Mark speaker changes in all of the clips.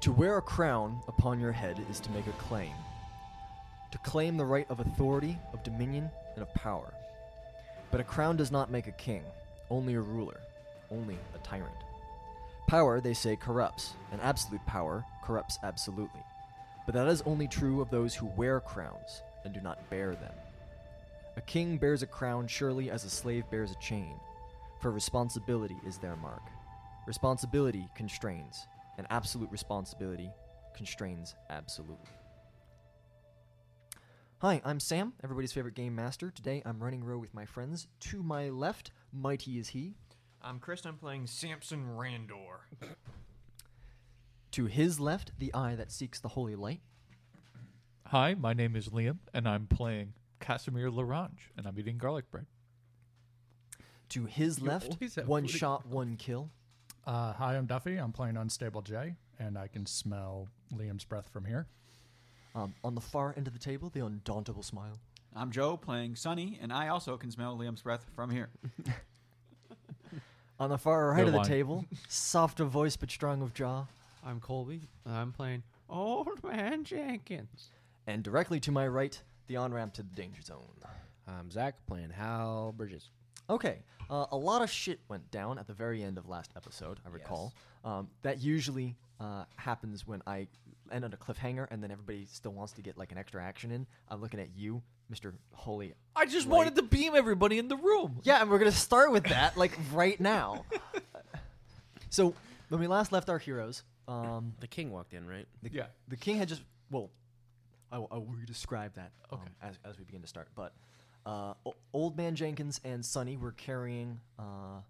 Speaker 1: To wear a crown upon your head is to make a claim. To claim the right of authority, of dominion, and of power. But a crown does not make a king, only a ruler, only a tyrant. Power, they say, corrupts, and absolute power corrupts absolutely. But that is only true of those who wear crowns and do not bear them. A king bears a crown surely as a slave bears a chain, for responsibility is their mark. Responsibility constrains, and absolute responsibility constrains absolutely. Hi, I'm Sam, everybody's favorite game master. Today I'm running row with my friends. To my left, mighty is he.
Speaker 2: I'm Um, Chris. I'm playing Samson Randor.
Speaker 1: To his left, the eye that seeks the holy light.
Speaker 3: Hi, my name is Liam, and I'm playing Casimir Larange, and I'm eating garlic bread.
Speaker 1: To his left,
Speaker 3: always have
Speaker 1: one
Speaker 3: holy-
Speaker 1: shot, one kill.
Speaker 4: Uh, hi, I'm Duffy. I'm playing Unstable J, and I can smell Liam's breath from here.
Speaker 1: Um, on the far end of the table, the undauntable smile.
Speaker 5: I'm Joe playing Sonny, and I also can smell Liam's breath from here.
Speaker 1: On the far right
Speaker 3: They're
Speaker 1: of the
Speaker 3: lying.
Speaker 1: table, soft of voice but strong of jaw.
Speaker 6: I'm Colby. and I'm playing "Oh, Old Man Jenkins.
Speaker 1: And directly to my right, the on ramp to the danger zone.
Speaker 7: I'm Zach playing Hal Bridges.
Speaker 1: Okay, uh, a lot of shit went down at the very end of last episode, I recall. Um, that usually uh, happens when I end on a cliffhanger and then everybody still wants to get like an extra action in. I'm looking at you, Mr. Holy.
Speaker 3: I just
Speaker 1: Right.
Speaker 3: wanted to beam everybody in the room.
Speaker 1: Yeah, and we're going to start with that, like right now. so, when we last left our heroes, um,
Speaker 7: The king walked in, right?
Speaker 1: The,
Speaker 3: Yeah.
Speaker 1: The king had just. Well, I, will- I will describe that um,
Speaker 3: Okay.
Speaker 1: as, as we begin to start. But uh, o- old man Jenkins and Sonny were carrying uh,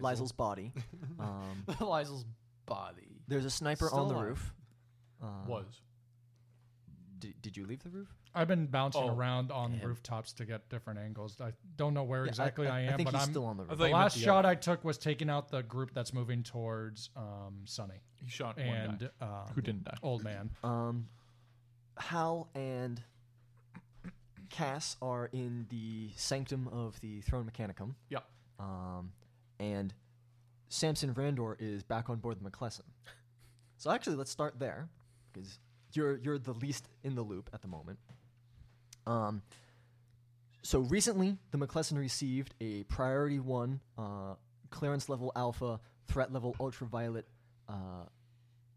Speaker 1: Lysel's body. Um,
Speaker 6: Lysel's body.
Speaker 1: there's a sniper
Speaker 6: Still
Speaker 1: on the
Speaker 6: alive.
Speaker 1: roof. Uh,
Speaker 3: Was
Speaker 1: Did, did you leave the roof?
Speaker 4: I've been bouncing
Speaker 3: Oh,
Speaker 4: around on
Speaker 7: damn.
Speaker 4: rooftops to get different angles. I don't know where
Speaker 1: Yeah,
Speaker 4: exactly I, am,
Speaker 1: I think
Speaker 4: but
Speaker 1: he's
Speaker 4: I'm.
Speaker 1: still on the
Speaker 3: I
Speaker 1: roof.
Speaker 3: thought
Speaker 4: the
Speaker 3: you meant
Speaker 4: last
Speaker 3: the
Speaker 4: shot I took was taking out the group that's moving towards um, Sunny
Speaker 3: he shot one guy
Speaker 4: and um,
Speaker 3: who didn't die?
Speaker 4: Old Man.
Speaker 1: Um, Hal and Cass are in the sanctum of the Throne Mechanicum.
Speaker 3: Yep.
Speaker 1: Um, and Samson Randor is back on board the McClesson. So actually, let's start there because you're you're the least in the loop at the moment. Um, so recently, the McClesson received a priority one uh, clearance level alpha threat level ultraviolet uh,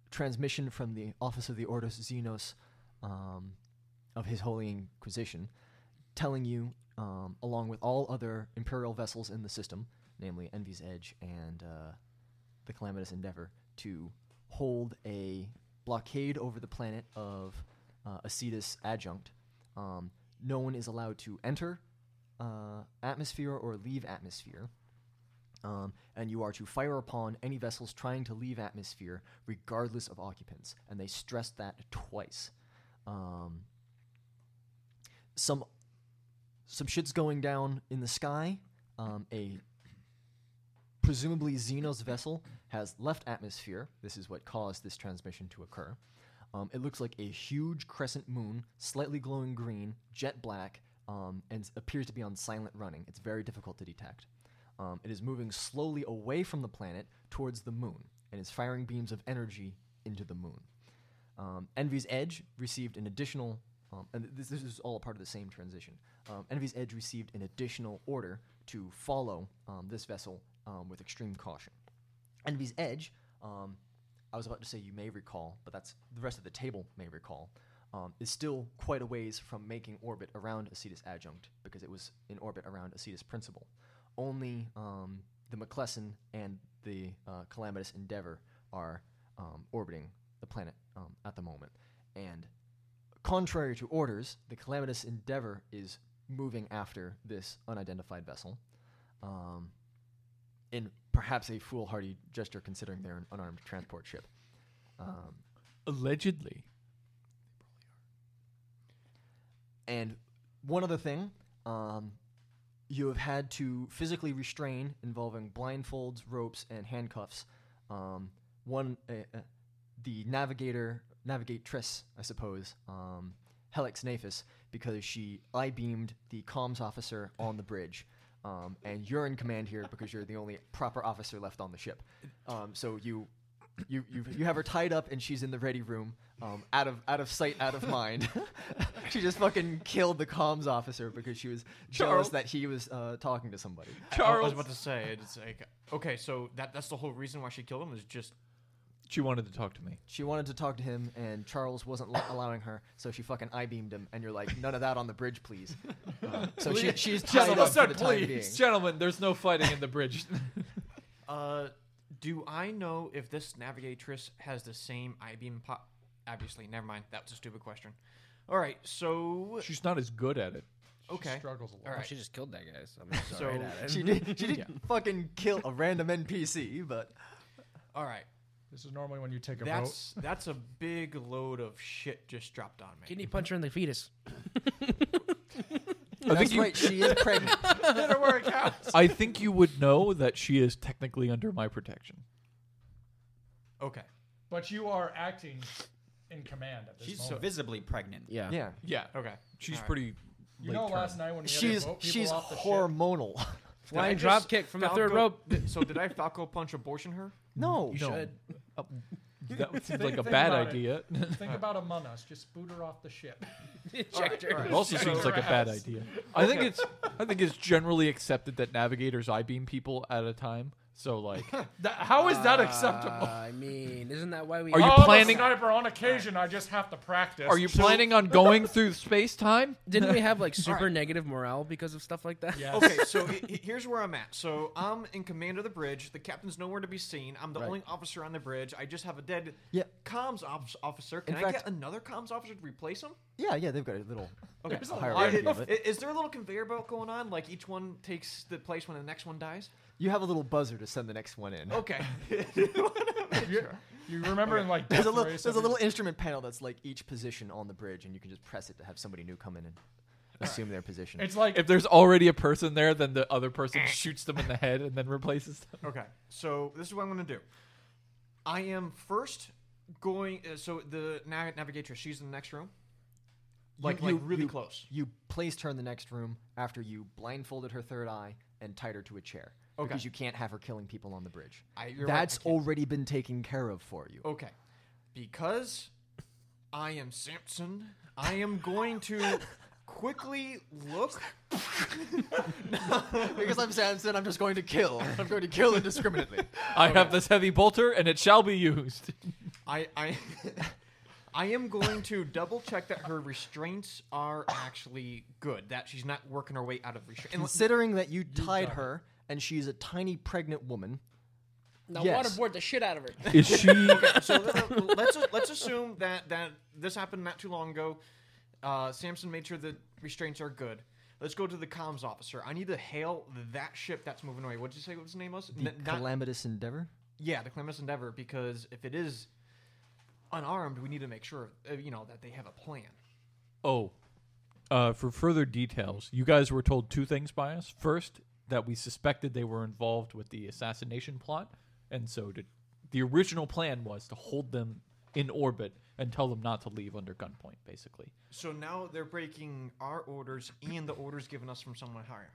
Speaker 1: transmission from the Office of the Ordos Xenos um, of His Holy Inquisition, telling you, um, along with all other Imperial vessels in the system, namely Envy's Edge and uh, the Calamitous Endeavor, to hold a blockade over the planet of uh, Acetus Adjunct. Um, no one is allowed to enter uh, atmosphere or leave atmosphere. Um, and you are to fire upon any vessels trying to leave atmosphere, regardless of occupants. And they stressed that twice. Um, some some shit's going down in the sky. Um, a presumably Xenos vessel has left atmosphere. This is what caused this transmission to occur. Um, it looks like a huge crescent moon, slightly glowing green, jet black, um, and s- appears to be on silent running. It's very difficult to detect. Um, it is moving slowly away from the planet towards the moon and is firing beams of energy into the moon. Um, Envy's Edge received an additional, um, and this, this is all a part of the same transition. Um, Envy's Edge received an additional order to follow um, this vessel um, with extreme caution. Envy's Edge, um, I was about to say you may recall, but that's the rest of the table may recall, um, is still quite a ways from making orbit around Acetus Adjunct because it was in orbit around Acetus Principle. Only um, the McClesson and the uh, Calamitous Endeavor are um, orbiting the planet um, at the moment. And contrary to orders, the Calamitous Endeavor is moving after this unidentified vessel. Um, in perhaps a foolhardy gesture considering they're an unarmed transport ship. Um,
Speaker 3: Allegedly,
Speaker 1: and one other thing, um, you have had to physically restrain involving blindfolds, ropes, and handcuffs. Um, one, uh, uh, the navigator, navigate Triss, I suppose, um, Helix Naphis, because she I beamed the comms officer on the bridge. Um, and you're in command here because you're the only proper officer left on the ship. Um, so you you, you you have her tied up and she's in the ready room, um, out of out of sight, out of mind. she just fucking killed the comms officer because she was jealous
Speaker 2: Charles.
Speaker 1: that he was uh, talking to somebody.
Speaker 2: I, I
Speaker 6: Charles.
Speaker 2: was about to say it's like okay, so that that's the whole reason why she killed him is just
Speaker 3: She wanted to talk to me.
Speaker 1: She wanted to talk to him and Charles wasn't lo- allowing her, so she fucking I beamed him. And you're like, none of that on the bridge, please. Uh, so she, she's tied up for the time being.
Speaker 3: Gentlemen, there's no fighting in the bridge.
Speaker 2: Uh, do I know if this navigatress has the same I-beam pop? Obviously, never mind. That was a stupid question. All right, so
Speaker 3: She's not as good at it.
Speaker 2: okay,
Speaker 4: Struggles a lot.
Speaker 2: all right.
Speaker 7: Oh, She just killed that guy. So I'm just
Speaker 2: So-
Speaker 7: right at it.
Speaker 1: She did. She did fucking kill a random NPC, but
Speaker 2: All right,
Speaker 4: This is normally when you take a vote.
Speaker 2: that's that's a big load of shit just dropped on me.
Speaker 7: Kidney punch her in the fetus.
Speaker 1: that's right. She is pregnant.
Speaker 3: I think you would know that she is technically under my protection.
Speaker 2: Okay,
Speaker 4: But you are acting in command at this
Speaker 5: She's
Speaker 4: moment.
Speaker 5: visibly pregnant.
Speaker 7: Yeah.
Speaker 1: Yeah,
Speaker 3: Yeah.
Speaker 2: okay.
Speaker 3: She's
Speaker 2: All right.
Speaker 3: pretty.
Speaker 4: you know, last night when you had
Speaker 1: she's
Speaker 4: to vote people
Speaker 1: she's
Speaker 4: off the ship-
Speaker 1: hormonal.
Speaker 7: Flying
Speaker 2: Did I
Speaker 7: drop
Speaker 2: just
Speaker 7: kick from the
Speaker 2: Falco-
Speaker 7: third rope.
Speaker 2: Th- so did I Falco punch abortion her?
Speaker 1: No,
Speaker 7: You should.
Speaker 3: Oh, That would seem like a
Speaker 4: think
Speaker 3: bad
Speaker 4: about it.
Speaker 3: idea.
Speaker 4: Think about Among Us. Just boot her off the ship.
Speaker 7: Checked her.
Speaker 3: It also
Speaker 4: Check
Speaker 3: seems
Speaker 4: her
Speaker 3: like a bad
Speaker 4: ass.
Speaker 3: idea. I think it's I think it's generally accepted that navigators I beam people at a time. So like,
Speaker 4: how is that acceptable?
Speaker 7: I mean, isn't that why we?
Speaker 3: Are you
Speaker 4: I'm
Speaker 3: planning-
Speaker 4: a sniper on occasion. I just have to practice.
Speaker 3: are you planning on going through space time?
Speaker 7: Didn't we have like super negative morale because of stuff like that?
Speaker 4: Yes.
Speaker 2: Okay, so he- he- here's where I'm at. So I'm in command of the bridge. The captain's nowhere to be seen. I'm the
Speaker 7: Right.
Speaker 2: only officer on the bridge. I just have a dead
Speaker 1: Yeah.
Speaker 2: comms off- officer. Can
Speaker 1: In
Speaker 2: I
Speaker 1: fact-
Speaker 2: get another comms officer to replace him?
Speaker 1: yeah, yeah. They've got a little.
Speaker 2: Okay.
Speaker 4: There's a
Speaker 2: I-
Speaker 1: hierarchy of
Speaker 2: i-
Speaker 1: it.
Speaker 2: Is, there a little conveyor belt going on? Like each one takes the place when the next one dies?
Speaker 1: You have a little buzzer to send the next one in.
Speaker 2: Okay.
Speaker 4: You, you remember in like
Speaker 1: There's a
Speaker 4: Death
Speaker 1: little
Speaker 4: Race
Speaker 1: there's a
Speaker 4: every-
Speaker 1: little instrument panel that's like each position on the bridge, and you can just press it to have somebody new come in and assume their position.
Speaker 4: It's like
Speaker 3: If there's already a person there, then the other person shoots them in the head and then replaces them.
Speaker 2: okay. So this is what I'm going to do. I am first going. Uh, so the na- navigatress, she's in the next room. Like,
Speaker 1: you-
Speaker 2: like really
Speaker 1: you-
Speaker 2: close.
Speaker 1: You placed her in the next room after you blindfolded her third eye and tied her to a chair
Speaker 2: Okay.
Speaker 1: because you can't have her killing people on the bridge.
Speaker 2: I- you're right, I
Speaker 1: That's
Speaker 2: can't.
Speaker 1: already been taken care of for you.
Speaker 2: Okay. Because I am Samson, I am going to quickly look.
Speaker 1: because I'm Samson, I'm just going to kill. I'm going to kill indiscriminately.
Speaker 3: I have this heavy bolter and it shall be used.
Speaker 2: I I I am going to double check that her restraints are actually good. That she's not working her way out of restraint.
Speaker 1: Considering that you tied her and she's a tiny pregnant woman,
Speaker 8: Now
Speaker 1: Yes.
Speaker 8: waterboard the shit out of her.
Speaker 3: Is she
Speaker 2: so let's let's assume that that this happened not too long ago. Uh, Samson made sure the restraints are good. Let's go to the comms officer. I need to hail that ship that's moving away. What did you say? What his name was?
Speaker 1: the
Speaker 2: N- not-
Speaker 1: calamitous endeavor.
Speaker 2: Yeah, the calamitous endeavor because if it is unarmed, we need to make sure uh, you know that they have a plan.
Speaker 3: Oh, uh, for further details, you guys were told two things by us. First, that we suspected they were involved with the assassination plot, and so to, the original plan was to hold them in orbit and tell them not to leave under gunpoint, basically.
Speaker 2: So now they're breaking our orders and the orders given us from someone higher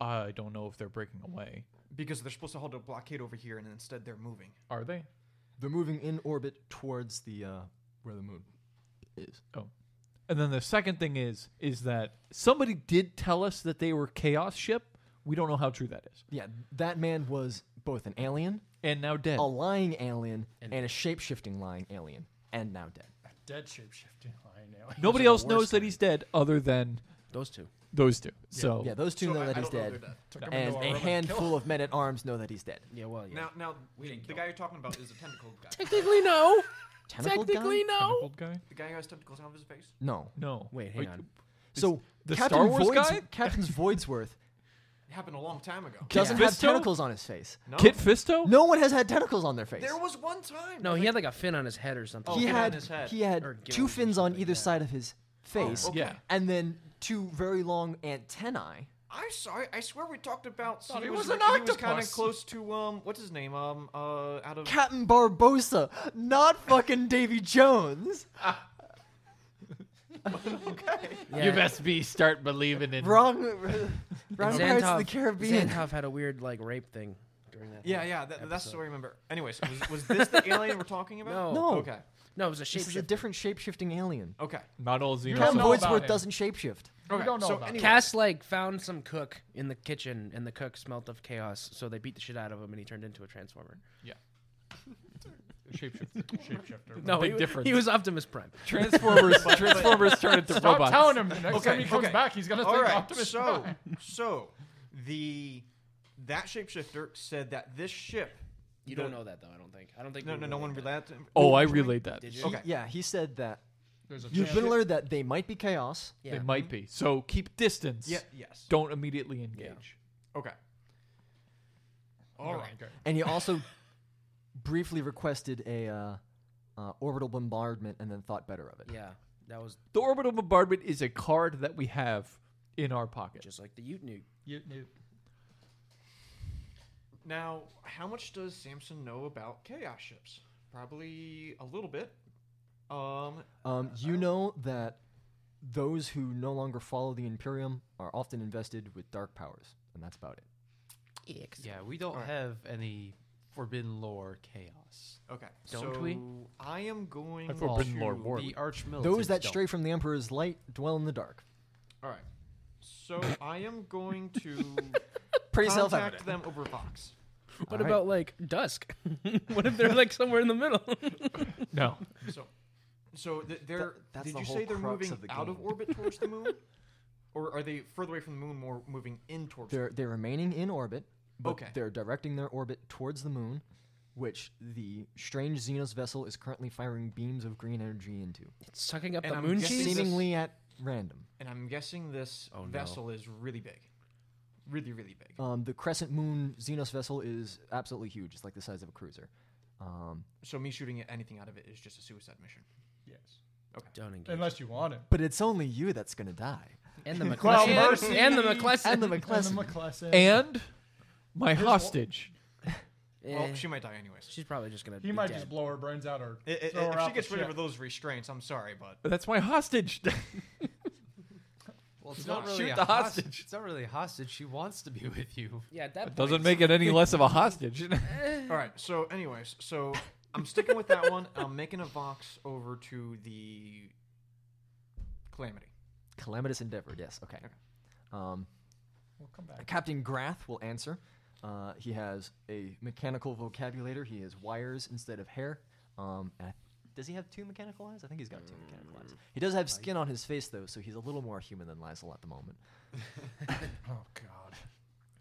Speaker 3: I don't know if they're breaking away.
Speaker 2: because they're supposed to hold a blockade over here, and instead they're moving.
Speaker 3: Are they?
Speaker 1: They're moving in orbit towards the uh, where the moon is.
Speaker 3: Oh. And then the second thing is is that somebody did tell us that they were chaos ship. We don't know how true that is.
Speaker 1: Yeah, that man was both an alien,
Speaker 3: And now dead.
Speaker 1: a lying alien, and, a shape shifting lying alien, and now dead.
Speaker 4: dead shapeshifting. I know.
Speaker 3: Nobody
Speaker 1: the
Speaker 3: else knows
Speaker 1: worst
Speaker 3: that he's dead other than
Speaker 7: Those two.
Speaker 3: those two. So
Speaker 1: Yeah, those two
Speaker 2: So
Speaker 1: know
Speaker 2: I-
Speaker 1: that
Speaker 2: I
Speaker 1: he's
Speaker 2: don't know
Speaker 1: dead,
Speaker 2: they're dead.
Speaker 4: Took him
Speaker 1: and
Speaker 4: into our room
Speaker 1: a
Speaker 4: and killed him.
Speaker 1: handful of men at arms know that he's dead.
Speaker 7: Yeah. Well. Yeah.
Speaker 2: Now, now
Speaker 5: We didn't
Speaker 2: the
Speaker 5: kill
Speaker 2: guy you're talking about is a tentacle guy.
Speaker 8: Technically, no.
Speaker 1: Tentacled guy?
Speaker 8: Technically, no.
Speaker 3: Old guy?
Speaker 2: The guy who has tentacles out of his face.
Speaker 1: No.
Speaker 3: No.
Speaker 7: Wait.
Speaker 3: Are
Speaker 7: Hang
Speaker 3: you-
Speaker 7: on.
Speaker 1: So
Speaker 3: the
Speaker 1: Captain
Speaker 3: Star Wars
Speaker 1: Voids-
Speaker 3: guy?
Speaker 1: Captain Voidsworth
Speaker 2: It happened a long time ago.
Speaker 1: doesn't
Speaker 3: Yeah.
Speaker 1: have
Speaker 3: Fisto?
Speaker 1: tentacles on his face.
Speaker 2: No,
Speaker 3: Kid Fisto?
Speaker 1: No one has had tentacles on their face.
Speaker 2: there was one time.
Speaker 7: No, he had like a fin on his head or something.
Speaker 2: Oh,
Speaker 1: he
Speaker 2: fin on
Speaker 1: had
Speaker 2: his head.
Speaker 1: he had
Speaker 7: Or
Speaker 1: two
Speaker 7: gills or
Speaker 1: fins on
Speaker 7: something,
Speaker 1: either
Speaker 7: yeah.
Speaker 1: side of his face,
Speaker 2: okay.
Speaker 3: Yeah.
Speaker 1: and then two very long antennae.
Speaker 2: I'm sorry. I swear we talked about.
Speaker 4: Thought he was an
Speaker 2: He was kind of
Speaker 4: octopus.
Speaker 2: close to um. What's his name? Um. Uh. Out of.
Speaker 1: Captain Barbosa, not fucking Davy Jones.
Speaker 7: Yeah.
Speaker 3: best be start believing in.
Speaker 1: Wrong, wrong Pirates of the
Speaker 7: Xantov,
Speaker 1: Caribbean.
Speaker 7: Xantov had a weird like rape thing during that.
Speaker 2: Yeah,
Speaker 7: whole
Speaker 2: yeah, that, that's
Speaker 7: episode.
Speaker 2: what I remember. Anyways, was, was this the alien we're talking about?
Speaker 7: No.
Speaker 1: No.
Speaker 2: Okay.
Speaker 7: No, it was a
Speaker 1: This is a
Speaker 7: shapeshift.
Speaker 1: different shape-shifting alien.
Speaker 2: Okay.
Speaker 3: Not all
Speaker 4: You
Speaker 3: xenos.
Speaker 4: don't
Speaker 1: Cam
Speaker 4: know about
Speaker 1: Voidsworth
Speaker 4: him.
Speaker 1: doesn't shapeshift.
Speaker 2: Okay.
Speaker 4: don't know
Speaker 2: so
Speaker 4: about
Speaker 2: anyway,
Speaker 7: Cass like found some cook in the kitchen, and the cook smelt of chaos, so they beat the shit out of him, and he turned into a transformer.
Speaker 3: Shapeshifter.
Speaker 4: Shapeshifter.
Speaker 7: No,
Speaker 3: Big
Speaker 7: he,
Speaker 3: difference.
Speaker 7: he was Optimus Prime.
Speaker 3: Transformers. Transformers turn into
Speaker 4: Stop
Speaker 3: robots.
Speaker 4: telling him. Next time he
Speaker 2: Okay,
Speaker 4: comes
Speaker 2: okay.
Speaker 4: back, he's gonna
Speaker 2: All
Speaker 4: think
Speaker 2: right.
Speaker 4: Optimus
Speaker 2: so,
Speaker 4: Prime.
Speaker 2: so the that shapeshifter said that this ship.
Speaker 7: You
Speaker 2: the-
Speaker 7: don't know that though. I don't think. I don't think.
Speaker 2: No,
Speaker 7: we
Speaker 2: no, no
Speaker 7: relayed
Speaker 2: one
Speaker 7: that.
Speaker 2: relayed. that.
Speaker 3: Oh, I relayed that.
Speaker 7: Did you?
Speaker 2: Okay.
Speaker 1: Yeah, he said that.
Speaker 4: There's a
Speaker 1: You've
Speaker 4: chance.
Speaker 1: been alerted that they might be chaos.
Speaker 7: Yeah.
Speaker 3: They might be. So keep distance.
Speaker 2: Yeah. Yes.
Speaker 3: Don't immediately engage.
Speaker 2: Okay.
Speaker 4: All right.
Speaker 1: And he also briefly requested a uh, uh, orbital bombardment and then thought better of it.
Speaker 7: Yeah, that was
Speaker 3: The orbital bombardment is a card that we have in our pocket.
Speaker 7: just like the Ute nuke.
Speaker 2: Now, how much does Samson know about chaos ships? Probably a little bit. Um.
Speaker 1: Um, you know that those who no longer follow the Imperium are often invested with dark powers, and that's about it.
Speaker 6: Yeah, we don't
Speaker 2: Alright.
Speaker 6: have any forbidden lore chaos.
Speaker 2: Okay.
Speaker 6: Don't
Speaker 2: so
Speaker 6: we?
Speaker 2: I am going.
Speaker 3: I've forbidden
Speaker 2: to
Speaker 3: lore war.
Speaker 6: The arch
Speaker 9: Oh,
Speaker 1: Those that
Speaker 6: don't.
Speaker 1: stray from the Emperor's light dwell in the dark.
Speaker 2: All right. So I am going to
Speaker 1: Pretty
Speaker 2: contact
Speaker 1: self-evident.
Speaker 2: them over Vox.
Speaker 7: What
Speaker 1: All right.
Speaker 7: about like dusk? what if they're like somewhere in the middle?
Speaker 3: No.
Speaker 2: So, so th- they're.
Speaker 1: that's
Speaker 2: did
Speaker 1: the
Speaker 2: you
Speaker 1: whole
Speaker 2: say they're
Speaker 1: crux
Speaker 2: moving
Speaker 1: of the
Speaker 2: out of
Speaker 1: game.
Speaker 2: orbit towards the moon, or are they further away from the moon, more moving in towards?
Speaker 1: They're they're remaining in orbit, but
Speaker 2: Okay.
Speaker 1: they're directing their orbit towards the moon, which the strange Xenos vessel is currently firing beams of green energy into,
Speaker 7: it's sucking up
Speaker 2: And
Speaker 7: the
Speaker 2: I'm
Speaker 7: moon
Speaker 2: guessing
Speaker 7: cheese.
Speaker 2: this-
Speaker 1: seemingly at random.
Speaker 2: the- And I'm guessing this
Speaker 7: Oh, no.
Speaker 2: vessel is really big, really really big.
Speaker 1: Um, the crescent moon Xenos vessel is absolutely huge. It's like the size of a cruiser. Um,
Speaker 2: So me shooting at anything out of it is just a suicide mission.
Speaker 4: Yes.
Speaker 7: Don't engage.
Speaker 4: Unless you want it.
Speaker 1: but it's only you that's gonna die.
Speaker 7: and the
Speaker 4: Well,
Speaker 7: McClellan.
Speaker 4: mercy.
Speaker 7: and the McClellan.
Speaker 1: And the McClellan.
Speaker 4: McClellan.
Speaker 3: And my
Speaker 4: Here's
Speaker 3: hostage.
Speaker 2: Well,
Speaker 7: Eh,
Speaker 2: she might die anyways.
Speaker 7: she's probably just gonna.
Speaker 4: He
Speaker 7: be
Speaker 4: might
Speaker 7: dead.
Speaker 4: just blow her brains out or
Speaker 2: I- I-
Speaker 4: throw her
Speaker 2: if
Speaker 4: out
Speaker 2: she gets
Speaker 4: the
Speaker 2: rid
Speaker 4: ship.
Speaker 2: of those restraints, I'm sorry, but
Speaker 3: That's my hostage.
Speaker 6: Well, it's
Speaker 2: not
Speaker 6: not really
Speaker 3: shoot
Speaker 6: a
Speaker 3: the
Speaker 6: hostage.
Speaker 3: hostage.
Speaker 6: It's not really a hostage. She wants to be with you.
Speaker 7: Yeah, at that
Speaker 3: Doesn't
Speaker 7: point-
Speaker 3: make it any less of a hostage.
Speaker 2: All right. So, anyways, so I'm sticking with that one. I'm making a vox over to the calamity.
Speaker 1: Calamitous endeavor. Yes. Okay.
Speaker 2: Okay.
Speaker 1: Um,
Speaker 4: We'll come back.
Speaker 1: Captain Grath will answer. Uh, he has a mechanical vocabulator. He has wires instead of hair. Um, and I- does he have two mechanical eyes? I think he's got two mechanical eyes. He does have skin on his face though, so he's a little more human than Lysel at the moment.
Speaker 4: Oh God.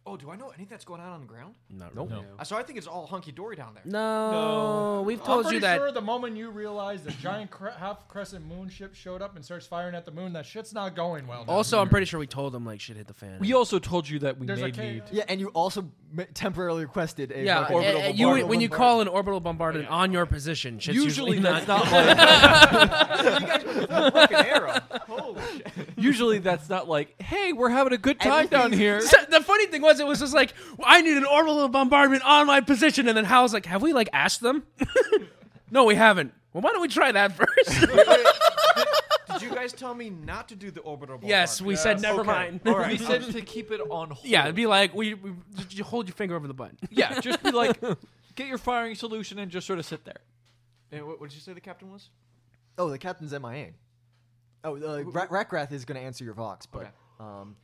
Speaker 2: Oh, do I know anything that's going on on the ground?
Speaker 7: Not
Speaker 1: Nope.
Speaker 7: really.
Speaker 2: Uh, So I think it's all hunky dory down there.
Speaker 7: No, we've
Speaker 4: I'm
Speaker 7: told
Speaker 4: pretty
Speaker 7: you that.
Speaker 4: sure the moment you realize the giant cre- half crescent moon ship showed up and starts firing at the moon, that shit's not going well. now.
Speaker 7: Also, I'm pretty sure we told them like shit hit the fan.
Speaker 3: We also told you that we
Speaker 4: There's
Speaker 3: may
Speaker 4: a ca-
Speaker 3: need.
Speaker 1: Yeah, and you also ma- temporarily requested a
Speaker 7: yeah,
Speaker 1: orbital
Speaker 7: eh, eh, you,
Speaker 1: bombardment.
Speaker 7: when you call an orbital bombardment on your position, shit's usually,
Speaker 3: Usually that's
Speaker 7: not.
Speaker 3: not like.
Speaker 2: Fucking arrow. Holy shit.
Speaker 3: Usually that's not like. Hey, we're having a good time down here.
Speaker 7: So, the funny thing was, it was just like I need an orbital bombardment on my position, and then Hal's like, "Have we like asked them? no, we haven't. Well, why don't we try that first?
Speaker 2: Did you guys tell me not to do the orbital bombard?
Speaker 7: yes, we said never
Speaker 2: Okay.
Speaker 7: mind.
Speaker 2: All right. Um,
Speaker 3: We said to keep it on hold.
Speaker 7: yeah, it'd be like we, we just- you hold your finger over the button.
Speaker 3: Yeah, just be like, get your firing solution and just sort of sit there.
Speaker 2: And what, what did you say the captain was?
Speaker 1: Oh, the captain's MIA. Oh, uh, Ra- Rackrath is going to answer your vox, but
Speaker 2: Okay.
Speaker 1: um,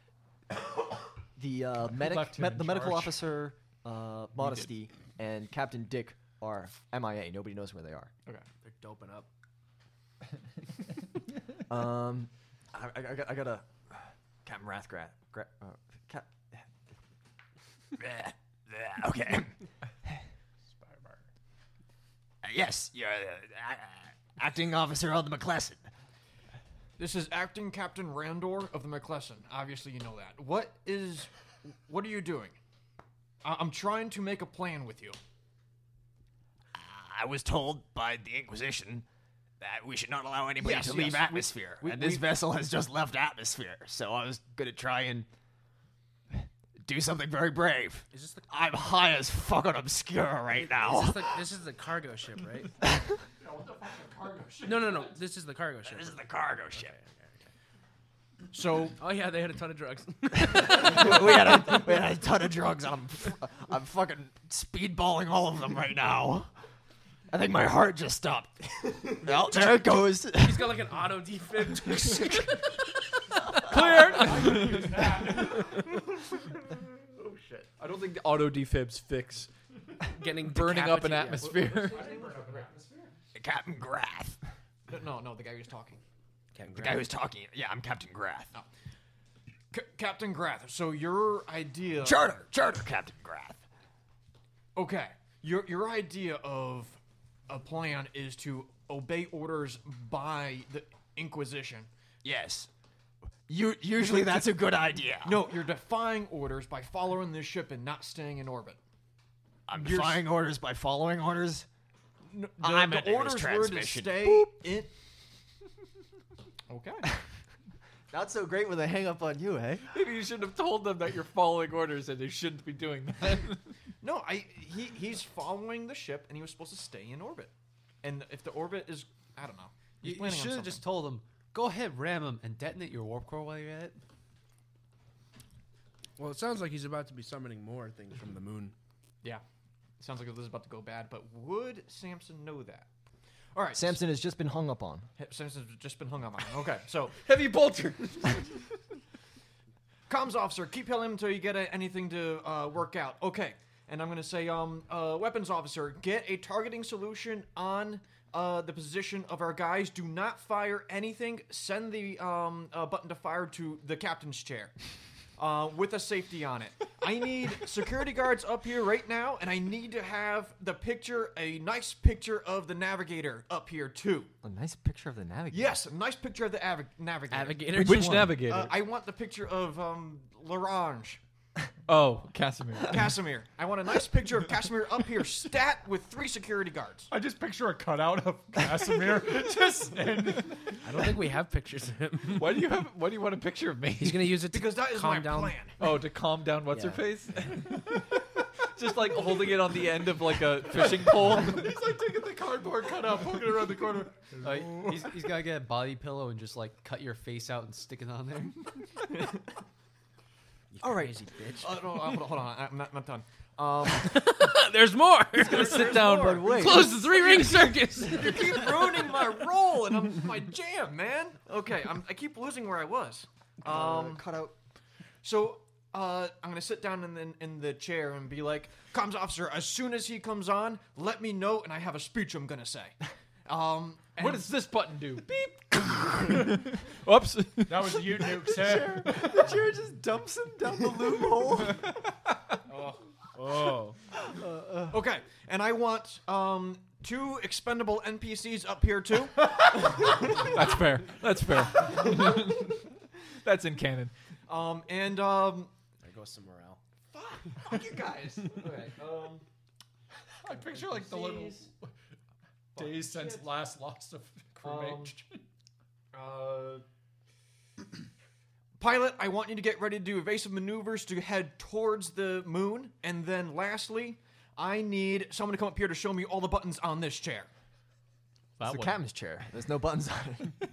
Speaker 1: the uh,
Speaker 4: left
Speaker 1: medic,
Speaker 4: him
Speaker 1: me-
Speaker 4: in
Speaker 1: the medical
Speaker 4: charge.
Speaker 1: officer, uh, Modesty, and Captain Dick are MIA. Nobody knows where they are.
Speaker 2: Okay.
Speaker 7: They're doping up.
Speaker 1: Um, I, I, I, got, I got a Captain Rathgrath. Gra- uh, Cap- Bleh, bleh, okay. Uh, yes, you're uh, a- acting officer of the McClellan.
Speaker 2: This is acting Captain Randor of the McClellan. Obviously, you know that. What is. What are you doing? I- I'm trying to make a plan with you.
Speaker 10: I was told by the Inquisition that we should not allow anybody
Speaker 2: Yes,
Speaker 10: to
Speaker 2: yes,
Speaker 10: leave
Speaker 2: we-
Speaker 10: atmosphere.
Speaker 2: we-
Speaker 10: and this
Speaker 2: we-
Speaker 10: vessel has just left atmosphere. So I was going to try and do something very brave.
Speaker 7: Is this the
Speaker 10: I'm high as fuck on Obscura right
Speaker 7: This
Speaker 10: now.
Speaker 7: is the, this is the cargo ship, right? no, no, no. This is the cargo ship.
Speaker 10: This is the cargo ship.
Speaker 2: So
Speaker 7: Oh yeah, they had a ton of drugs.
Speaker 1: we, had a, we had a ton of drugs. and I'm, f- I'm fucking speedballing all of them right now. I think my heart just stopped. well, there it goes.
Speaker 7: He's got like an auto defib.
Speaker 3: I don't think the auto defibs fix
Speaker 7: Getting
Speaker 3: burning up an
Speaker 7: decapitated.
Speaker 3: atmosphere.
Speaker 10: Captain Grath.
Speaker 2: no, no, the guy who's talking. Oh.
Speaker 10: The guy who's talking. Yeah, I'm Captain Grath.
Speaker 2: C- Captain Grath, so your idea.
Speaker 10: Charter, charter, Captain Grath.
Speaker 2: Okay. Your your idea of a plan is to obey orders by the Inquisition.
Speaker 10: Yes. You usually that's a good idea.
Speaker 2: No, you're defying orders by following this ship and not staying in orbit.
Speaker 10: I'm
Speaker 2: you're-
Speaker 10: defying orders by following orders.
Speaker 2: No, the,
Speaker 10: I'm
Speaker 2: the
Speaker 10: an air
Speaker 2: orders were to
Speaker 10: transmission.
Speaker 2: stay in. Okay.
Speaker 1: Not so great when they hang up on you, eh?
Speaker 3: Maybe you shouldn't have told them that you're following orders and they shouldn't be doing that.
Speaker 2: No, I he he's following the ship and he was supposed to stay in orbit. And if the orbit is, I don't know. He's
Speaker 6: You,
Speaker 2: planning on
Speaker 6: should have
Speaker 2: something.
Speaker 6: just told him, go ahead, ram him, and detonate your warp core while you're at it.
Speaker 7: Well, it sounds like he's about to be summoning more things from the moon.
Speaker 2: Yeah. Sounds like this is about to go bad, but would Samson know that? All right.
Speaker 1: Samson has just been hung up on.
Speaker 2: He- Samson's just been hung up on. Okay, so
Speaker 7: Heavy bolter.
Speaker 2: comms officer, keep him until you get a, anything to uh, work out. Okay, and I'm gonna say, um, uh, weapons officer, get a targeting solution on uh, the position of our guys. Do not fire anything. Send the um, uh, button to fire to the captain's chair. Uh, with a safety on it. I need security guards up here right now, and I need to have the picture, a nice picture of the navigator up here too.
Speaker 1: A nice picture of the navigator.
Speaker 2: Yes, a nice picture of the av- navigator.
Speaker 7: Navigator.
Speaker 3: Which navigator?
Speaker 2: Uh, I want the picture of um, Larange,
Speaker 3: oh, Casimir.
Speaker 2: Casimir. I want a nice picture of Casimir up here, stat with three security guards.
Speaker 4: I just picture a cutout of Casimir. just
Speaker 7: I don't think we have pictures of him.
Speaker 3: Why do you have? Why do you want a picture of me?
Speaker 7: He's gonna use it to
Speaker 2: Because that is
Speaker 7: calm
Speaker 2: my
Speaker 7: down.
Speaker 2: plan.
Speaker 3: Oh, to calm down what's
Speaker 7: Yeah.
Speaker 3: her face? Just like holding it on the end of like a fishing pole.
Speaker 2: He's like taking the cardboard cutout, poking around the corner.
Speaker 6: Uh, he's he's got to get a body pillow and just like cut your face out and stick it on there.
Speaker 2: All right, crazy bitch. Uh, no, uh, hold on, hold on. I'm not, I'm not done. Um,
Speaker 7: There's more.
Speaker 2: sit down, but wait.
Speaker 7: Close the three ring circus.
Speaker 2: You keep ruining my role and I'm, my jam, man. Okay, I'm, I keep losing where I was. Um,
Speaker 1: cut out.
Speaker 2: So uh, I'm gonna sit down in the, in the chair and be like, "Comms officer, as soon as he comes on, let me know, and I have a speech I'm gonna say." Um, and
Speaker 3: What does this button do? Beep. Oops.
Speaker 4: that was you, Nuke. Sir.
Speaker 1: The chair just dumps him down the loophole.
Speaker 4: Oh,
Speaker 2: okay, and I want um, two expendable NPCs up here too.
Speaker 3: That's fair. That's fair. That's in canon.
Speaker 2: um, and um,
Speaker 7: There goes some morale.
Speaker 2: fuck you guys. Okay, um,
Speaker 4: I picture like the little
Speaker 2: NPCs,
Speaker 4: days since last loss of crewmate.
Speaker 2: Um, uh, Pilot, I want you to get ready to do evasive maneuvers to head towards the moon. And then lastly, I need someone to come up here to show me all the buttons on this chair.
Speaker 1: It's the captain's chair. There's no buttons on it.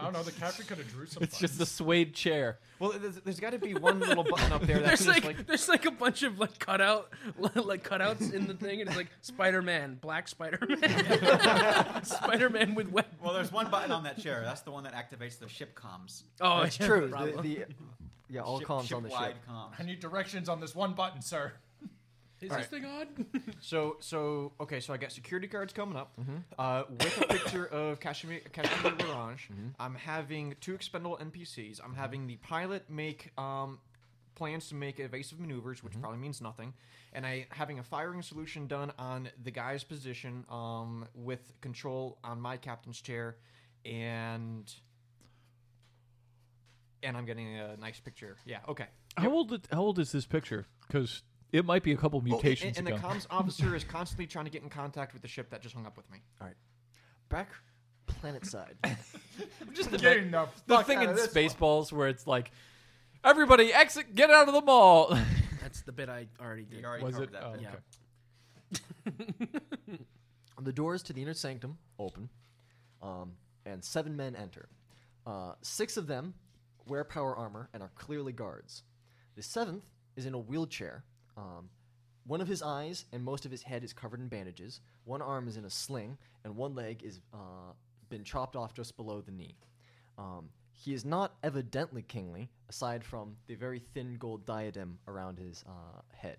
Speaker 4: I don't know. The captain could have drew something.
Speaker 3: It's just the suede chair.
Speaker 2: Well, there's, there's got to be one little button up there that's
Speaker 7: There's
Speaker 2: just
Speaker 7: like,
Speaker 2: like,
Speaker 7: there's like a bunch of like cutout like cutouts in the thing, and it's like Spider Man, Black Spider Man, Spider Man with web.
Speaker 5: Well, there's one button on that chair. That's the one that activates the ship comms.
Speaker 7: Oh,
Speaker 1: That's
Speaker 7: yeah,
Speaker 1: true.
Speaker 7: problem.
Speaker 1: The, the, yeah, all
Speaker 5: ship,
Speaker 1: columns on the
Speaker 5: ship-wide
Speaker 1: ship.
Speaker 4: I
Speaker 5: comms.
Speaker 4: need directions on this one button, sir.
Speaker 7: Is
Speaker 2: All
Speaker 7: this thing on?
Speaker 2: so, so, okay, so I got security guards coming up uh, with a picture of Kashmir, Kashmir Orange. I'm having two expendable NPCs. I'm having the pilot make um, plans to make evasive maneuvers, which probably means nothing. And I having a firing solution done on the guy's position um, with control on my captain's chair, and and I'm getting a nice picture. Yeah. Okay.
Speaker 3: How old? it- How old is this picture? Because it might be a couple
Speaker 2: Oh, and-
Speaker 3: mutations
Speaker 2: and the
Speaker 3: ago.
Speaker 2: comms officer is constantly trying to get in contact with the ship that just hung up with me.
Speaker 1: Back planet side.
Speaker 3: Just
Speaker 4: Getting the
Speaker 3: the
Speaker 4: fuck
Speaker 3: thing
Speaker 4: out
Speaker 3: in
Speaker 4: of this
Speaker 3: Spaceballs where it's like, everybody exit, get out of the mall.
Speaker 7: That's the bit I already did.
Speaker 5: You already
Speaker 3: Was
Speaker 5: covered
Speaker 3: it?
Speaker 5: that.
Speaker 3: Oh,
Speaker 5: bit.
Speaker 7: Yeah.
Speaker 3: okay.
Speaker 1: The doors to the inner sanctum open, um, and seven men enter. Uh, six of them wear power armor and are clearly guards. The seventh is in a wheelchair. Um, one of his eyes and most of his head is covered in bandages. One arm is in a sling, and one leg is uh, been chopped off just below the knee. Um, he is not evidently kingly, aside from the very thin gold diadem around his uh, head.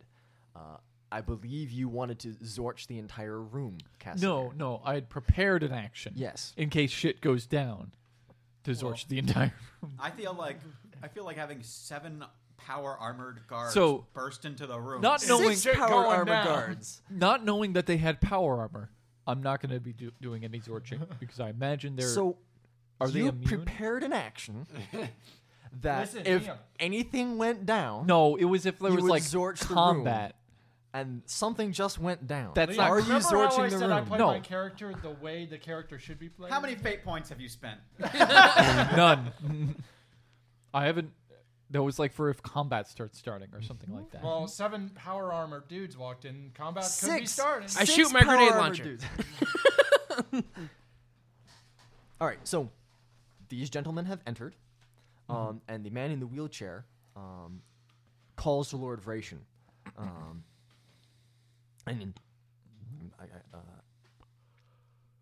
Speaker 1: Uh, I believe you wanted to zorch the entire room, Cassidy.
Speaker 3: No, no, I had prepared an action.
Speaker 1: Yes.
Speaker 3: In case shit goes down to Zorch the entire room.
Speaker 5: I feel like I feel like having seven power armored guards
Speaker 3: So-
Speaker 5: burst into the room.
Speaker 3: Not knowing
Speaker 1: Six power armor guards.
Speaker 3: not knowing that they had power armor. I'm not going to be do- doing any zorching because I imagine they're
Speaker 1: So
Speaker 3: are they
Speaker 1: you
Speaker 3: immune?
Speaker 1: prepared an action that
Speaker 3: Listen,
Speaker 1: if
Speaker 3: Liam.
Speaker 1: anything went down
Speaker 3: No, it was if there
Speaker 1: You
Speaker 3: was
Speaker 1: would
Speaker 3: like
Speaker 1: zorch the room.
Speaker 3: combat.
Speaker 1: and something just went down,
Speaker 3: That's not-
Speaker 1: are you
Speaker 11: Remember how I
Speaker 1: zorching the
Speaker 11: said I
Speaker 1: room?
Speaker 11: played
Speaker 3: No.
Speaker 11: my character the way the character should be played?
Speaker 5: how many fate points have you spent?
Speaker 3: None. I haven't. That was like for if combat starts starting or something like that.
Speaker 11: Well, seven power armor dudes walked in.
Speaker 4: Uh,
Speaker 11: Combat could be
Speaker 1: Six.
Speaker 11: starting.
Speaker 7: I
Speaker 1: Six
Speaker 7: shoot my
Speaker 1: power
Speaker 7: grenade
Speaker 1: armor
Speaker 7: launcher.
Speaker 1: dudes. All right, so these gentlemen have entered,
Speaker 7: Mm-hmm.
Speaker 1: um, and the man in the wheelchair um, calls to Lord Vration. Um, and in, I, I, uh,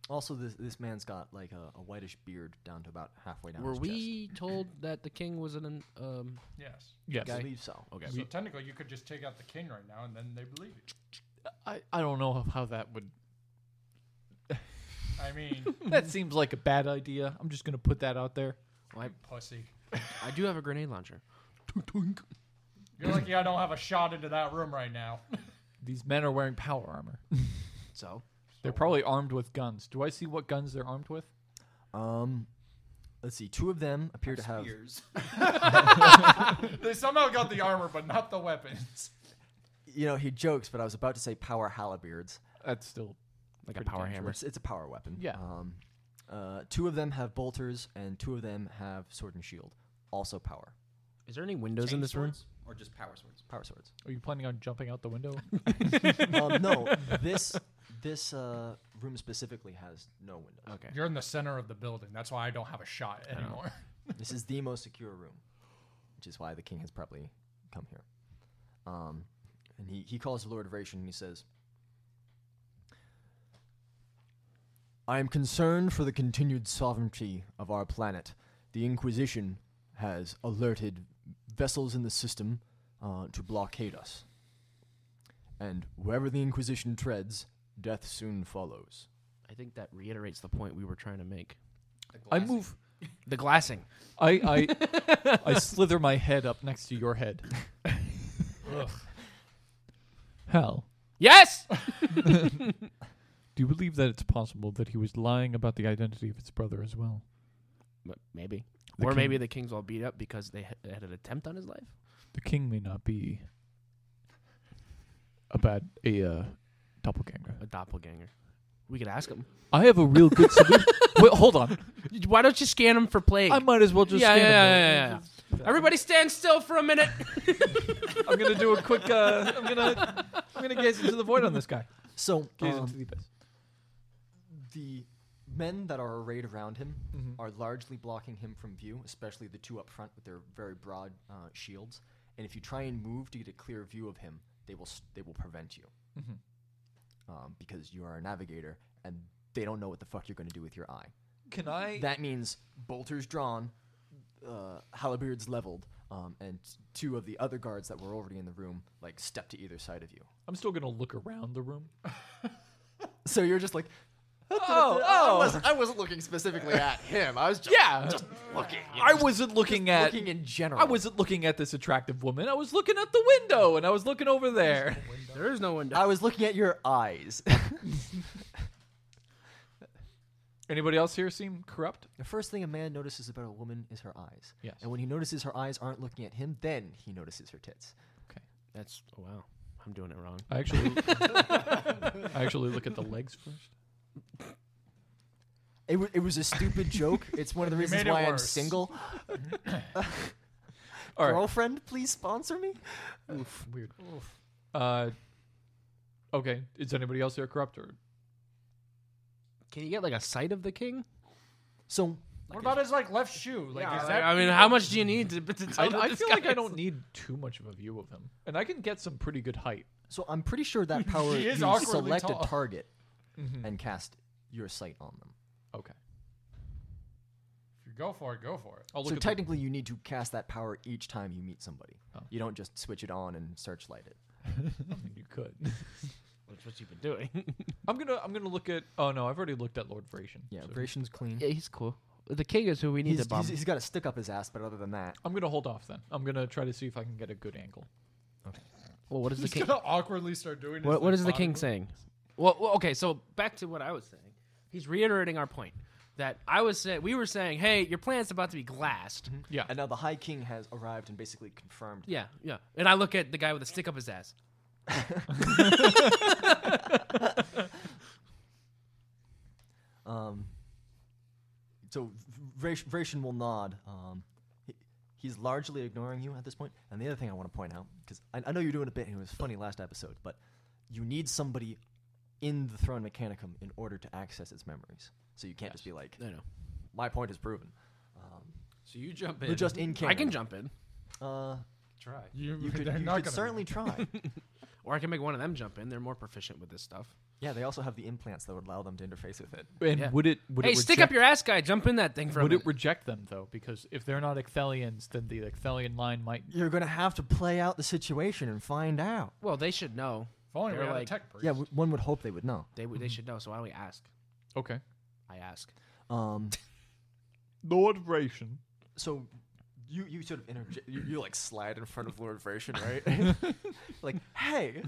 Speaker 1: also, this this man's got like a, a whitish beard down to about halfway down.
Speaker 7: Were
Speaker 1: his
Speaker 7: we told that the king was an um?
Speaker 11: Yes.
Speaker 3: yes.
Speaker 1: Chest. I believe so. Okay.
Speaker 11: So technically, you could just take out the king right now, and then they believe you.
Speaker 3: I, I don't know how that would.
Speaker 11: I mean,
Speaker 3: That seems like a bad idea. I'm just going to put that out there.
Speaker 11: pussy.
Speaker 7: I do have a grenade launcher.
Speaker 11: You're lucky I don't have a shot into that room right now.
Speaker 3: These men are wearing power armor.
Speaker 1: So,
Speaker 3: They're probably armed with guns. Do I see what guns they're armed with?
Speaker 1: um, let's see. Two of them appear to have
Speaker 5: Years.
Speaker 11: They somehow got the armor, but not the weapons.
Speaker 1: you know, he jokes, but I was about to say power halberds.
Speaker 3: That's still
Speaker 7: Like a
Speaker 3: Pretty
Speaker 7: power
Speaker 3: dangerous.
Speaker 7: hammer.
Speaker 1: It's, it's a power weapon.
Speaker 3: Yeah.
Speaker 1: Um, uh, two of them have bolters, and two of them have sword and shield. Also power.
Speaker 7: Is there any windows in
Speaker 5: Chain
Speaker 7: this room?
Speaker 5: swords or just power swords?
Speaker 1: Power swords.
Speaker 3: Are you planning on jumping out the window?
Speaker 1: um, no, this this uh, room specifically has no windows.
Speaker 7: Okay.
Speaker 11: You're in the center of the building. That's why I don't have a shot anymore.
Speaker 1: This is the most secure room, which is why the king has probably come here. Um, and he, he calls the Lord Vration and he says, I am concerned for the continued sovereignty of our planet. The Inquisition has alerted vessels in the system uh, to blockade us. And wherever the Inquisition treads, death soon follows.
Speaker 7: I think that reiterates the point we were trying to make.
Speaker 3: I move.
Speaker 7: The glassing.
Speaker 3: I I, I slither my head up next to your head. Hal,
Speaker 7: Yes.
Speaker 3: do you believe that it's possible that he was lying about the identity of his brother as well?
Speaker 7: But maybe.
Speaker 3: The
Speaker 7: or
Speaker 3: king-
Speaker 7: maybe the king's all beat up because they ha- had an attempt on his life.
Speaker 3: The king may not be a bad a uh, doppelganger.
Speaker 7: A doppelganger. We could ask him.
Speaker 3: I have a real good solution. Wait, hold on.
Speaker 7: Why don't you scan him for plague?
Speaker 3: I might as well just
Speaker 7: yeah, yeah,
Speaker 3: scan him.
Speaker 7: yeah, yeah, yeah. Everybody stand still for a minute.
Speaker 3: I'm gonna do a quick. Uh, I'm gonna I'm gonna gaze into the void on this guy.
Speaker 1: So,
Speaker 3: Gaze
Speaker 1: um,
Speaker 3: into the abyss.
Speaker 1: the men that are arrayed around him
Speaker 3: mhm.
Speaker 1: are largely blocking him from view, especially the two up front with their very broad uh, shields. And if you try and move to get a clear view of him, they will s they will prevent you
Speaker 3: Mhm.
Speaker 1: um, because you are a navigator and they don't know what the fuck you're going to do with your eye.
Speaker 3: Can I?
Speaker 1: That means bolters drawn, uh, halberds leveled, um, and two of the other guards that were already in the room like step to either side of you.
Speaker 3: I'm still gonna look around the room.
Speaker 1: So you're just like,
Speaker 3: Oh,
Speaker 10: I,
Speaker 3: oh,
Speaker 10: wasn't, I wasn't looking specifically at him. I was just
Speaker 3: yeah.
Speaker 10: looking.
Speaker 3: I wasn't looking at.
Speaker 1: looking in general.
Speaker 3: I wasn't looking at this attractive woman. I was looking at the window, and I was looking over there.
Speaker 7: there is no window.
Speaker 1: I was looking at your eyes.
Speaker 3: Anybody else here seem corrupt?
Speaker 1: The first thing a man notices about a woman is her eyes.
Speaker 3: Yes.
Speaker 1: And when he notices her eyes aren't looking at him, then he notices her tits.
Speaker 7: That's oh, wow. I'm doing it wrong.
Speaker 3: I actually, I actually look at the legs first.
Speaker 1: It, w- it was a stupid joke. It's one of the reasons
Speaker 11: made it
Speaker 1: why I'm
Speaker 11: worse.
Speaker 1: single.
Speaker 3: All right.
Speaker 1: Girlfriend, please sponsor me.
Speaker 3: Weird. Uh, okay. Is anybody else here corrupt or
Speaker 7: Can you get like a sight of the king?
Speaker 1: So
Speaker 11: What about his like left shoe? Like,
Speaker 2: Yeah,
Speaker 11: is
Speaker 2: like,
Speaker 11: that
Speaker 7: I mean, how much do you need to, to
Speaker 3: I,
Speaker 7: tell that
Speaker 3: I
Speaker 7: this
Speaker 3: feel like
Speaker 7: guy
Speaker 3: I
Speaker 7: is-
Speaker 3: don't need too much of a view of him, and I can get some pretty good height.
Speaker 1: So I'm pretty sure that power
Speaker 11: He is
Speaker 1: you
Speaker 11: awkwardly
Speaker 1: select
Speaker 11: tall.
Speaker 1: a target and cast your sight on them.
Speaker 3: Okay,
Speaker 11: if you go for it, go for it.
Speaker 3: I'll look
Speaker 1: so
Speaker 3: at the-
Speaker 1: technically, you need to cast that power each time you meet somebody.
Speaker 3: Oh.
Speaker 1: You don't just switch it on and searchlight it.
Speaker 3: you could.
Speaker 7: That's what you've been doing.
Speaker 3: I'm gonna I'm gonna look at. Oh no, I've already looked at Lord Vracian.
Speaker 1: Yeah,
Speaker 3: so-
Speaker 1: Vracian's clean.
Speaker 10: Yeah, he's cool. The king is who we need
Speaker 1: He's,
Speaker 10: to bomb.
Speaker 1: he's- he's got a stick up his ass, but other than that,
Speaker 3: I'm gonna hold off then. I'm gonna try to see if I can get a good angle.
Speaker 10: well, what is the
Speaker 11: He's
Speaker 10: king?
Speaker 11: gonna awkwardly start doing.
Speaker 7: What,
Speaker 11: his,
Speaker 7: what
Speaker 11: like,
Speaker 7: is the
Speaker 11: body
Speaker 7: king
Speaker 11: move.
Speaker 7: saying? Well, well, okay, so back to what I was saying. He's reiterating our point that I was saying we were saying, hey, your plan's about to be glassed.
Speaker 3: Yeah,
Speaker 1: and now the High King has arrived and basically confirmed.
Speaker 7: Yeah, yeah. And I look at the guy with a stick up his ass.
Speaker 1: Um, so Vrac- Vracian will nod. Um, he, he's largely ignoring you at this point. And the other thing I want to point out, because I, I know you're doing a bit, and it was funny last episode, but you need somebody in the Throne Mechanicum in order to access its memories. So you can't just be like,
Speaker 7: No, no.
Speaker 1: my point is proven.
Speaker 6: So you jump in.
Speaker 1: We're just in canon.
Speaker 7: I can jump in,
Speaker 1: Uh,
Speaker 6: try.
Speaker 11: You,
Speaker 1: you could,
Speaker 11: they're
Speaker 1: you
Speaker 11: not
Speaker 1: could
Speaker 11: gonna-
Speaker 1: certainly try.
Speaker 7: or I can make one of them jump in. They're more proficient with this stuff.
Speaker 1: yeah, they also have the implants that would allow them to interface with it.
Speaker 3: and
Speaker 7: Yeah.
Speaker 3: would it would
Speaker 7: hey,
Speaker 3: it
Speaker 7: stick up your ass, guy! Jump in that thing for
Speaker 3: Would
Speaker 7: a
Speaker 3: it
Speaker 7: minute.
Speaker 3: reject them though? Because if they're not Ecthelians, then the Ecthelian line might.
Speaker 1: You're gonna have to play out the situation and find out.
Speaker 7: well, they should know.
Speaker 11: If only we
Speaker 7: They're
Speaker 11: had a
Speaker 7: like-
Speaker 11: tech priest.
Speaker 1: Yeah, w- one would hope they would know.
Speaker 7: They
Speaker 3: Mm-hmm.
Speaker 7: would. They should know. So why don't we ask?
Speaker 3: Okay.
Speaker 7: I ask.
Speaker 1: Um,
Speaker 3: Lord Vracian.
Speaker 1: so you you sort of interje- you, you like slide in front of Lord Vracian, right? like, hey,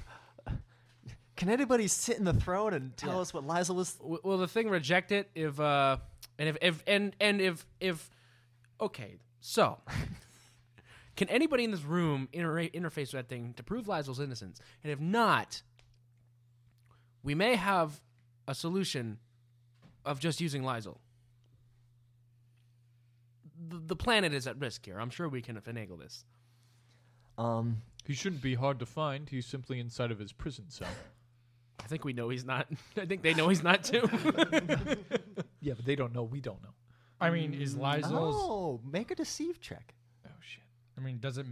Speaker 1: can anybody sit in the throne and tell us what Liza was?
Speaker 7: W- Will the thing reject it if uh and if if and and if if okay so can anybody in this room intera- interface with that thing to prove Lysel's innocence and if not we may have a solution of just using Lysel the, the planet is at risk here I'm sure we can finagle this
Speaker 1: Um,
Speaker 3: He shouldn't be hard to find. He's simply inside of his prison cell.
Speaker 7: I think we know he's not I think they know he's not too
Speaker 3: yeah, but they don't know. We don't know.
Speaker 11: I mean, is Lysol's?
Speaker 1: oh, make a deceive check.
Speaker 3: Oh shit.
Speaker 11: I mean, does it?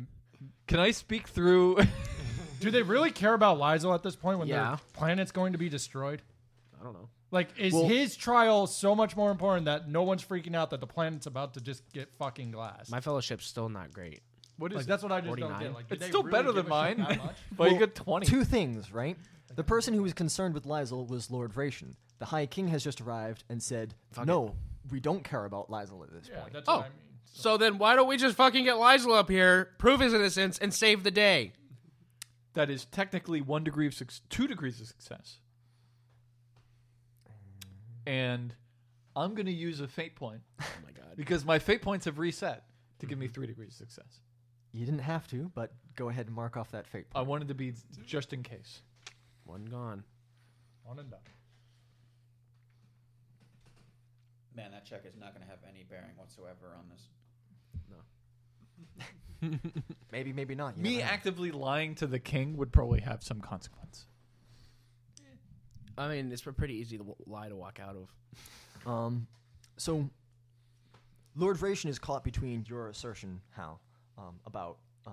Speaker 3: Can I speak through?
Speaker 11: Do they really care about Lysol at this point when
Speaker 7: Yeah.
Speaker 11: their planet's going to be destroyed?
Speaker 7: I don't know
Speaker 11: Like, is his trial so much more important that no one's freaking out that the planet's about to just get fucking glass?
Speaker 7: my fellowship's still not great
Speaker 3: what is
Speaker 11: like,
Speaker 3: it?
Speaker 11: that's what I just don't
Speaker 7: 49?
Speaker 11: get. Like, do
Speaker 3: It's
Speaker 11: they
Speaker 3: still
Speaker 11: really
Speaker 3: better
Speaker 11: give
Speaker 3: than
Speaker 11: a shit
Speaker 3: mine.
Speaker 11: that much?
Speaker 3: Well, you
Speaker 1: Well,
Speaker 3: got twenty.
Speaker 1: Two things, right? The person who was concerned with Lizel was Lord Vracian. The High King has just arrived and said, "No, we don't care about Lizel at this
Speaker 11: yeah,
Speaker 1: point."
Speaker 11: that's
Speaker 7: Oh.
Speaker 11: what I mean.
Speaker 7: So then why don't we just fucking get Liesel up here, prove his innocence, and save the day?
Speaker 3: That is technically one degree of success, two degrees of success. And I'm gonna use a fate point
Speaker 7: Oh my god.
Speaker 3: because my fate points have reset to give me three degrees of success.
Speaker 1: You didn't have to, but go ahead and mark off that fate.
Speaker 3: I wanted to be just in case.
Speaker 7: One gone.
Speaker 11: On and done.
Speaker 5: Man, that check is not going to have any bearing whatsoever on this.
Speaker 1: Maybe, maybe not. you
Speaker 3: Me
Speaker 1: never know.
Speaker 3: actively lying to the king would probably have some consequence.
Speaker 7: I mean, it's a pretty easy w- lie to walk out of.
Speaker 1: Um, so, Lord Vracian is caught between your assertion, Hal, um, about uh,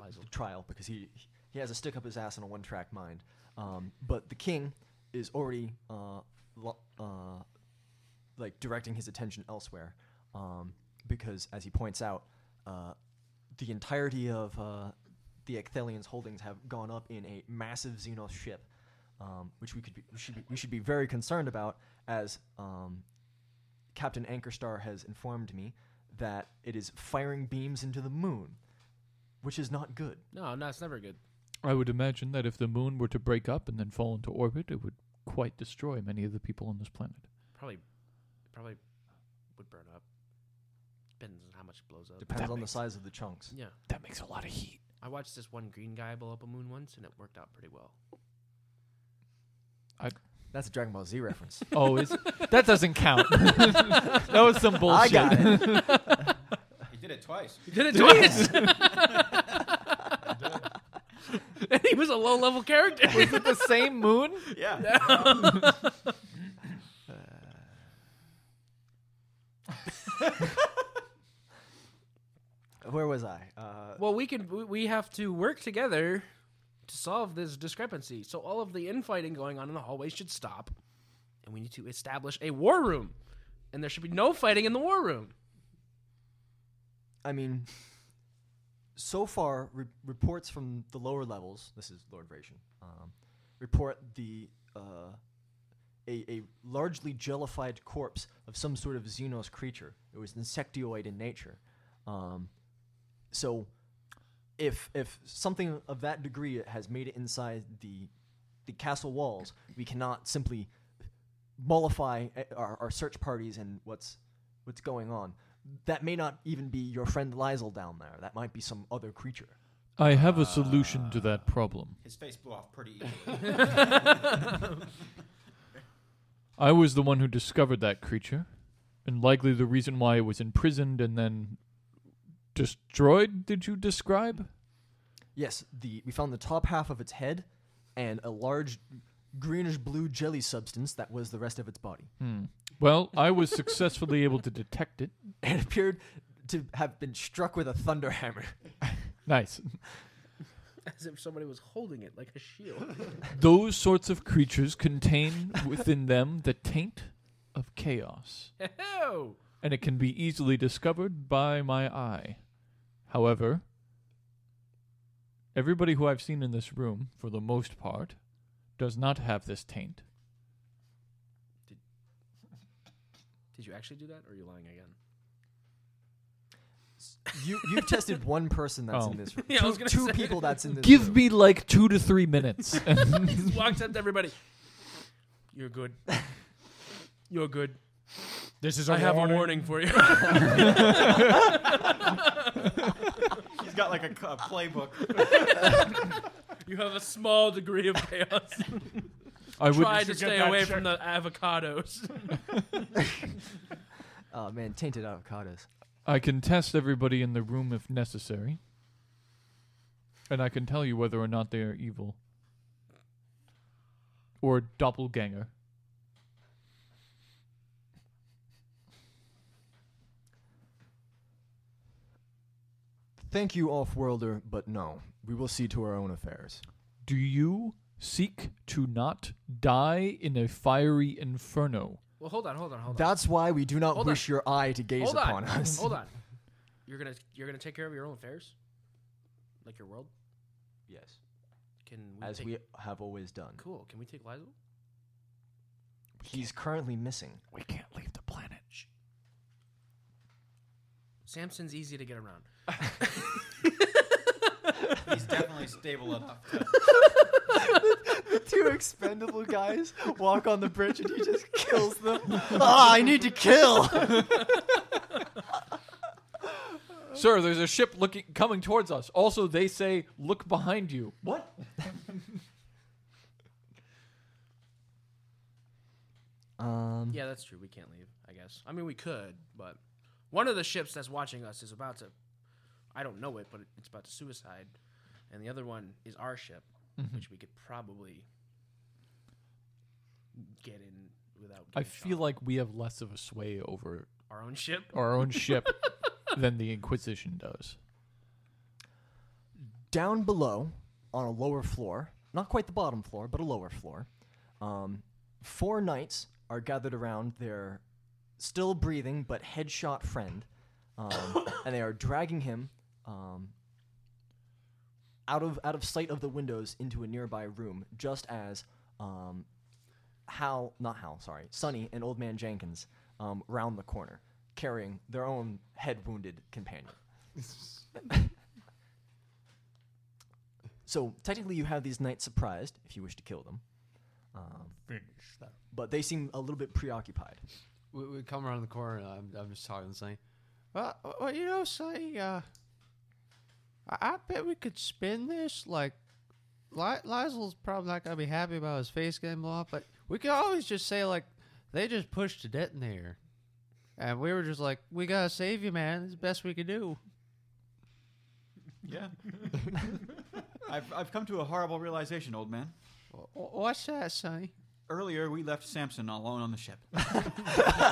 Speaker 1: the trial because he he has a stick up his ass and a one track mind. Um, but the king is already uh, lo- uh, like directing his attention elsewhere um, because, as he points out, uh, the entirety of uh, the Ecthelian's holdings have gone up in a massive Xenos ship, um, which we could be, we should be, we should be very concerned about, as um, Captain Anchorstar has informed me that it is firing beams into the moon, which is not good.
Speaker 7: No, no, it's never good.
Speaker 3: I would imagine that if the moon were to break up and then fall into orbit, it would quite destroy many of the people on this planet.
Speaker 7: Probably, probably would burn up. Depends on how much it blows up.
Speaker 1: Depends
Speaker 3: That
Speaker 1: on the
Speaker 3: makes-
Speaker 1: size of the chunks.
Speaker 7: Yeah.
Speaker 3: That makes a lot of heat.
Speaker 7: I watched this one green guy blow up a moon once, and it worked out pretty well.
Speaker 1: That's a Dragon Ball Z reference.
Speaker 3: Oh, is that doesn't count. that was some
Speaker 1: I
Speaker 3: bullshit.
Speaker 1: got it.
Speaker 5: He did it twice.
Speaker 7: He did it twice! and he was a low level character.
Speaker 3: Is it the same moon?
Speaker 5: Yeah.
Speaker 1: Where was I? Uh,
Speaker 7: well, we can. we- We have to work together to solve this discrepancy. So all of the infighting going on in the hallway should stop, and we need to establish a war room. And there should be no fighting in the war room.
Speaker 1: I mean, so far, re- reports from the lower levels, this is Lord Ration, um, report the uh, a, a largely jellified corpse of some sort of xenos creature. It was insectoid in nature. Um, so, if if something of that degree has made it inside the the castle walls, we cannot simply mollify eh, our, our search parties and what's what's going on. That may not even be your friend Lizel down there. That might be some other creature.
Speaker 3: I have a solution to that problem.
Speaker 5: His face blew off pretty
Speaker 3: I was the one who discovered that creature, and likely the reason why it was imprisoned and then destroyed, did you describe?
Speaker 1: Yes, the we found the top half of its head and a large greenish blue jelly substance that was the rest of its body.
Speaker 3: Hmm. Well, I was successfully able to detect it.
Speaker 1: It appeared to have been struck with a thunder hammer.
Speaker 3: Nice.
Speaker 7: As if somebody was holding it like a shield.
Speaker 3: Those sorts of creatures contain within them the taint of chaos.
Speaker 7: Oh,
Speaker 3: and it can be easily discovered by my eye. However, everybody who I've seen in this room, for the most part, does not have this taint.
Speaker 7: did you actually do that, or are you lying again?
Speaker 1: You you've tested one person that's
Speaker 3: Oh.
Speaker 1: in this room.
Speaker 7: Yeah, I
Speaker 1: two
Speaker 7: was gonna
Speaker 1: two
Speaker 7: say.
Speaker 1: people that's in this
Speaker 3: Give
Speaker 1: room.
Speaker 3: me like two to three minutes.
Speaker 7: He walks up to everybody. You're good. You're good.
Speaker 11: This is
Speaker 7: I
Speaker 11: a
Speaker 7: have a
Speaker 11: warning.
Speaker 7: warning for you.
Speaker 5: He's got like a, c- a playbook.
Speaker 7: you have a small degree of chaos.
Speaker 3: I would
Speaker 7: Try to
Speaker 11: should get
Speaker 7: stay
Speaker 11: that
Speaker 7: away
Speaker 11: checked.
Speaker 7: from the avocados.
Speaker 1: Oh man, tainted avocados.
Speaker 3: I can test everybody in the room if necessary. And I can tell you whether or not they are evil. Or doppelganger.
Speaker 1: Thank you, off-worlder, but no. We will see to our own affairs.
Speaker 3: Do you seek to not die in a fiery inferno?
Speaker 7: Well, hold on, hold on, hold on.
Speaker 1: That's why we do not
Speaker 7: Hold on.
Speaker 1: wish your eye to gaze
Speaker 7: hold
Speaker 1: upon
Speaker 7: on.
Speaker 1: us.
Speaker 7: Hold on. You're gonna you're gonna take care of your own affairs, like your world.
Speaker 1: Yes,
Speaker 7: Can we
Speaker 1: as
Speaker 7: take,
Speaker 1: we have always done.
Speaker 7: cool? Can we take Lizel?
Speaker 1: He's currently missing.
Speaker 3: We can't leave the planet.
Speaker 7: Samson's easy to get around.
Speaker 5: He's definitely stable enough. to-
Speaker 1: Two expendable guys walk on the bridge and he just kills them. Ah, I need to kill.
Speaker 3: Sir, there's a ship looking coming towards us. Also, they say, "Look behind you." What?
Speaker 1: Um,
Speaker 7: Yeah, that's true. We can't leave. I guess. I mean, we could, but one of the ships that's watching us is about to. I don't know it, but it's about to suicide, and the other one is our ship, which we could probably get in without.
Speaker 3: I
Speaker 7: getting
Speaker 3: feel
Speaker 7: shot.
Speaker 3: like we have less of a sway over
Speaker 7: our own ship.
Speaker 3: our own ship than the Inquisition does.
Speaker 1: down below, on a lower floor, not quite the bottom floor, but a lower floor, um, four knights are gathered around their still breathing but headshot friend, um, and they are dragging him um, out of out of sight of the windows into a nearby room, just as um, Hal, not Hal, sorry, Sonny and Old Man Jenkins um, round the corner, carrying their own head wounded companion. so technically, you have these knights surprised if you wish to kill them. Um,
Speaker 4: Finish that.
Speaker 1: but they seem a little bit preoccupied.
Speaker 6: We, we come around the corner. And I'm, I'm just talking, saying,
Speaker 9: Well, well, you know, Sonny, uh, I, I bet we could spin this. Like, Li- Liesl's probably not going to be happy about his face getting blown off, but we could always just say, like, they just pushed a detonator. And we were just like, we got to save you, man. It's the best we could do.
Speaker 5: yeah. I've, I've come to a horrible realization, old man.
Speaker 9: Wh- What's that, Sonny?
Speaker 5: Earlier, we left Samson alone on the ship.
Speaker 7: Uh,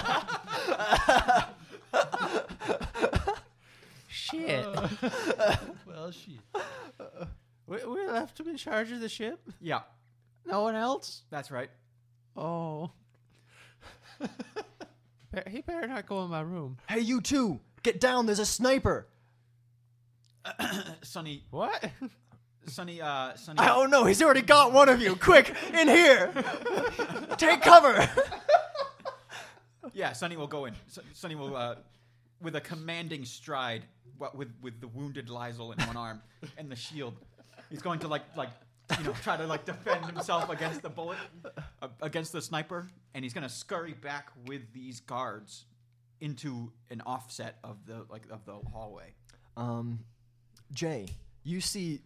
Speaker 7: charge of the ship?
Speaker 5: Yeah.
Speaker 7: No one else?
Speaker 5: That's right.
Speaker 7: Oh. Be- he better not go in my room.
Speaker 1: Hey, you two, get down. There's a sniper.
Speaker 5: Sonny.
Speaker 7: What?
Speaker 5: Sonny, uh, Sonny.
Speaker 1: I don't know. Oh, He's already got one of you. Quick, in here. Take cover.
Speaker 5: Yeah, Sonny will go in. So- Sonny will, uh, with a commanding stride, wa- with with the wounded Lizel in one arm and the shield, he's going to like like you know try to like defend himself against the bullet, uh, against the sniper, and he's gonna scurry back with these guards into an offset of the like of the hallway.
Speaker 1: Um, Jay, you see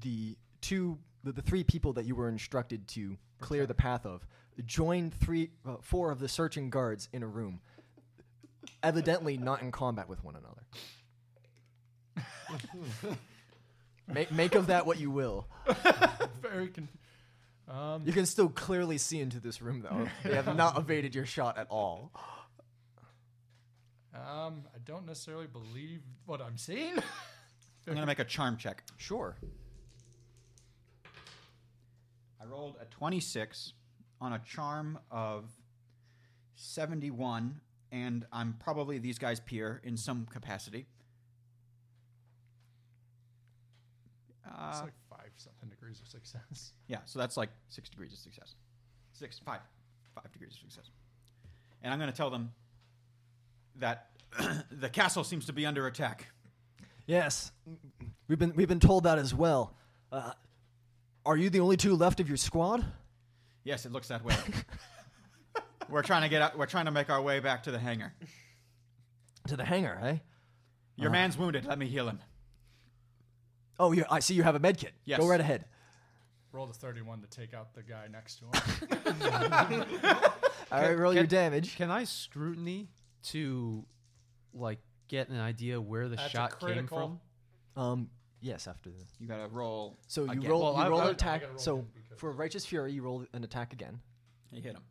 Speaker 1: the two, the, the three people that you were instructed to clear the path of join three, uh, four of the searching guards in a room, evidently not in combat with one another. Make make of that what you will.
Speaker 4: Very con- um,
Speaker 1: You can still clearly see into this room, though. They have not evaded your shot at all.
Speaker 4: um, I don't necessarily believe what I'm seeing.
Speaker 5: I'm gonna make a charm check.
Speaker 1: Sure.
Speaker 5: I rolled a 26 on a charm of 71, and I'm probably these guys' peer in some capacity.
Speaker 4: it's
Speaker 5: Uh,
Speaker 4: like five something degrees of success.
Speaker 5: yeah, so that's like six degrees of success. Six, five, five degrees of success. And I'm going to tell them that the castle seems to be under attack.
Speaker 1: Yes, we've been we've been told that as well. Uh, are you the only two left of your squad?
Speaker 5: Yes, it looks that way. we're trying to get out, we're trying to make our way back to the hangar.
Speaker 1: To the hangar, eh?
Speaker 5: Your
Speaker 1: Uh.
Speaker 5: man's wounded. Let me heal him.
Speaker 1: Oh, you I see you have a med kit.
Speaker 5: Yes.
Speaker 1: Go right ahead.
Speaker 4: Roll a 31 to take out the guy next to him.
Speaker 1: All right, roll your damage.
Speaker 9: Can I scrutiny to like get an idea where the
Speaker 4: That's a
Speaker 9: shot came
Speaker 4: critical.
Speaker 9: from?
Speaker 1: Um, yes, after the.
Speaker 5: You got to roll.
Speaker 1: So you
Speaker 5: again.
Speaker 1: roll
Speaker 4: Well,
Speaker 1: you
Speaker 4: I-
Speaker 1: roll
Speaker 4: I-
Speaker 1: an
Speaker 4: I
Speaker 1: attack.
Speaker 4: gotta roll
Speaker 1: so
Speaker 4: again because-
Speaker 1: for righteous fury, you roll an attack again.
Speaker 5: You hit him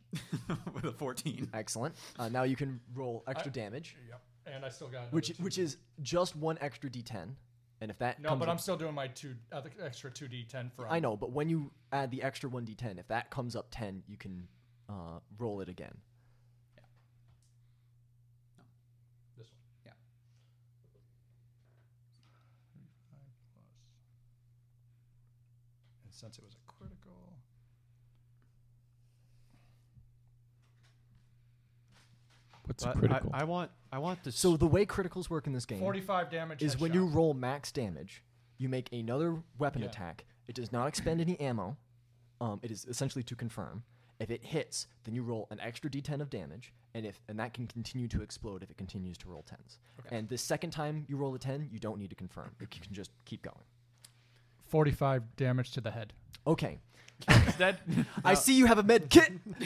Speaker 5: with a 14.
Speaker 1: Excellent. Uh, now you can roll extra damage,
Speaker 4: yep. And I still got another
Speaker 1: which
Speaker 4: two.
Speaker 1: which is just one extra d10, and if that
Speaker 4: No,
Speaker 1: comes
Speaker 4: but
Speaker 1: up-
Speaker 4: I'm still doing my two other extra 2d10 for.
Speaker 1: I know, but when you add the extra one d10, if that comes up 10, you can uh, roll it again.
Speaker 4: This one.
Speaker 5: Yeah.
Speaker 4: Five plus. And since it was a critical.
Speaker 12: What's
Speaker 7: But I-
Speaker 12: critical?
Speaker 7: I, want I want to
Speaker 1: So the way criticals work in this game
Speaker 4: 45 damage.
Speaker 1: is when
Speaker 4: headshot.
Speaker 1: you roll max damage, you make another weapon
Speaker 4: Yeah.
Speaker 1: attack. It does not expend any ammo. Um, it is essentially to confirm. If it hits, then you roll an extra d10 of damage, and if and that can continue to explode if it continues to roll tens. And the second time you roll a ten, you don't need to confirm. You can just keep going.
Speaker 4: 45 damage to the head.
Speaker 1: Okay,
Speaker 13: That
Speaker 1: I see you have a med kit.
Speaker 9: No,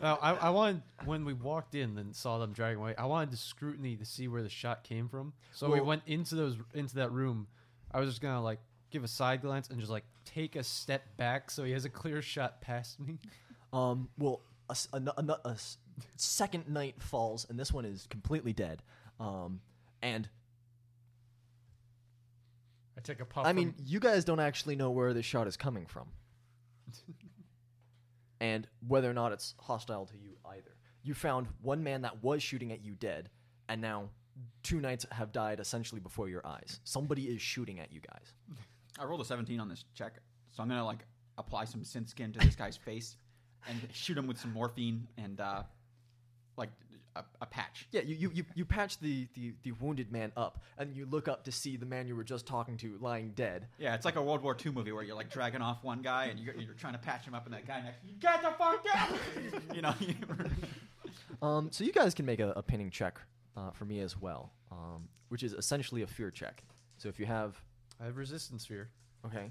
Speaker 9: Oh, I, I wanted when we walked in and saw them dragging away. I wanted to scrutiny to see where the shot came from. So we
Speaker 1: Well-
Speaker 9: went into those into that room. I was just gonna like give a side glance and just like take a step back so he has a clear shot past me.
Speaker 1: Um, well, a, s- ano- ano- a s- second night falls, and this one is completely dead. Um, and
Speaker 4: I take a puff.
Speaker 1: I mean,
Speaker 4: from-
Speaker 1: you guys don't actually know where this shot is coming from, and whether or not it's hostile to you either. You found one man that was shooting at you dead, and now two knights have died essentially before your eyes. Somebody is shooting at you guys.
Speaker 5: I rolled a 17 on this check, so I'm gonna like apply some sin skin to this guy's face and shoot him with some morphine and uh, like a, a patch.
Speaker 1: Yeah, you, you, you, you patch the, the, the wounded man up, and you look up to see the man you were just talking to lying dead.
Speaker 5: Yeah, it's like a World War II movie where you're like dragging off one guy and you're, you're trying to patch him up, and that guy next, you get the fuck out! you know.
Speaker 1: Um, so you guys can make a, a pinning check uh, for me as well, um, which is essentially a fear check. So if you have,
Speaker 9: I have resistance fear.
Speaker 1: okay,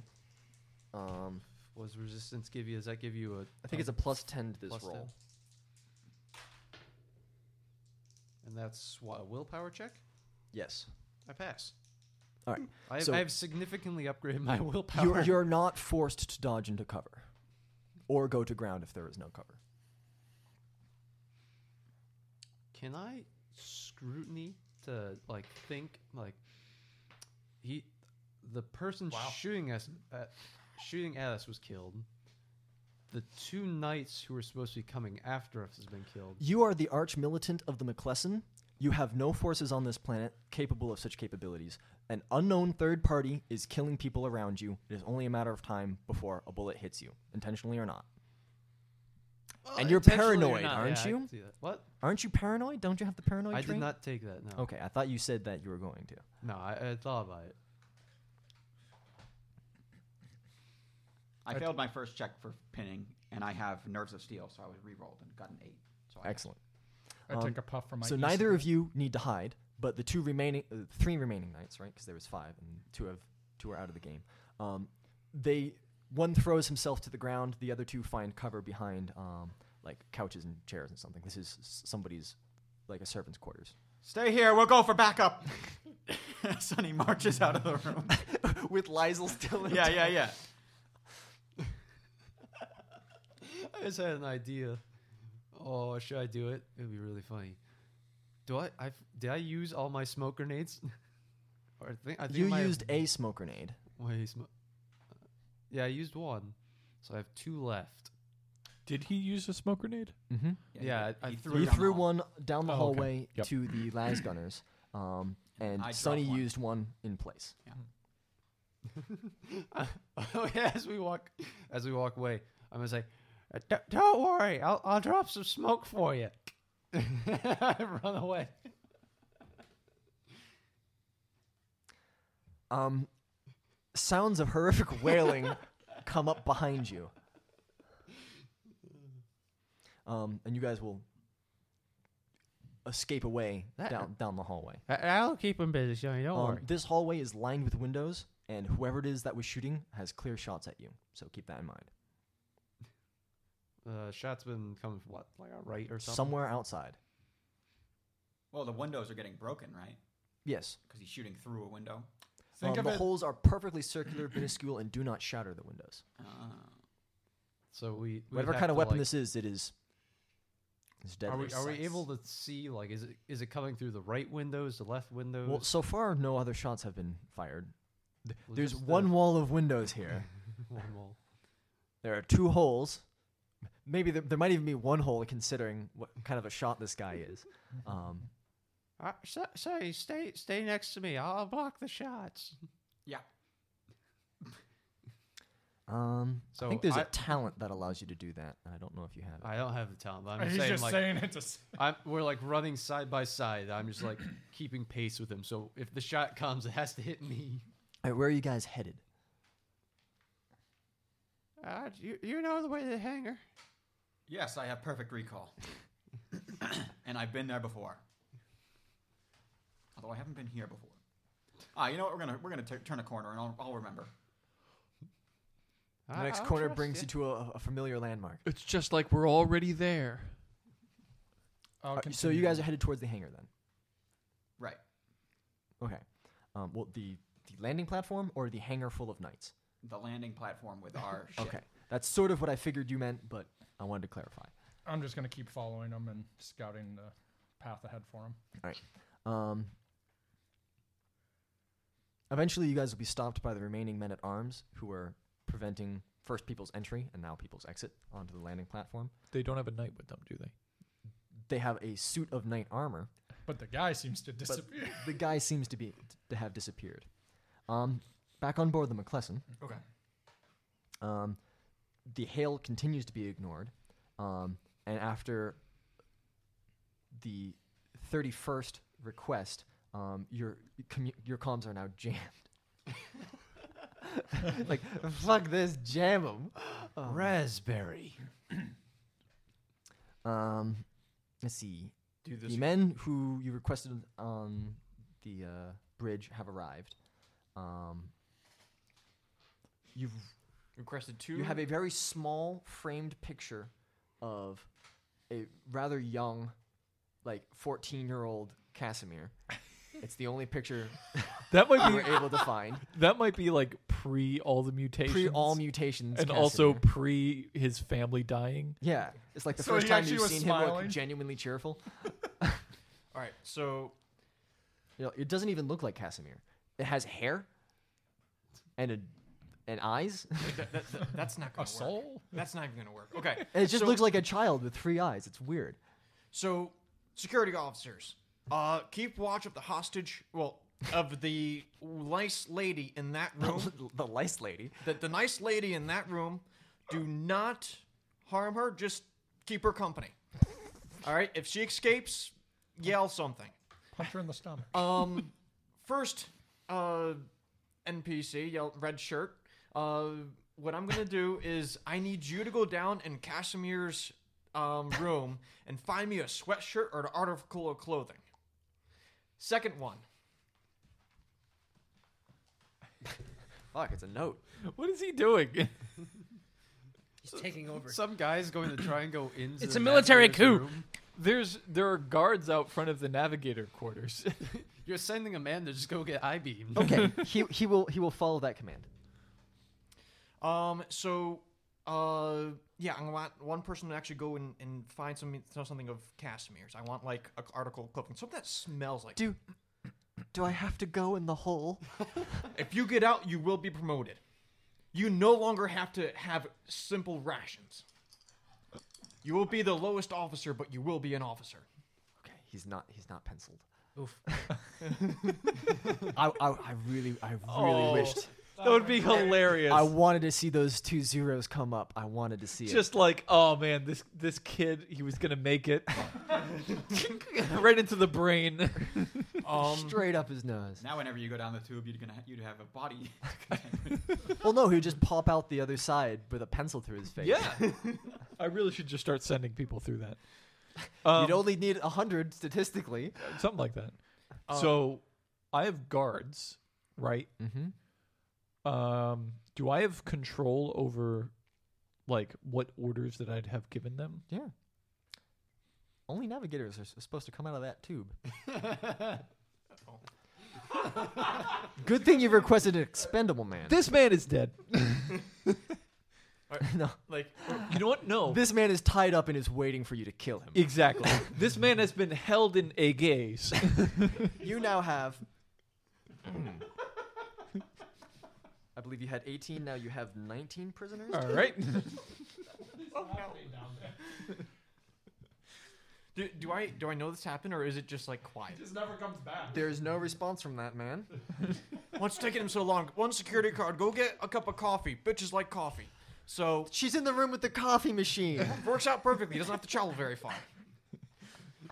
Speaker 1: um,
Speaker 9: What does resistance give you? Does that give you a?
Speaker 1: I think it's a plus ten to this
Speaker 9: Plus
Speaker 1: roll.
Speaker 9: 10. And that's what a willpower check.
Speaker 1: Yes.
Speaker 9: I pass.
Speaker 1: All right.
Speaker 9: I have,
Speaker 1: So-
Speaker 9: I have significantly upgraded my willpower.
Speaker 1: You're, you're not forced to dodge into cover, or go to ground if there is no cover.
Speaker 9: Can I scrutiny to like think like he the person shooting us, uh, shooting at us was killed. The two knights who were supposed to be coming after us has been killed.
Speaker 1: You are the arch militant of the McClesson. You have no forces on this planet capable of such capabilities. An unknown third party is killing people around you. It is only a matter of time before a bullet hits you, intentionally or not. and you're
Speaker 9: intentionally or
Speaker 1: paranoid,
Speaker 9: not,
Speaker 1: aren't
Speaker 9: yeah, I
Speaker 1: you?
Speaker 9: can see that. What?
Speaker 1: Aren't you paranoid? Don't you have the paranoid
Speaker 9: I did
Speaker 1: trait?
Speaker 9: not take that, no.
Speaker 1: Okay, I thought you said that you were going to.
Speaker 9: No, I, I thought about it.
Speaker 5: I failed my first check for pinning, and I have nerves of steel, so I was re-rolled and got an eight. So I
Speaker 1: Excellent.
Speaker 4: I took a puff from my
Speaker 1: Um, So
Speaker 4: e
Speaker 1: neither of you need to hide, but the two remaining, uh, three remaining knights, right? Because there was five, and two have two are out of the game. Um, they one throws himself to the ground. The other two find cover behind um, like couches and chairs and something. This is s- somebody's like a servant's quarters.
Speaker 5: Stay here. We'll go for backup. Sonny marches out of the room
Speaker 1: with Lizel still.
Speaker 2: in
Speaker 5: yeah,
Speaker 2: tow.
Speaker 5: yeah, yeah.
Speaker 9: I just had an idea. Oh, should I do it? It'd be really funny. Do I? I did I use all my smoke grenades? or I think, I think
Speaker 1: you
Speaker 9: I might have-
Speaker 1: used a smoke grenade.
Speaker 9: Wait, sm- yeah, I used one, so I have two left.
Speaker 3: Did he use a smoke grenade?
Speaker 1: Mm-hmm.
Speaker 9: Yeah, yeah I, I
Speaker 1: he threw,
Speaker 9: threw. it down the hall.
Speaker 1: one down the
Speaker 3: Oh, okay.
Speaker 1: hallway
Speaker 3: Yep.
Speaker 1: to the las gunners, um, and
Speaker 5: I
Speaker 1: Sonny
Speaker 5: dropped one.
Speaker 1: used one in place.
Speaker 9: Oh, yeah, as we walk, as we walk away, I'm gonna say, "Uh, d- "Don't worry, I'll I'll drop some smoke for you." I run away.
Speaker 1: Um, sounds of horrific wailing come up behind you. Um, and you guys will escape away
Speaker 14: That-
Speaker 1: down down the hallway.
Speaker 14: I, will keep him busy, Sonny. Don't
Speaker 9: Oh,
Speaker 1: Um,
Speaker 14: worry.
Speaker 1: This hallway is lined with windows, and whoever it is that was shooting has clear shots at you. So keep that in mind.
Speaker 9: Uh, shot's been coming from what, like a right or something?
Speaker 1: Somewhere outside.
Speaker 5: Well, the windows are getting broken, right?
Speaker 1: Yes.
Speaker 5: Because he's shooting through a window.
Speaker 1: Um,
Speaker 5: Think of
Speaker 1: the
Speaker 5: it-
Speaker 1: holes are perfectly circular, minuscule, and do not shatter the windows.
Speaker 5: Uh,
Speaker 9: So we we would
Speaker 1: Whatever
Speaker 9: have
Speaker 1: kind
Speaker 9: to,
Speaker 1: of weapon
Speaker 9: like-
Speaker 1: this is, it is. It's deadly.
Speaker 9: Are we are we able to see like is it is it coming through the right windows, the left windows?
Speaker 1: Well, so far, no other shots have been fired. Th-
Speaker 9: Well,
Speaker 1: There's
Speaker 9: just uh, the-
Speaker 1: one wall of windows here.
Speaker 9: One wall.
Speaker 1: There are two holes. M- Maybe there, there might even be one hole, considering what kind of a shot this guy is. Um,
Speaker 14: Uh, so, sorry, stay stay next to me. I'll block the shots.
Speaker 5: Yeah.
Speaker 1: um, I
Speaker 9: So
Speaker 1: think there's a
Speaker 9: I-
Speaker 1: talent that allows you to do that, and I don't know if you have it.
Speaker 9: I don't have the talent. But I'm
Speaker 4: He's
Speaker 9: just saying,
Speaker 4: just
Speaker 9: like,
Speaker 4: saying it to s-
Speaker 9: I'm, we're like running side by side. I'm just like keeping pace with him. So if the shot comes, it has to hit me.
Speaker 1: All right, where are you guys headed?
Speaker 14: Uh, you, you know the way to the hangar.
Speaker 5: Yes, I have perfect recall, and I've been there before. Although I haven't been here before. Ah, you know what? We're gonna we're gonna t- turn a corner, and I'll, I'll remember.
Speaker 1: The next corner brings you to a, a familiar landmark.
Speaker 3: It's just like we're already there.
Speaker 9: Oh,
Speaker 4: I'll
Speaker 1: All right, so
Speaker 4: continue.
Speaker 1: you guys are headed towards the hangar then.
Speaker 5: Right.
Speaker 1: Okay. Um, well, the the landing platform or the hangar full of knights.
Speaker 5: The landing platform with our ship.
Speaker 1: Okay, that's sort of what I figured you meant, but I wanted to clarify.
Speaker 4: I'm just gonna keep following him and scouting the path ahead for him.
Speaker 1: All right. Um, eventually, you guys will be stopped by the remaining men at arms who are preventing first people's entry and now people's exit onto the landing platform.
Speaker 3: They don't have a knight with them, do they?
Speaker 1: They have a suit of knight armor,
Speaker 4: But the guy seems to
Speaker 1: but
Speaker 4: disappear.
Speaker 1: the guy seems to be to have disappeared. Um, back on board the McClesson.
Speaker 5: Okay.
Speaker 1: Um, the hail continues to be ignored, um, and after the thirty-first request, um, your commu- your comms are now jammed. like fuck this, jam 'em. Um,
Speaker 9: Raspberry.
Speaker 1: um, let's see.
Speaker 9: Do this-
Speaker 1: the men who you requested on the uh, bridge have arrived. Um, you've
Speaker 2: Requested two.
Speaker 1: you have a very small framed picture of a rather young, like 14 year old Casimir. it's the only picture
Speaker 3: That might
Speaker 1: you were
Speaker 3: be
Speaker 1: able to find.
Speaker 3: that might be like pre all the mutations,
Speaker 1: Pre all mutations.
Speaker 3: and also
Speaker 1: Casimir.
Speaker 3: pre his family dying.
Speaker 1: Yeah. It's like the
Speaker 4: So
Speaker 1: first
Speaker 4: he
Speaker 1: time
Speaker 4: actually
Speaker 1: you've
Speaker 4: was
Speaker 1: seen him
Speaker 4: smiling?
Speaker 1: look genuinely cheerful.
Speaker 2: All right, so
Speaker 1: You know, it doesn't even look like Casimir. It has hair. and a and eyes.
Speaker 2: That- that- that- that's not gonna work. soul? That's not even gonna work. Okay.
Speaker 1: And it just
Speaker 2: so-
Speaker 1: looks like a child with three eyes. It's weird.
Speaker 2: So, security officers, uh, keep watch of the hostage. Well, of the lice lady in that room.
Speaker 1: the lice lady.
Speaker 2: The, the nice lady in that room. Do not harm her. Just keep her company. All right. If she escapes, yell something.
Speaker 11: Punch her in the stomach.
Speaker 1: Uh,
Speaker 2: Um, first, uh, NPC, yell, red shirt. Uh, what I'm gonna do is I need you to go down in Casimir's um, room and find me a sweatshirt or an article of clothing. Second one.
Speaker 1: Fuck, it's a note.
Speaker 3: What is he doing?
Speaker 7: He's taking over.
Speaker 6: Some guy's going to try and go into.
Speaker 7: It's
Speaker 6: the
Speaker 7: a military
Speaker 6: navigator's
Speaker 7: coup.
Speaker 6: room.
Speaker 3: There's there are guards out front of the navigator quarters.
Speaker 6: You're sending a man to just go get I beamed.
Speaker 1: Okay, he he will he will follow that command.
Speaker 2: Um, so, uh, yeah, I want one person to actually go and, and find some something of Casimir's. I want like an article of clothing, something that smells like.
Speaker 1: Do do I have to go in the hole?
Speaker 2: If you get out, you will be promoted. You no longer have to have simple rations. You will be the lowest officer, but you will be an officer.
Speaker 1: Okay, he's not he's not penciled.
Speaker 7: Oof.
Speaker 1: I, I I really I really
Speaker 3: Oh,
Speaker 1: wished.
Speaker 3: that would be hilarious.
Speaker 1: I wanted to see those two zeros come up. I wanted to see it.
Speaker 3: just like oh man this this kid he was gonna make it right into the brain
Speaker 1: straight up his nose.
Speaker 5: Now, whenever you go down the tube, you're gonna ha- you'd have a body.
Speaker 1: Well, no, he would just pop out the other side with a pencil through his face.
Speaker 3: yeah i really should just start sending people through that
Speaker 1: You'd only need a hundred statistically.
Speaker 3: something like that so i have guards right
Speaker 1: Mm-hmm.
Speaker 3: um do i have control over like what orders that i'd have given them
Speaker 1: Yeah. Only navigators are s- supposed to come out of that tube. Good thing you've requested an expendable man.
Speaker 3: this man is dead
Speaker 1: no,
Speaker 2: Like,
Speaker 3: you know what no
Speaker 1: this man is tied up and is waiting for you to kill him.
Speaker 3: exactly this man has been held in a gaze
Speaker 1: You now have. I believe you had 18. Now you have 19 prisoners.
Speaker 3: all right
Speaker 2: do, do I do I know this happened, or is it just like quiet?
Speaker 11: This never comes back.
Speaker 1: There's no response from that man.
Speaker 2: What's taking him so long? One security card. Go get a cup of coffee. Bitches like coffee, so
Speaker 1: She's in the room with the coffee machine.
Speaker 2: works out perfectly. He doesn't have to travel very far.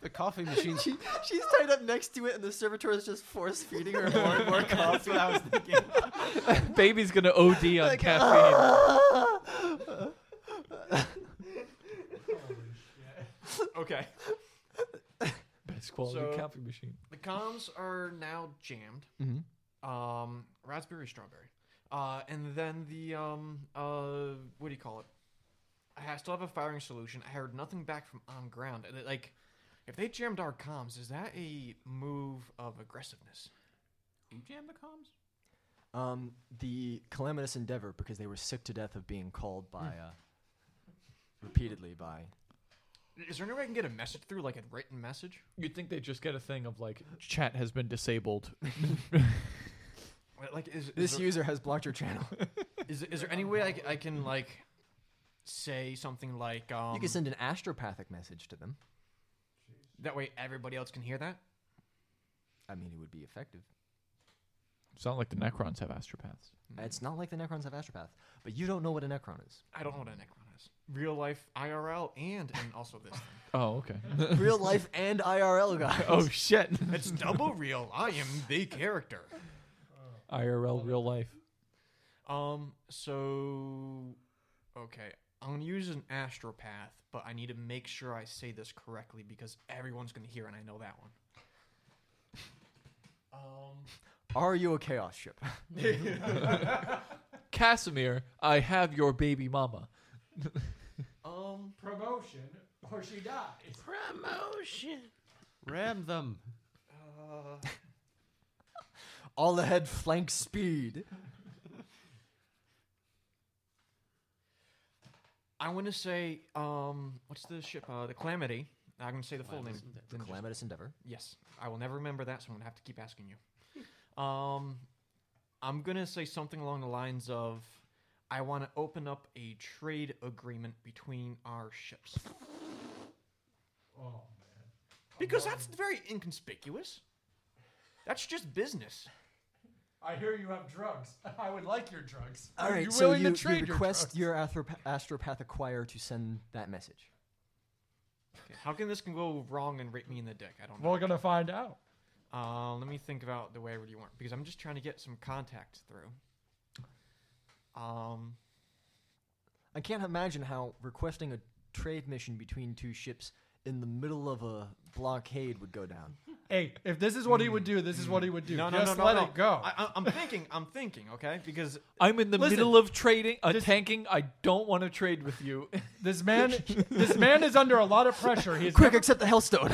Speaker 6: The coffee machine.
Speaker 1: She, she's tied up next to it, and the servitor is just force feeding her more and more coffee.
Speaker 3: baby's gonna od on
Speaker 1: Like,
Speaker 3: caffeine
Speaker 2: Okay.
Speaker 3: best quality
Speaker 2: So-
Speaker 3: coffee machine
Speaker 2: The comms are now jammed.
Speaker 1: Mhm.
Speaker 2: Um, raspberry, strawberry, uh, and then the um, uh, what do you call it? I ha- still have a firing solution. I heard nothing back from on ground. And it, like, if they jammed our comms, is that a move of aggressiveness?
Speaker 5: Who jammed the comms?
Speaker 1: Um, the calamitous endeavor because they were sick to death of being called by uh, repeatedly by.
Speaker 2: Is there any way I can get a message through, like a written message?
Speaker 3: You'd think they just get a thing of like chat has been disabled.
Speaker 2: Like- Like, is, is
Speaker 1: This
Speaker 2: there-
Speaker 1: user has blocked your channel.
Speaker 2: Is, is there any way I, c- I can like say something like um,
Speaker 1: you can send an astropathic message to them.
Speaker 2: that way everybody else can hear that?
Speaker 1: I mean, it would be effective.
Speaker 3: It's not like the Necrons have astropaths.
Speaker 1: It's not like the Necrons have astropaths, but you don't know what a Necron is.
Speaker 2: I don't know what a Necron is. Real life IRL and and also this. Thing.
Speaker 3: Oh, okay.
Speaker 1: Real life and IRL guy.
Speaker 3: oh shit.
Speaker 2: It's double real. I am the character.
Speaker 3: IRL real life.
Speaker 2: Um. So, okay. I'm gonna use an astropath, but I need to make sure I say this correctly because everyone's gonna hear, it and I know that one. Um.
Speaker 1: Are you a chaos ship?
Speaker 3: Casimir, I have your baby mama.
Speaker 2: Um.
Speaker 11: Promotion or she dies.
Speaker 8: Promotion.
Speaker 6: Ram them.
Speaker 2: Uh,
Speaker 1: All ahead, flank speed.
Speaker 2: I want to say, um, what's the ship? Uh, the Calamity. I'm gonna say the full name.
Speaker 1: The calamitous endeavor.
Speaker 2: Yes, I will never remember that, so I'm gonna have to keep asking you. Um, I'm gonna say something along the lines of, I want to open up a trade agreement between our ships.
Speaker 11: Oh, man.
Speaker 2: Because that's very inconspicuous. That's just business.
Speaker 11: I hear you have drugs. I would like your drugs.
Speaker 1: All
Speaker 11: Are
Speaker 1: right,
Speaker 11: you
Speaker 1: so
Speaker 11: willing to
Speaker 1: you, you
Speaker 11: trade
Speaker 1: request your, astrop- astropathic choir to send that message.
Speaker 2: Okay, How can this can go wrong and rip me in the dick? I don't know.
Speaker 11: We're gonna find out.
Speaker 2: Uh, let me think about the way I really want because I'm just trying to get some contacts through. Um,
Speaker 1: I can't imagine how requesting a trade mission between two ships in the middle of a blockade would go down.
Speaker 11: Hey, if this is what he would do, this is what he would do. Just let it go.
Speaker 2: I, I- I'm thinking. I'm thinking. Okay, because
Speaker 3: I'm in the
Speaker 2: Listen,
Speaker 3: middle of trading, uh, tanking. I don't want to trade with you.
Speaker 11: This man, this man is under a lot of pressure. He's
Speaker 1: Quick, accept the Hellstone.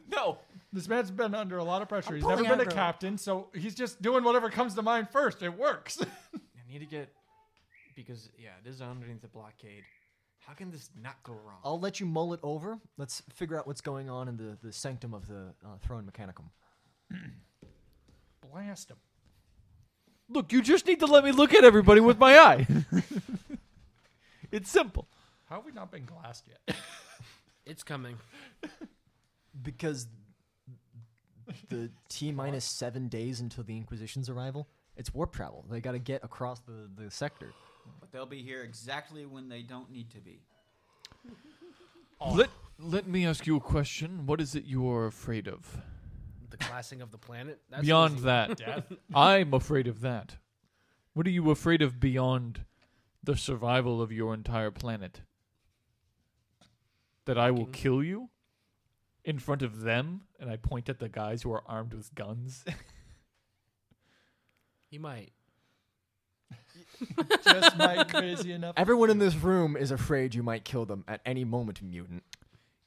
Speaker 3: no.
Speaker 11: This man's been under a lot of pressure. He's never
Speaker 1: pulling
Speaker 11: been a
Speaker 1: out a-
Speaker 11: captain, so he's just doing whatever comes to mind first. It works.
Speaker 2: I need to get because yeah, it is underneath the blockade. How can this not go wrong?
Speaker 1: I'll let you mull it over. Let's figure out what's going on in the, the sanctum of the uh, throne mechanicum.
Speaker 11: Blast him.
Speaker 3: Look, you just need to let me look at everybody with my eye. it's simple.
Speaker 11: How have we not been glassed yet?
Speaker 7: It's coming.
Speaker 1: Because the T minus seven days until the Inquisition's arrival, it's warp travel. They got to get across the, the sector.
Speaker 5: But they'll be here exactly when they don't need to be.
Speaker 2: Oh.
Speaker 3: Let Let me ask you a question. What is it you are afraid of?
Speaker 7: The classing of the planet. That's
Speaker 3: beyond
Speaker 7: easy.
Speaker 3: that, I'm afraid of that. What are you afraid of beyond the survival of your entire planet? That I will kill you in front of them, and I point at the guys who are armed with guns.
Speaker 7: he might.
Speaker 11: Just might crazy enough.
Speaker 1: Everyone in this room is afraid you might kill them at any moment, mutant.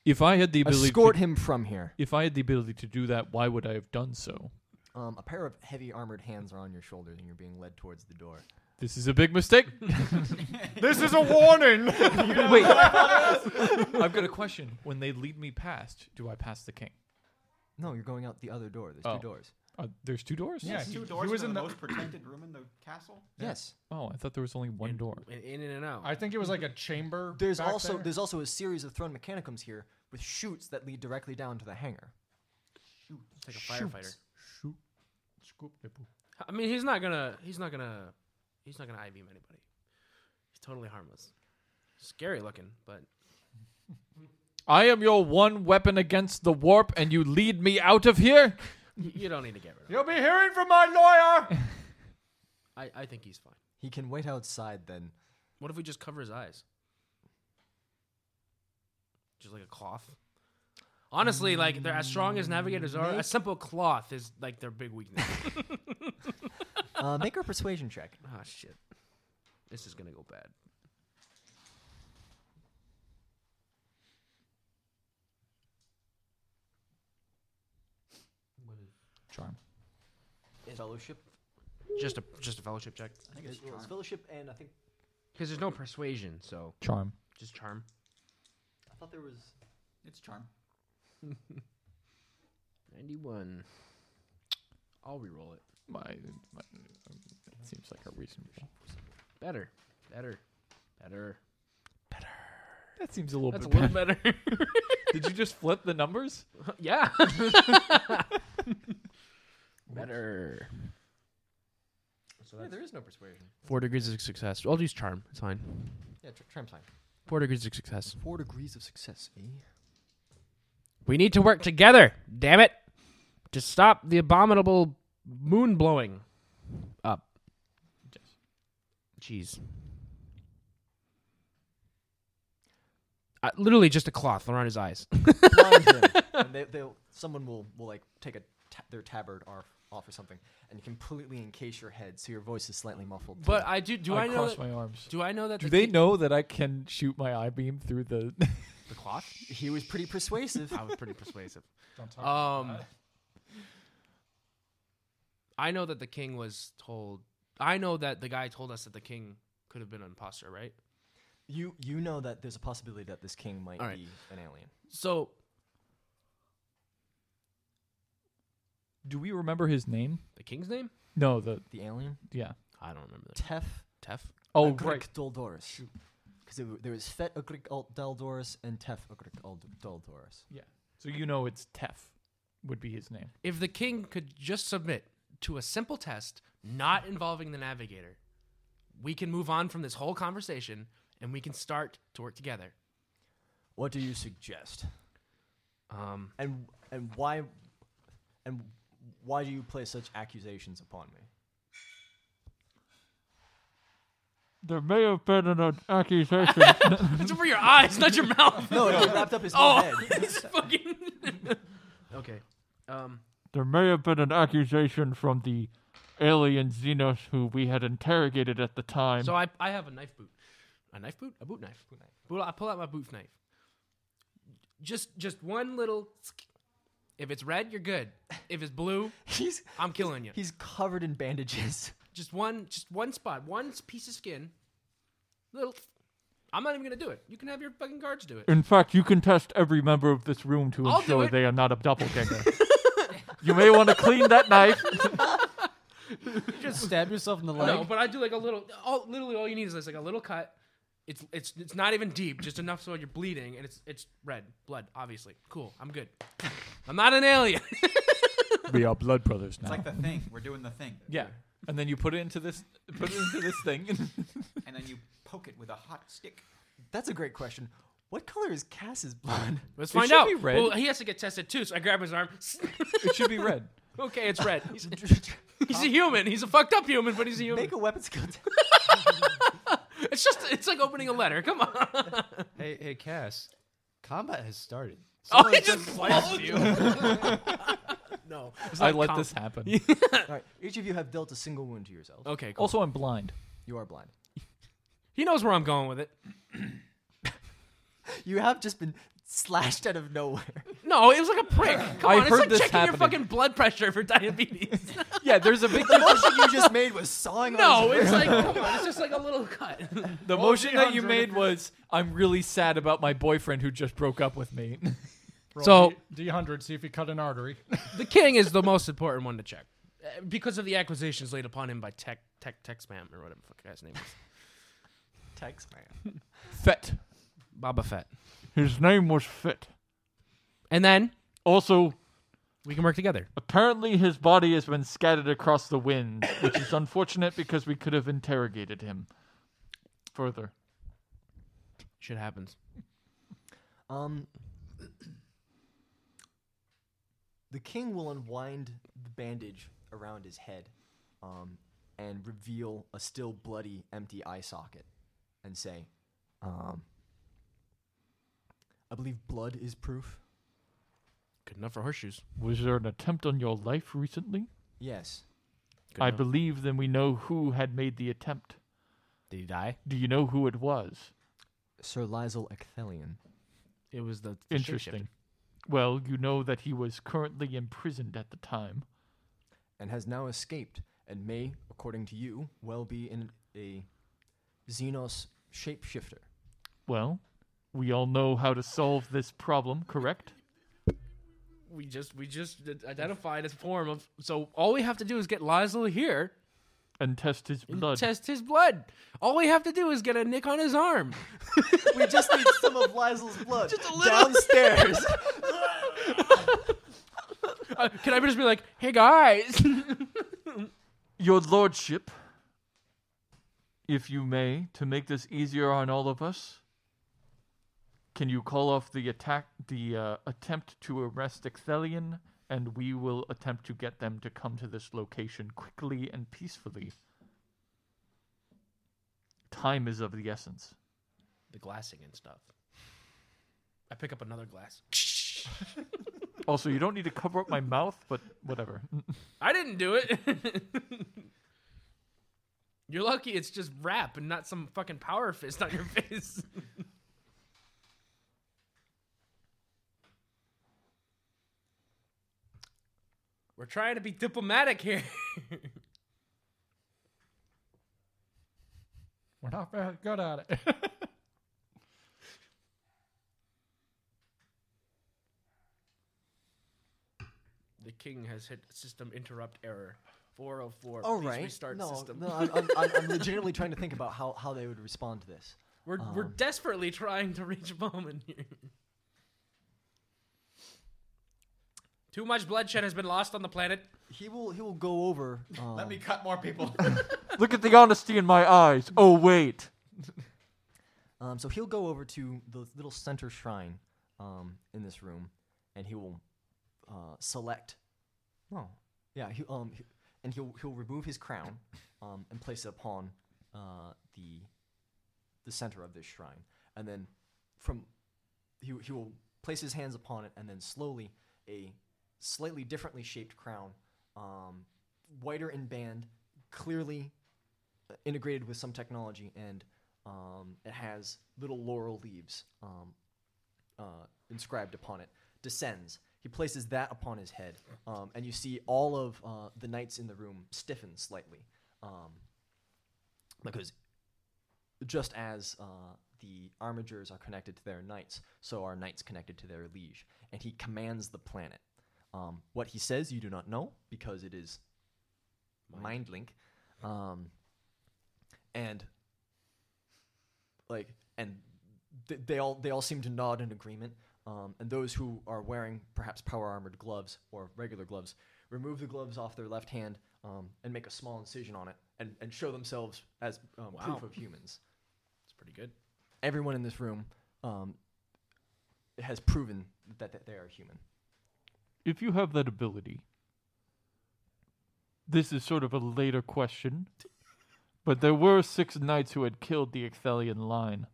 Speaker 3: if I had the ability,
Speaker 1: Escort
Speaker 3: to,
Speaker 1: him from here.
Speaker 3: If I had the ability to do that, why would I have done so?
Speaker 1: Um, a pair of heavy armored hands are on your shoulders, and you're being led towards the door.
Speaker 3: This is a big mistake.
Speaker 11: This is a warning.
Speaker 3: Wait, I've got a question. When they lead me past, do I pass the king?
Speaker 1: No, you're going out the other door. There's
Speaker 3: Oh.
Speaker 1: two doors.
Speaker 3: Uh, there's two doors.
Speaker 11: Yeah,
Speaker 5: Two
Speaker 11: he-
Speaker 5: doors
Speaker 11: he was
Speaker 5: to
Speaker 11: in
Speaker 5: the,
Speaker 11: the-
Speaker 5: most protected room in the castle.
Speaker 1: Yes.
Speaker 3: Oh, I thought there was only one door.
Speaker 7: In, in and out.
Speaker 11: I think it was like a chamber.
Speaker 1: There's
Speaker 11: back
Speaker 1: also
Speaker 11: there.
Speaker 1: there's also a series of throne mechanicums here with chutes that lead directly down to the hangar.
Speaker 7: It's like a firefighter.
Speaker 11: Shoot. Scoop de poop.
Speaker 7: I mean, he's not gonna. He's not gonna. He's not gonna I beam anybody. He's totally harmless. Scary looking, but
Speaker 3: I am your one weapon against the warp, and you lead me out of here?
Speaker 7: y- you don't need to get rid of him.
Speaker 11: You'll be hearing from my lawyer.
Speaker 7: I, I think he's fine.
Speaker 1: He can wait outside then.
Speaker 7: What if we just cover his eyes? Just like a cloth. Honestly, like they're as strong as navigators are. A simple cloth is like their big weakness.
Speaker 1: Uh, make a persuasion check.
Speaker 7: Ah, shit. This is gonna go bad.
Speaker 3: Charm.
Speaker 1: Fellowship.
Speaker 7: Just a just a fellowship check.
Speaker 1: I think it's, fellowship, and I think
Speaker 7: Because there's no persuasion, so
Speaker 3: Charm.
Speaker 7: just charm.
Speaker 1: I thought there was.
Speaker 5: It's charm.
Speaker 7: Ninety-one. I'll reroll it.
Speaker 3: My, my it seems like a reasonable.
Speaker 7: Better, better, better.
Speaker 3: That seems a little
Speaker 7: That's a
Speaker 3: bit.
Speaker 7: little
Speaker 3: bad.
Speaker 7: better.
Speaker 3: Did you just flip the numbers?
Speaker 7: yeah. better. So
Speaker 1: Yeah,
Speaker 7: that's
Speaker 1: there is no persuasion.
Speaker 7: four degrees of success. I'll use charm. It's fine.
Speaker 1: Yeah, tr- tram time.
Speaker 7: Four degrees of success.
Speaker 1: Four degrees of success. Eh?
Speaker 7: We need to work together. Damn it! To stop the abominable moon blowing up. Jeez. Uh, literally just a cloth around his eyes.
Speaker 1: Blind him, and they, they'll someone will will like take a ta- their tabard off off or something, and completely encase your head so your voice is slightly muffled. too.
Speaker 7: But I do. Do I, know?
Speaker 3: cross
Speaker 7: That,
Speaker 3: my arms.
Speaker 7: do I know that?
Speaker 3: Do
Speaker 7: the
Speaker 3: they
Speaker 7: ki-
Speaker 3: know that I can shoot my eye beam through the?
Speaker 7: the cloth?
Speaker 1: he was pretty persuasive.
Speaker 7: I was pretty persuasive.
Speaker 11: Don't talk
Speaker 7: Um,
Speaker 11: about that.
Speaker 7: I know that the king was told. I know that the guy told us that the king could have been an imposter, right?
Speaker 1: you you know that there's a possibility that this king might
Speaker 7: All right.
Speaker 1: be an alien.
Speaker 7: So
Speaker 15: Do we remember his name?
Speaker 7: The king's name?
Speaker 15: No, the
Speaker 1: the alien.
Speaker 15: Yeah,
Speaker 7: I don't remember that.
Speaker 1: Tef.
Speaker 7: Tef.
Speaker 15: Oh,
Speaker 1: Agric
Speaker 15: right.
Speaker 1: Doldoris. Because there was Fet Agric Alt Doldoris and Tef Agric Alt Doldoris.
Speaker 15: Yeah. So you know it's Tef would be his name.
Speaker 7: If the king could just submit to a simple test not involving the navigator, we can move on from this whole conversation and we can start to work together.
Speaker 1: What do you suggest?
Speaker 7: Um,
Speaker 1: and and why and why do you place such accusations upon me?
Speaker 3: There may have been an accusation.
Speaker 7: It's over your eyes, not your mouth.
Speaker 1: No, it wrapped up his
Speaker 7: oh,
Speaker 1: whole head.
Speaker 7: he's fucking. okay. Um,
Speaker 3: There may have been an accusation from the alien Xenos who we had interrogated at the time.
Speaker 7: so I, I have a knife boot, a knife boot, a boot knife. Boot knife. Boot, I pull out my boot knife. Just just one little. If it's red, you're good. If it's blue, I'm killing you.
Speaker 1: He's covered in bandages.
Speaker 7: Just one, just one spot, one piece of skin. Little. I'm not even gonna do it. You can have your fucking guards do it.
Speaker 3: In fact, you can test every member of this room to
Speaker 7: I'll do
Speaker 3: ensure
Speaker 7: it.
Speaker 3: they are not a doppelganger. you may want to clean that knife.
Speaker 9: You just stab yourself in the leg.
Speaker 7: No, but I do like a little. All literally, all you need is this, like a little cut. It's it's it's not even deep, just enough so you're bleeding, and it's it's red blood, obviously. Cool, I'm good. I'm not an alien.
Speaker 15: We are blood brothers
Speaker 5: It's like the thing. We're doing the thing.
Speaker 15: Yeah. And then you put it into this put it into this thing.
Speaker 5: And then you poke it with a hot stick.
Speaker 1: That's a great question. What color is Cass's blood?
Speaker 7: Let's
Speaker 15: It
Speaker 7: find
Speaker 15: should
Speaker 7: out.
Speaker 15: be red.
Speaker 7: Well, he has to get tested too, so I grab his arm.
Speaker 15: it should be red.
Speaker 7: okay, it's red. He's, he's a human. He's a fucked up human, but he's a human.
Speaker 1: Make a weapons skill test.
Speaker 7: It's just it's like opening a letter. Come on.
Speaker 9: Hey, hey, Cass. Combat has started.
Speaker 7: Oh, he just sliced you. no, it's
Speaker 15: I
Speaker 7: not
Speaker 15: let
Speaker 7: com-
Speaker 15: this happen.
Speaker 1: All right, each of you have dealt a single wound to yourself.
Speaker 7: Okay, cool.
Speaker 15: Also I'm blind.
Speaker 1: You are blind.
Speaker 7: he knows where I'm going with it.
Speaker 1: You have just been slashed out of nowhere.
Speaker 7: No, it was like a prick. Come
Speaker 15: I
Speaker 7: on,
Speaker 15: heard
Speaker 7: it's like
Speaker 15: this
Speaker 7: checking
Speaker 15: happening.
Speaker 7: your fucking blood pressure for diabetes.
Speaker 15: Yeah, there's a big
Speaker 1: The motion you just made was sawing on
Speaker 7: no,
Speaker 1: his
Speaker 7: it's like come on, it's just like a little cut.
Speaker 15: the motion that you made was I'm really sad about my boyfriend who just broke up with me.
Speaker 7: So-
Speaker 3: D hundred, see if you cut an artery.
Speaker 7: the king is the most important one to check uh, because of the accusations laid upon him by Tech Tech Texman or whatever the fuck the guy's name is.
Speaker 1: Tex man.
Speaker 15: Fet.
Speaker 7: Boba Fett.
Speaker 3: His name was Fit.
Speaker 7: And then
Speaker 3: Also,
Speaker 7: we can work together.
Speaker 3: apparently his body has been scattered across the wind, which is unfortunate because we could have interrogated him further.
Speaker 7: Shit happens.
Speaker 1: Um, the king will unwind the bandage around his head, um, and reveal a still bloody, empty eye socket, and say, um, "I believe blood is proof."
Speaker 7: Good enough for horseshoes.
Speaker 3: Was there an attempt on your life recently?
Speaker 1: Yes.
Speaker 7: Good
Speaker 3: I
Speaker 7: enough.
Speaker 3: believe then we know who had made the attempt.
Speaker 7: Did he die?
Speaker 3: Do you know who it was?
Speaker 1: Sir Lizel Ecthelion.
Speaker 7: It was the the
Speaker 3: Interesting.
Speaker 7: shapeshifter.
Speaker 3: Well, you know that he was currently imprisoned at the time.
Speaker 1: and has now escaped and may, according to you, well be in a Xenos shapeshifter.
Speaker 3: Well, we all know how to solve this problem, correct?
Speaker 7: We just we just identified his form of so all we have to do is get Lizel here
Speaker 3: And test his
Speaker 7: and
Speaker 3: blood.
Speaker 7: test his blood. All we have to do is get a nick on his arm.
Speaker 1: We just need some of Lizel's blood downstairs.
Speaker 7: Uh, can I just be like, hey guys?
Speaker 3: Your lordship, if you may, to make this easier on all of us, can you call off the attack, the uh, attempt to arrest Ecthelion, and we will attempt to get them to come to this location quickly and peacefully. Time is of the essence.
Speaker 7: the glassing and stuff. I pick up another glass.
Speaker 3: Also, you don't need to cover up my mouth, but whatever.
Speaker 7: I didn't do it. You're lucky it's just rap and not some fucking power fist on your face. We're trying to be diplomatic here.
Speaker 3: We're not very good at it.
Speaker 7: The king has hit system interrupt error. 404.
Speaker 1: All
Speaker 7: please
Speaker 1: right.
Speaker 7: Restart
Speaker 1: no,
Speaker 7: system.
Speaker 1: no, I'm, I'm, I'm I'm legitimately trying to think about how, how they would respond to this.
Speaker 7: We're, we're
Speaker 1: Um,
Speaker 7: desperately trying to reach Bowman here. Too much bloodshed has been lost on the planet.
Speaker 1: He will he will go over.
Speaker 5: Let
Speaker 1: um,
Speaker 5: me cut more people.
Speaker 11: Look at the honesty in my eyes. Oh wait.
Speaker 1: Um, so he'll go over to the little center shrine um, in this room, and he will uh, select. No, yeah, he, um, he- and he'll he'll remove his crown um, and place it upon uh, the the center of this shrine, and then from he he will place his hands upon it, and then slowly a slightly differently shaped crown, um, whiter in band, clearly uh, integrated with some technology, and um, it has little laurel leaves um, uh, inscribed upon it. Descends. He places that upon his head, um, and you see all of uh, the knights in the room stiffen slightly, um, because just as uh, the armigers are connected to their knights, so are knights connected to their liege, and he commands the planet. Um, what he says, you do not know because it is mind link, um, and like, and th- they all they all seem to nod in agreement. Um, and those who are wearing perhaps power armored gloves or regular gloves remove the gloves off their left hand um, and make a small incision on it and, and show themselves as um,
Speaker 7: Wow.
Speaker 1: proof of humans
Speaker 7: It's pretty good.
Speaker 1: everyone in this room um, has proven that, that they are human.
Speaker 11: If you have that ability, this is sort of a later question, but there were six knights who had killed the Ixthalian line.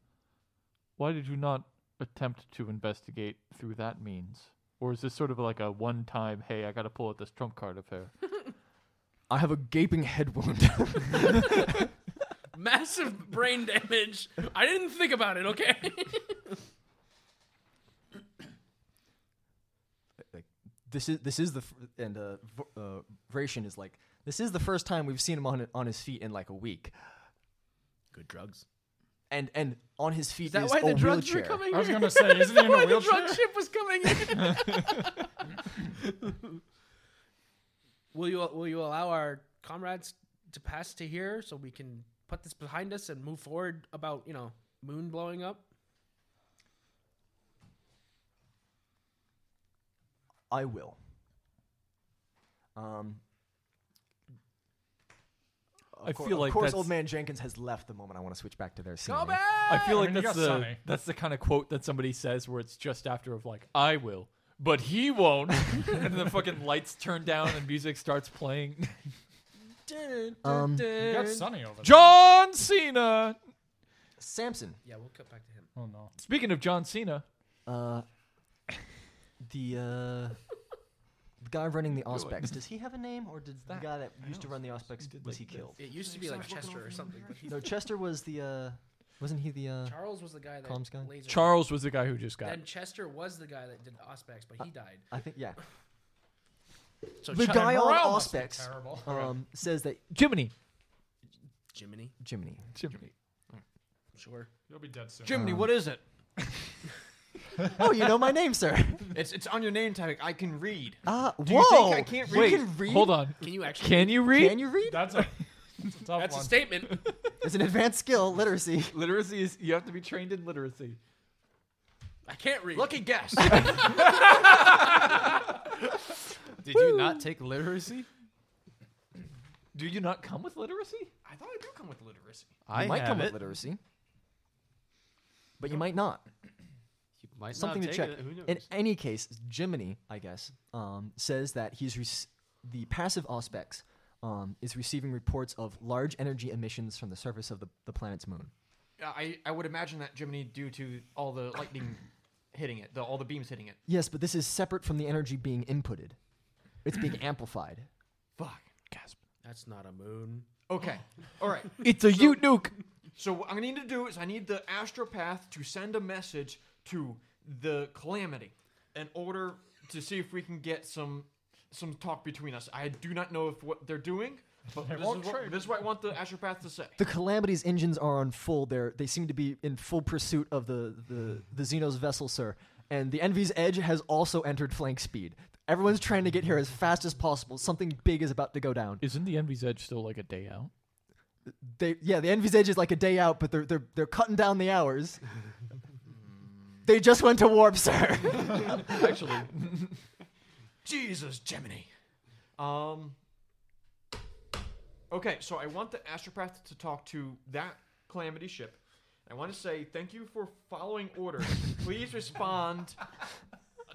Speaker 11: Why did you not attempt to investigate through that means? Or is this sort of like a one time, hey, I gotta pull out this trump card affair?
Speaker 1: I have a gaping head wound.
Speaker 7: Massive brain damage. I didn't think about it, okay?
Speaker 1: like, this is this is the f- and uh, v- uh, Vration is like this is the first time we've seen him on on his feet in like a week.
Speaker 7: Good drugs.
Speaker 1: And and on his feet
Speaker 7: Is that
Speaker 1: is
Speaker 7: why
Speaker 1: a
Speaker 7: the drugs were
Speaker 1: wheelchair.
Speaker 7: coming in?
Speaker 4: isn't
Speaker 7: that
Speaker 4: he in a
Speaker 7: why the drug
Speaker 4: wheelchair?
Speaker 7: ship was coming in? will you will you allow our comrades to pass to here so we can put this behind us and move forward about, you know, moon blowing up?
Speaker 1: I will. Um, of
Speaker 11: I
Speaker 1: cour-
Speaker 11: feel
Speaker 1: of
Speaker 11: like
Speaker 1: course,
Speaker 11: that's-
Speaker 1: old man Jenkins has left the moment I want to switch back to their scene.
Speaker 11: I feel like
Speaker 1: that's
Speaker 11: that's the that's the kind of quote that somebody says where it's just after of like I will, but he won't, and the fucking lights turn down and music starts playing.
Speaker 1: Um,
Speaker 4: You got Sonny over there.
Speaker 11: John Cena.
Speaker 1: Samson.
Speaker 7: Yeah, we'll cut back to him.
Speaker 4: Oh no.
Speaker 11: Speaking of John Cena,
Speaker 1: Uh, the uh, the guy running the Auspex. Does he have a name, or did the guy that used to run the Auspex was he killed?
Speaker 7: It used to be like Chester or something. But he's
Speaker 1: No, Chester was the. Uh, wasn't he the? Uh,
Speaker 7: Charles was the guy that
Speaker 1: comms guy.
Speaker 7: laser-
Speaker 11: Charles was the guy who just got
Speaker 7: Then Chester was the guy that did the Auspex, but he died.
Speaker 1: I think yeah.
Speaker 7: So
Speaker 1: the
Speaker 7: Chuck-
Speaker 1: guy on
Speaker 7: Morale must be
Speaker 1: Auspex
Speaker 7: terrible.
Speaker 1: um, says that
Speaker 11: Jiminy,
Speaker 7: Jiminy,
Speaker 1: Jiminy,
Speaker 11: Jiminy.
Speaker 7: sure.
Speaker 4: You'll be dead soon.
Speaker 2: Jiminy,
Speaker 1: Um,
Speaker 11: Uh-huh.
Speaker 2: what is it?
Speaker 1: oh, you know my name, sir.
Speaker 2: It's it's on your name tag. I can read.
Speaker 1: Ah,
Speaker 2: Do you
Speaker 1: whoa!
Speaker 2: think I can't
Speaker 1: You
Speaker 2: read?
Speaker 1: can read?
Speaker 11: Hold on.
Speaker 7: Can you actually?
Speaker 11: Can you read?
Speaker 1: Can you read?
Speaker 4: That's a, that's a tough
Speaker 7: That's a
Speaker 4: one.
Speaker 7: statement.
Speaker 1: It's an advanced skill, literacy.
Speaker 11: literacy is you have to be trained in literacy.
Speaker 7: I can't read.
Speaker 2: Lucky guess.
Speaker 6: Did you not take literacy?
Speaker 11: Do you not come with literacy?
Speaker 2: I thought I do come with literacy.
Speaker 6: I
Speaker 1: you might
Speaker 6: have
Speaker 1: come
Speaker 6: it.
Speaker 1: with literacy, but you might not.
Speaker 6: You might not
Speaker 1: something to
Speaker 6: take
Speaker 1: check.
Speaker 6: it, Who knows?
Speaker 1: In any case, Jiminy, I guess, um, says that he's rec- the passive Auspex um, is receiving reports of large energy emissions from the surface of the, the planet's moon.
Speaker 2: I, I would imagine that Jiminy, due to all the lightning hitting it, the, all the beams hitting it.
Speaker 1: Yes, but this is separate from the energy being inputted. It's being amplified.
Speaker 2: Fuck.
Speaker 7: That's not a moon.
Speaker 2: Okay. All right.
Speaker 11: It's a Ute nuke.
Speaker 2: So what I'm gonna need to do is I need the astropath to send a message to the calamity in order to see if we can get some some talk between us. I do not know if what they're doing, but this is,
Speaker 4: won't
Speaker 2: what,
Speaker 4: trade.
Speaker 2: this is what I want the astropath to say.
Speaker 1: The Calamity's engines are on full. They're, they seem to be in full pursuit of the, the, the Xeno's vessel, sir, And the Envy's Edge has also entered flank speed. Everyone's trying to get here as fast as possible. Something big is about to go down.
Speaker 16: Isn't the Envy's Edge still like a day out?
Speaker 1: They yeah, the Envy's Edge is like a day out, but they're they're they're cutting down the hours. they just went to warp, sir.
Speaker 2: Actually, Jesus Gemini. Um. Okay, so I want the astropath to talk to that calamity ship. I want to say thank you for following orders. Please respond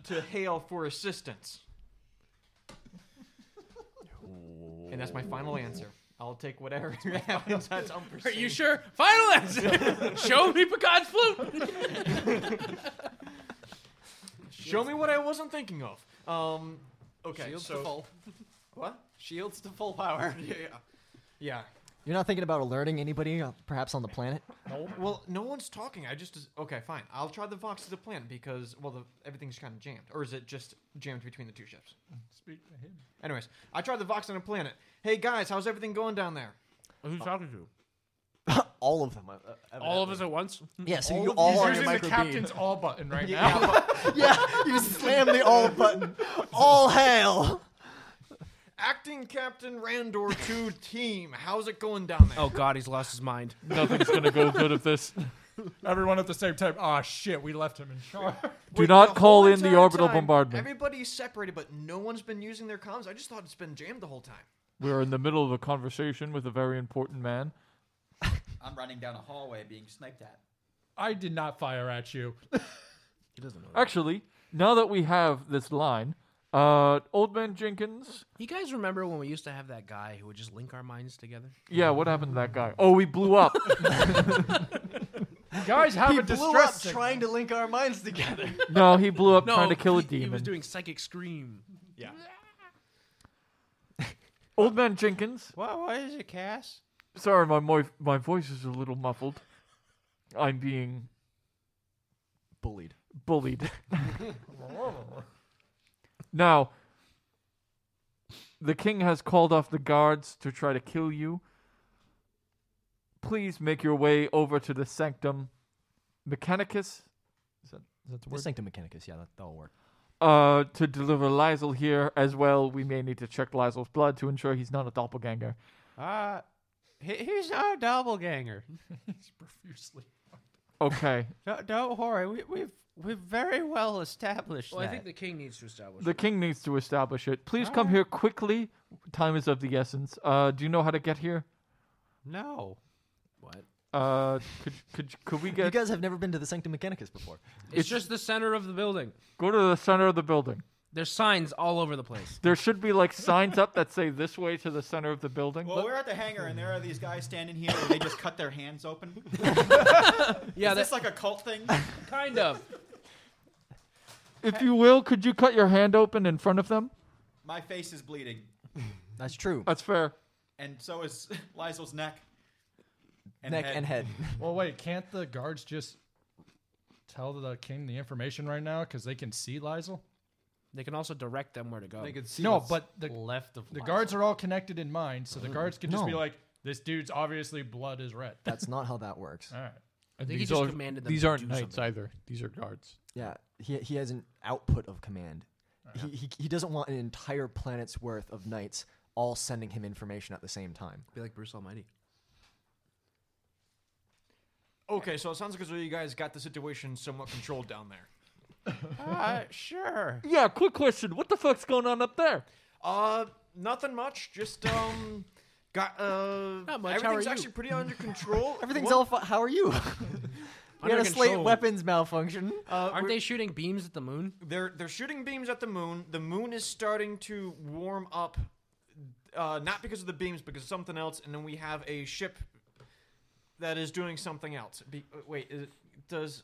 Speaker 2: to hail for assistance. And that's my final answer. I'll take whatever happens. That's
Speaker 7: Are you sure? Final answer. Show me Picard's flute.
Speaker 2: Show me what I wasn't thinking of. Um, okay,
Speaker 17: Shields
Speaker 2: so
Speaker 17: to full.
Speaker 2: what?
Speaker 17: Shields to full power.
Speaker 2: yeah, yeah.
Speaker 1: You're not thinking about alerting anybody, uh, perhaps on the planet.
Speaker 2: No, well, no one's talking. I just okay, fine. I'll try the Vox to the plan because well, the, everything's kind of jammed, or is it just jammed between the two ships?
Speaker 4: Speak to him.
Speaker 2: Anyways, I tried the Vox on a planet. Hey guys, how's everything going down there?
Speaker 7: Who's talking to?
Speaker 1: all of them. uh,
Speaker 7: All of us at once?
Speaker 1: Yeah, so
Speaker 7: All
Speaker 1: you
Speaker 7: of
Speaker 1: all
Speaker 7: these
Speaker 1: are your
Speaker 7: using the
Speaker 1: micro
Speaker 7: captain's
Speaker 1: beam.
Speaker 16: all button right
Speaker 1: yeah. yeah, you slam the all button. All hail.
Speaker 2: Acting Captain Randor to team. How's it going down there?
Speaker 7: Oh God, he's lost his mind.
Speaker 3: Nothing's gonna go good if this.
Speaker 4: Everyone at the same time. Ah, shit. We left him in charge.
Speaker 3: Do not call
Speaker 2: whole
Speaker 3: in the
Speaker 2: entire
Speaker 3: orbital
Speaker 2: time,
Speaker 3: bombardment.
Speaker 2: Everybody's separated, but no one's been using their comms. I just thought it's been jammed the whole time.
Speaker 3: We are in the middle of a conversation with a very important man.
Speaker 5: I'm running down a hallway being sniped at.
Speaker 4: I did not fire at you.
Speaker 1: He doesn't know.
Speaker 3: Actually, now that we have this line, uh, old man Jenkins.
Speaker 7: You guys remember when we used to have that guy who would just link our minds together?
Speaker 3: Yeah, what happened to that guy? Oh, he blew up.
Speaker 4: guys have
Speaker 1: he blew
Speaker 4: a
Speaker 1: up
Speaker 4: distress signal.
Speaker 1: trying to link our minds together.
Speaker 3: no, he blew up
Speaker 7: No,
Speaker 3: trying to kill a
Speaker 7: he,
Speaker 3: demon.
Speaker 7: He was doing psychic scream.
Speaker 2: Yeah.
Speaker 3: old man Jenkins.
Speaker 9: What? What is it, Cass?
Speaker 3: Sorry, my moi- my voice is a little muffled. I'm being
Speaker 1: Bullied.
Speaker 3: bullied. now, the king has called off the guards to try to kill you. Please make your way over to the sanctum mechanicus
Speaker 1: The Sanctum Mechanicus, yeah, that, that'll work.
Speaker 3: uh, to deliver Lysel here as well. We may need to check Lysel's blood to ensure he's not a doppelganger.
Speaker 9: Uh, he, he's not a doppelganger.
Speaker 4: He's profusely.
Speaker 3: Okay.
Speaker 9: Don't, don't worry. We, we've we've very well established
Speaker 7: Well, I
Speaker 9: that.
Speaker 7: think the king needs to establish.
Speaker 3: the king needs to establish it. Please come here quickly. Time is of the essence. Uh, do you know how to get here?
Speaker 9: no.
Speaker 3: Uh, could could could we
Speaker 1: You
Speaker 3: get
Speaker 1: guys have never been to the Sanctum Mechanicus before.
Speaker 7: It's, just the center of the building.
Speaker 3: go to the center of the building?
Speaker 7: There's signs all over the place.
Speaker 3: There should be like signs up that say this way to the center of the building.
Speaker 5: Well, we're at the hangar, and there are these guys standing here, and they just cut their hands open.
Speaker 7: Yeah,
Speaker 5: is
Speaker 7: that's
Speaker 5: this like a cult thing?
Speaker 7: kind of.
Speaker 3: If you will, could you cut your hand open in front of them?
Speaker 5: My face is bleeding,
Speaker 1: That's true.
Speaker 3: That's fair.
Speaker 5: and so is Lysel's neck.
Speaker 1: Neck and head.
Speaker 4: Well, wait. Can't the guards just tell the king the information right now because they can see Lizel?
Speaker 7: They can also direct them where to go.
Speaker 17: They could see
Speaker 4: No,
Speaker 17: what's
Speaker 4: but the-
Speaker 17: left of
Speaker 4: The guards are all connected in mind, so the guards can just be
Speaker 1: No.
Speaker 4: like, "This dude's obviously blood is red."
Speaker 1: That's not how that works.
Speaker 4: All right.
Speaker 16: And
Speaker 7: think he
Speaker 16: these
Speaker 7: just
Speaker 16: are,
Speaker 7: commanded them
Speaker 16: these
Speaker 7: to
Speaker 16: aren't
Speaker 7: do
Speaker 16: knights
Speaker 7: something.
Speaker 16: either. These are guards.
Speaker 1: Yeah, he, he has an output of command. He, he, he doesn't want an entire planet's worth of knights all sending him information at the same time.
Speaker 7: Be like Bruce Almighty.
Speaker 2: Okay, so it sounds like as though you guys got the situation somewhat controlled down there.
Speaker 9: Uh, sure.
Speaker 3: Yeah. Quick question. What the fuck's going on up there?
Speaker 2: Uh, nothing much. Just um, got uh,
Speaker 7: Not much, how are
Speaker 2: Everything's
Speaker 7: you?
Speaker 2: actually pretty under control.
Speaker 1: Everything's
Speaker 2: One-
Speaker 1: all fu- How are you? we had
Speaker 7: Under
Speaker 1: a slate
Speaker 7: control.
Speaker 1: weapons malfunction.
Speaker 2: Uh,
Speaker 7: Aren't
Speaker 2: we're-
Speaker 7: they shooting beams at the moon?
Speaker 2: They're they're shooting beams at the moon. The moon is starting to warm up, uh, not because of the beams, because of something else. And then we have a ship that is doing something else. Be- uh, wait, is, does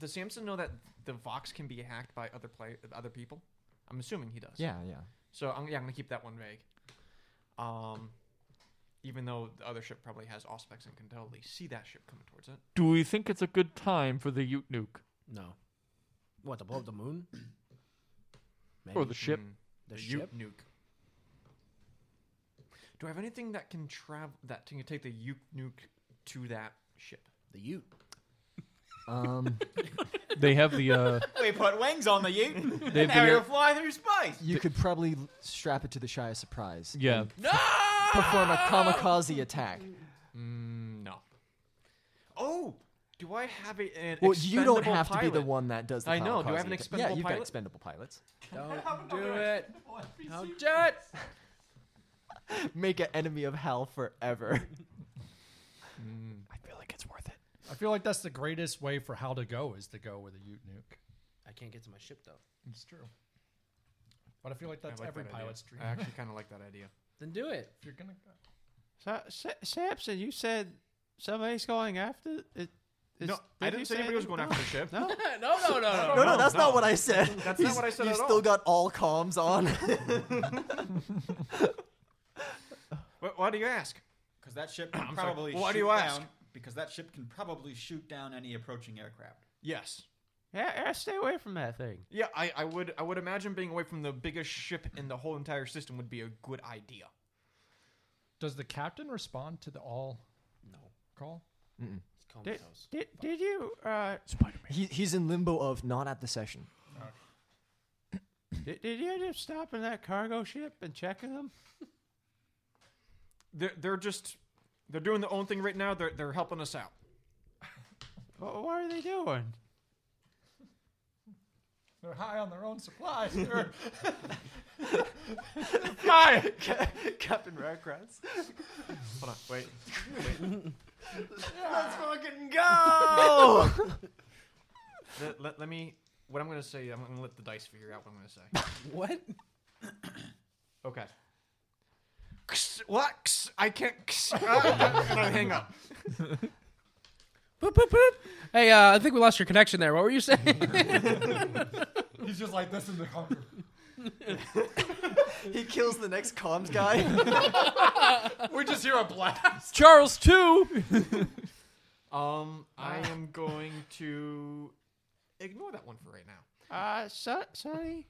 Speaker 2: does Samson know that the Vox can be hacked by other play other people? I'm assuming he does.
Speaker 1: Yeah, yeah.
Speaker 2: So I'm, yeah, I'm gonna keep that one vague. Um, even though the other ship probably has aspects and can totally see that ship coming towards it.
Speaker 3: Do we think it's a good time for the Ute nuke
Speaker 7: No. What to blow up the moon? Maybe.
Speaker 3: or the ship?
Speaker 2: Mm.
Speaker 7: The
Speaker 2: The
Speaker 7: ship?
Speaker 2: Ute nuke. Do I have anything that can travel that can take the Ute nuke to that ship?
Speaker 7: the Ute.
Speaker 1: Um,
Speaker 3: They have the uh,
Speaker 5: We put wings on the Ute. and
Speaker 3: They've
Speaker 5: now
Speaker 3: been-
Speaker 5: you'll fly through space.
Speaker 1: You could probably l- strap it to the Shy of Surprise.
Speaker 3: Yeah.
Speaker 1: and f- Perform a kamikaze attack.
Speaker 2: Mm, no. Oh, do I have a, an
Speaker 1: Well, you don't
Speaker 2: expendable
Speaker 1: have to be the
Speaker 2: pilot?
Speaker 1: one that does the
Speaker 2: I know. Do I
Speaker 1: kamikaze
Speaker 2: have an
Speaker 1: atta-
Speaker 2: expendable
Speaker 1: Yeah, you've
Speaker 2: pilot?
Speaker 1: got expendable pilots.
Speaker 7: Don't
Speaker 3: Oh,
Speaker 7: do it. Don't do it.
Speaker 1: Make an enemy of hell forever.
Speaker 2: Mm,
Speaker 4: I feel like it's worth it. I feel like that's the greatest way for how to go is to go with a Ute nuke.
Speaker 7: I can't get to my ship though.
Speaker 4: It's true. But I feel like
Speaker 2: I
Speaker 4: that's
Speaker 2: like
Speaker 4: every
Speaker 2: that idea.
Speaker 4: pilot's dream.
Speaker 2: I actually kind of like that idea.
Speaker 7: Then do it.
Speaker 4: If you're gonna
Speaker 9: Sa- Sa- Samson, you said somebody's going after it. is-
Speaker 2: No, I
Speaker 9: did
Speaker 2: didn't
Speaker 9: you
Speaker 2: say anybody was going
Speaker 9: no?
Speaker 2: after the ship.
Speaker 9: No,
Speaker 7: no, no, no,
Speaker 1: No, no, that's not what I said.
Speaker 2: That's
Speaker 1: You
Speaker 2: not
Speaker 1: s-
Speaker 2: what I said
Speaker 1: You
Speaker 2: at
Speaker 1: still
Speaker 2: all.
Speaker 1: got all comms on.
Speaker 2: Wh- Why do you ask?
Speaker 5: Because that ship can
Speaker 2: I'm sorry.
Speaker 5: probably
Speaker 2: Why
Speaker 5: shoot
Speaker 2: do you ask?
Speaker 5: down. Because that ship can probably shoot down any approaching aircraft.
Speaker 2: Yes.
Speaker 9: Yeah, yeah, stay away from that thing.
Speaker 2: Yeah, I, I would I would imagine being away from the biggest ship in the whole entire system would be a good idea.
Speaker 4: Does the captain respond to the all
Speaker 7: No.
Speaker 4: call?
Speaker 7: It's called
Speaker 9: Did, did, did you uh,
Speaker 1: he, he's in limbo of not at the session.
Speaker 9: did, did you end up stopping that cargo ship and checking them?
Speaker 2: They're they're just they're doing their own thing right now. They're they're helping us out.
Speaker 9: What, what are they doing?
Speaker 4: They're high on their own supplies. They're-
Speaker 1: Captain Ragratz.
Speaker 2: Hold on, wait.
Speaker 1: Let's fucking go!
Speaker 2: Let, let, let me. What I'm gonna say, I'm gonna let the dice figure out what I'm gonna say.
Speaker 7: What?
Speaker 2: Okay. Kss, What? Kss, I can't. kss, ah, and I hang up.
Speaker 7: Boop boop boop. Hey, uh, I think we lost your connection there. What were you saying?
Speaker 4: He's just like this in the comfort.
Speaker 1: he kills the next comms guy.
Speaker 4: We just hear a blast.
Speaker 3: Charles two.
Speaker 2: Um,
Speaker 9: Ah.
Speaker 2: I am going to ignore that one for right now.
Speaker 9: Uh, son, Sonny,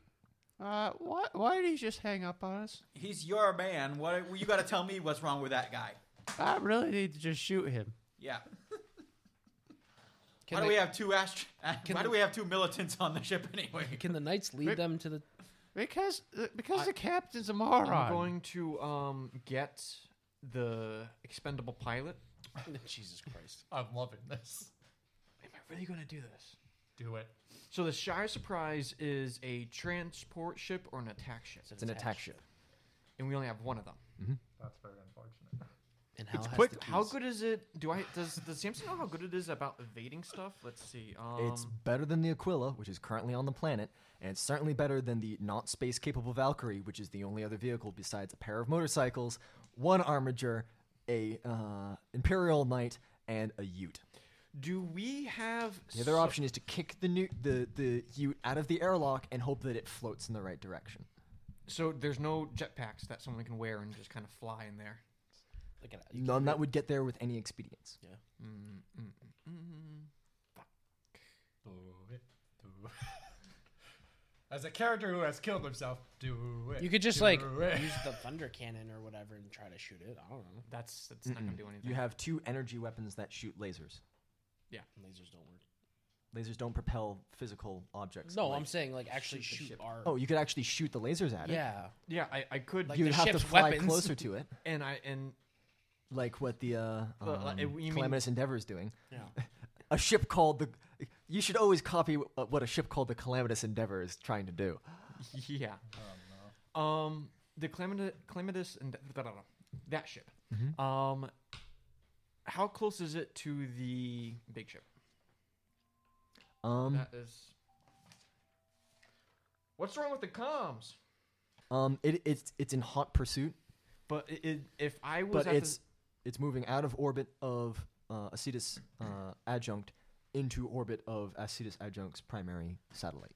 Speaker 9: uh, why, why did he just hang up on us?
Speaker 5: He's your man. What you got to tell me what's wrong with that guy?
Speaker 9: I really need to just shoot him.
Speaker 5: Yeah.
Speaker 7: Can
Speaker 5: why
Speaker 7: they-
Speaker 5: do we have two ast-
Speaker 7: can
Speaker 5: Why
Speaker 7: they-
Speaker 5: do we have two militants on the ship anyway?
Speaker 7: Can the knights lead
Speaker 9: Wait.
Speaker 7: them to the?
Speaker 9: Because uh, because
Speaker 2: I-
Speaker 9: the captain's a moron.
Speaker 2: I'm going to um get the expendable pilot.
Speaker 7: Jesus Christ!
Speaker 4: I'm loving this.
Speaker 2: Am I really gonna do this?
Speaker 4: Do it.
Speaker 2: So the Shire Surprise is a transport ship or an attack ship,
Speaker 1: it's an attack ship.
Speaker 2: and we only have one of them.
Speaker 4: That's very unfortunate.
Speaker 7: And how
Speaker 2: it's
Speaker 7: has
Speaker 2: quick.
Speaker 7: the
Speaker 2: How
Speaker 7: keys?
Speaker 2: good is it? Do I does does Samson know how good it is about evading stuff? Let's see. Um,
Speaker 1: It's better than the Aquila, which is currently on the planet, and it's certainly better than the not space capable Valkyrie, which is the only other vehicle besides a pair of motorcycles, one armiger, a uh, Imperial Knight, and a Ute.
Speaker 2: do we have
Speaker 1: The other option is to kick the nu- the the Ute out of the airlock and hope that it floats in the right direction.
Speaker 2: So there's no jetpacks that someone can wear and just kind of fly in there.
Speaker 7: Look at that. uh, You
Speaker 1: None that would get there with any expedience.
Speaker 4: Mm, Do it. Do it. As a character who has killed himself, do it.
Speaker 7: You could just
Speaker 4: do
Speaker 7: like
Speaker 4: it.
Speaker 7: use the thunder cannon or whatever and try to shoot it. I don't know.
Speaker 2: That's that's not gonna do anything.
Speaker 1: You have two energy weapons that shoot lasers.
Speaker 7: Lasers don't work.
Speaker 1: Lasers don't propel physical objects.
Speaker 7: No,
Speaker 1: like-
Speaker 7: I'm saying like actually shoot, our.
Speaker 1: Oh, you could actually shoot the lasers at it.
Speaker 7: yeah.
Speaker 2: yeah, I, I could
Speaker 7: Like
Speaker 1: you would
Speaker 7: the
Speaker 1: have to
Speaker 7: ship's
Speaker 1: fly
Speaker 7: weapons.
Speaker 1: closer to it,
Speaker 2: and I and
Speaker 1: like what the uh,
Speaker 2: Well,
Speaker 1: um,
Speaker 2: like, you mean-
Speaker 1: Calamitous Endeavor is doing.
Speaker 7: Yeah.
Speaker 1: A ship called the. You should always copy uh, what a ship called the Calamitous Endeavor is trying to do.
Speaker 2: yeah.
Speaker 4: Oh,
Speaker 2: Um, the Clamida- Calamitous and da- da- da- da- that ship.
Speaker 1: Mm-hmm.
Speaker 2: Um, how close is it to the big ship?
Speaker 1: Um,
Speaker 2: That is. What's wrong with the comms?
Speaker 1: um, it, it's it's in hot pursuit,
Speaker 2: But i i if I was
Speaker 1: but
Speaker 2: at
Speaker 1: it's it's moving out of orbit of uh, Acetus uh, Adjunct into orbit of Acetus Adjunct's primary satellite.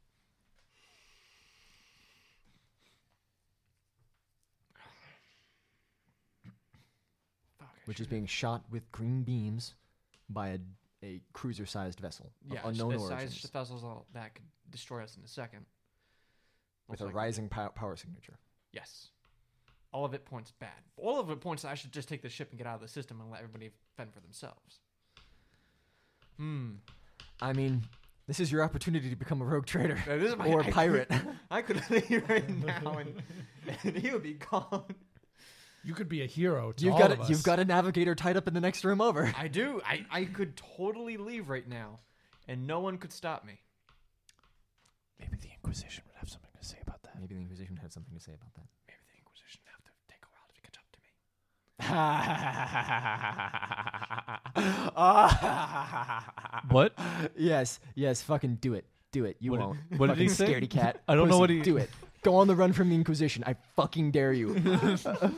Speaker 2: the, Fuck, I
Speaker 1: which is
Speaker 2: should've-
Speaker 1: being shot with green beams by a, a cruiser-sized vessel
Speaker 2: yeah,
Speaker 1: of unknown
Speaker 2: the
Speaker 1: origins,
Speaker 2: size of vessels all- that could destroy us in a second.
Speaker 1: with
Speaker 2: Most
Speaker 1: a
Speaker 2: likely.
Speaker 1: rising pow- power signature.
Speaker 2: Yes, all of it points bad. All of it points. that I should just take the ship and get out of the system and let everybody fend for themselves. Hmm.
Speaker 1: I mean, this is your opportunity to become a rogue trader
Speaker 2: Now, this is my-
Speaker 1: or
Speaker 2: I could-
Speaker 1: pirate.
Speaker 2: I could leave right now, and, and he would be gone.
Speaker 4: You could be a
Speaker 3: Oh,
Speaker 4: hero to
Speaker 1: you've
Speaker 4: all
Speaker 1: got
Speaker 4: of
Speaker 1: a,
Speaker 4: us.
Speaker 1: you've got a navigator tied up in the next room over.
Speaker 2: I do. I, I could totally leave right now, and no one could stop me.
Speaker 1: Maybe the Inquisition would have something to say about that. Maybe the Inquisition would have something to say about that.
Speaker 2: Maybe the Inquisition would have to take a while to catch up to me.
Speaker 1: Ah.
Speaker 3: What?
Speaker 1: Yes, yes, fucking do it. Do it. You
Speaker 3: What did-
Speaker 1: won't.
Speaker 3: what did he
Speaker 1: fucking
Speaker 3: say?
Speaker 1: scaredy cat.
Speaker 3: I don't know what
Speaker 1: Pussy,
Speaker 3: he-
Speaker 1: Do it. Go on the run from the Inquisition. I fucking dare you.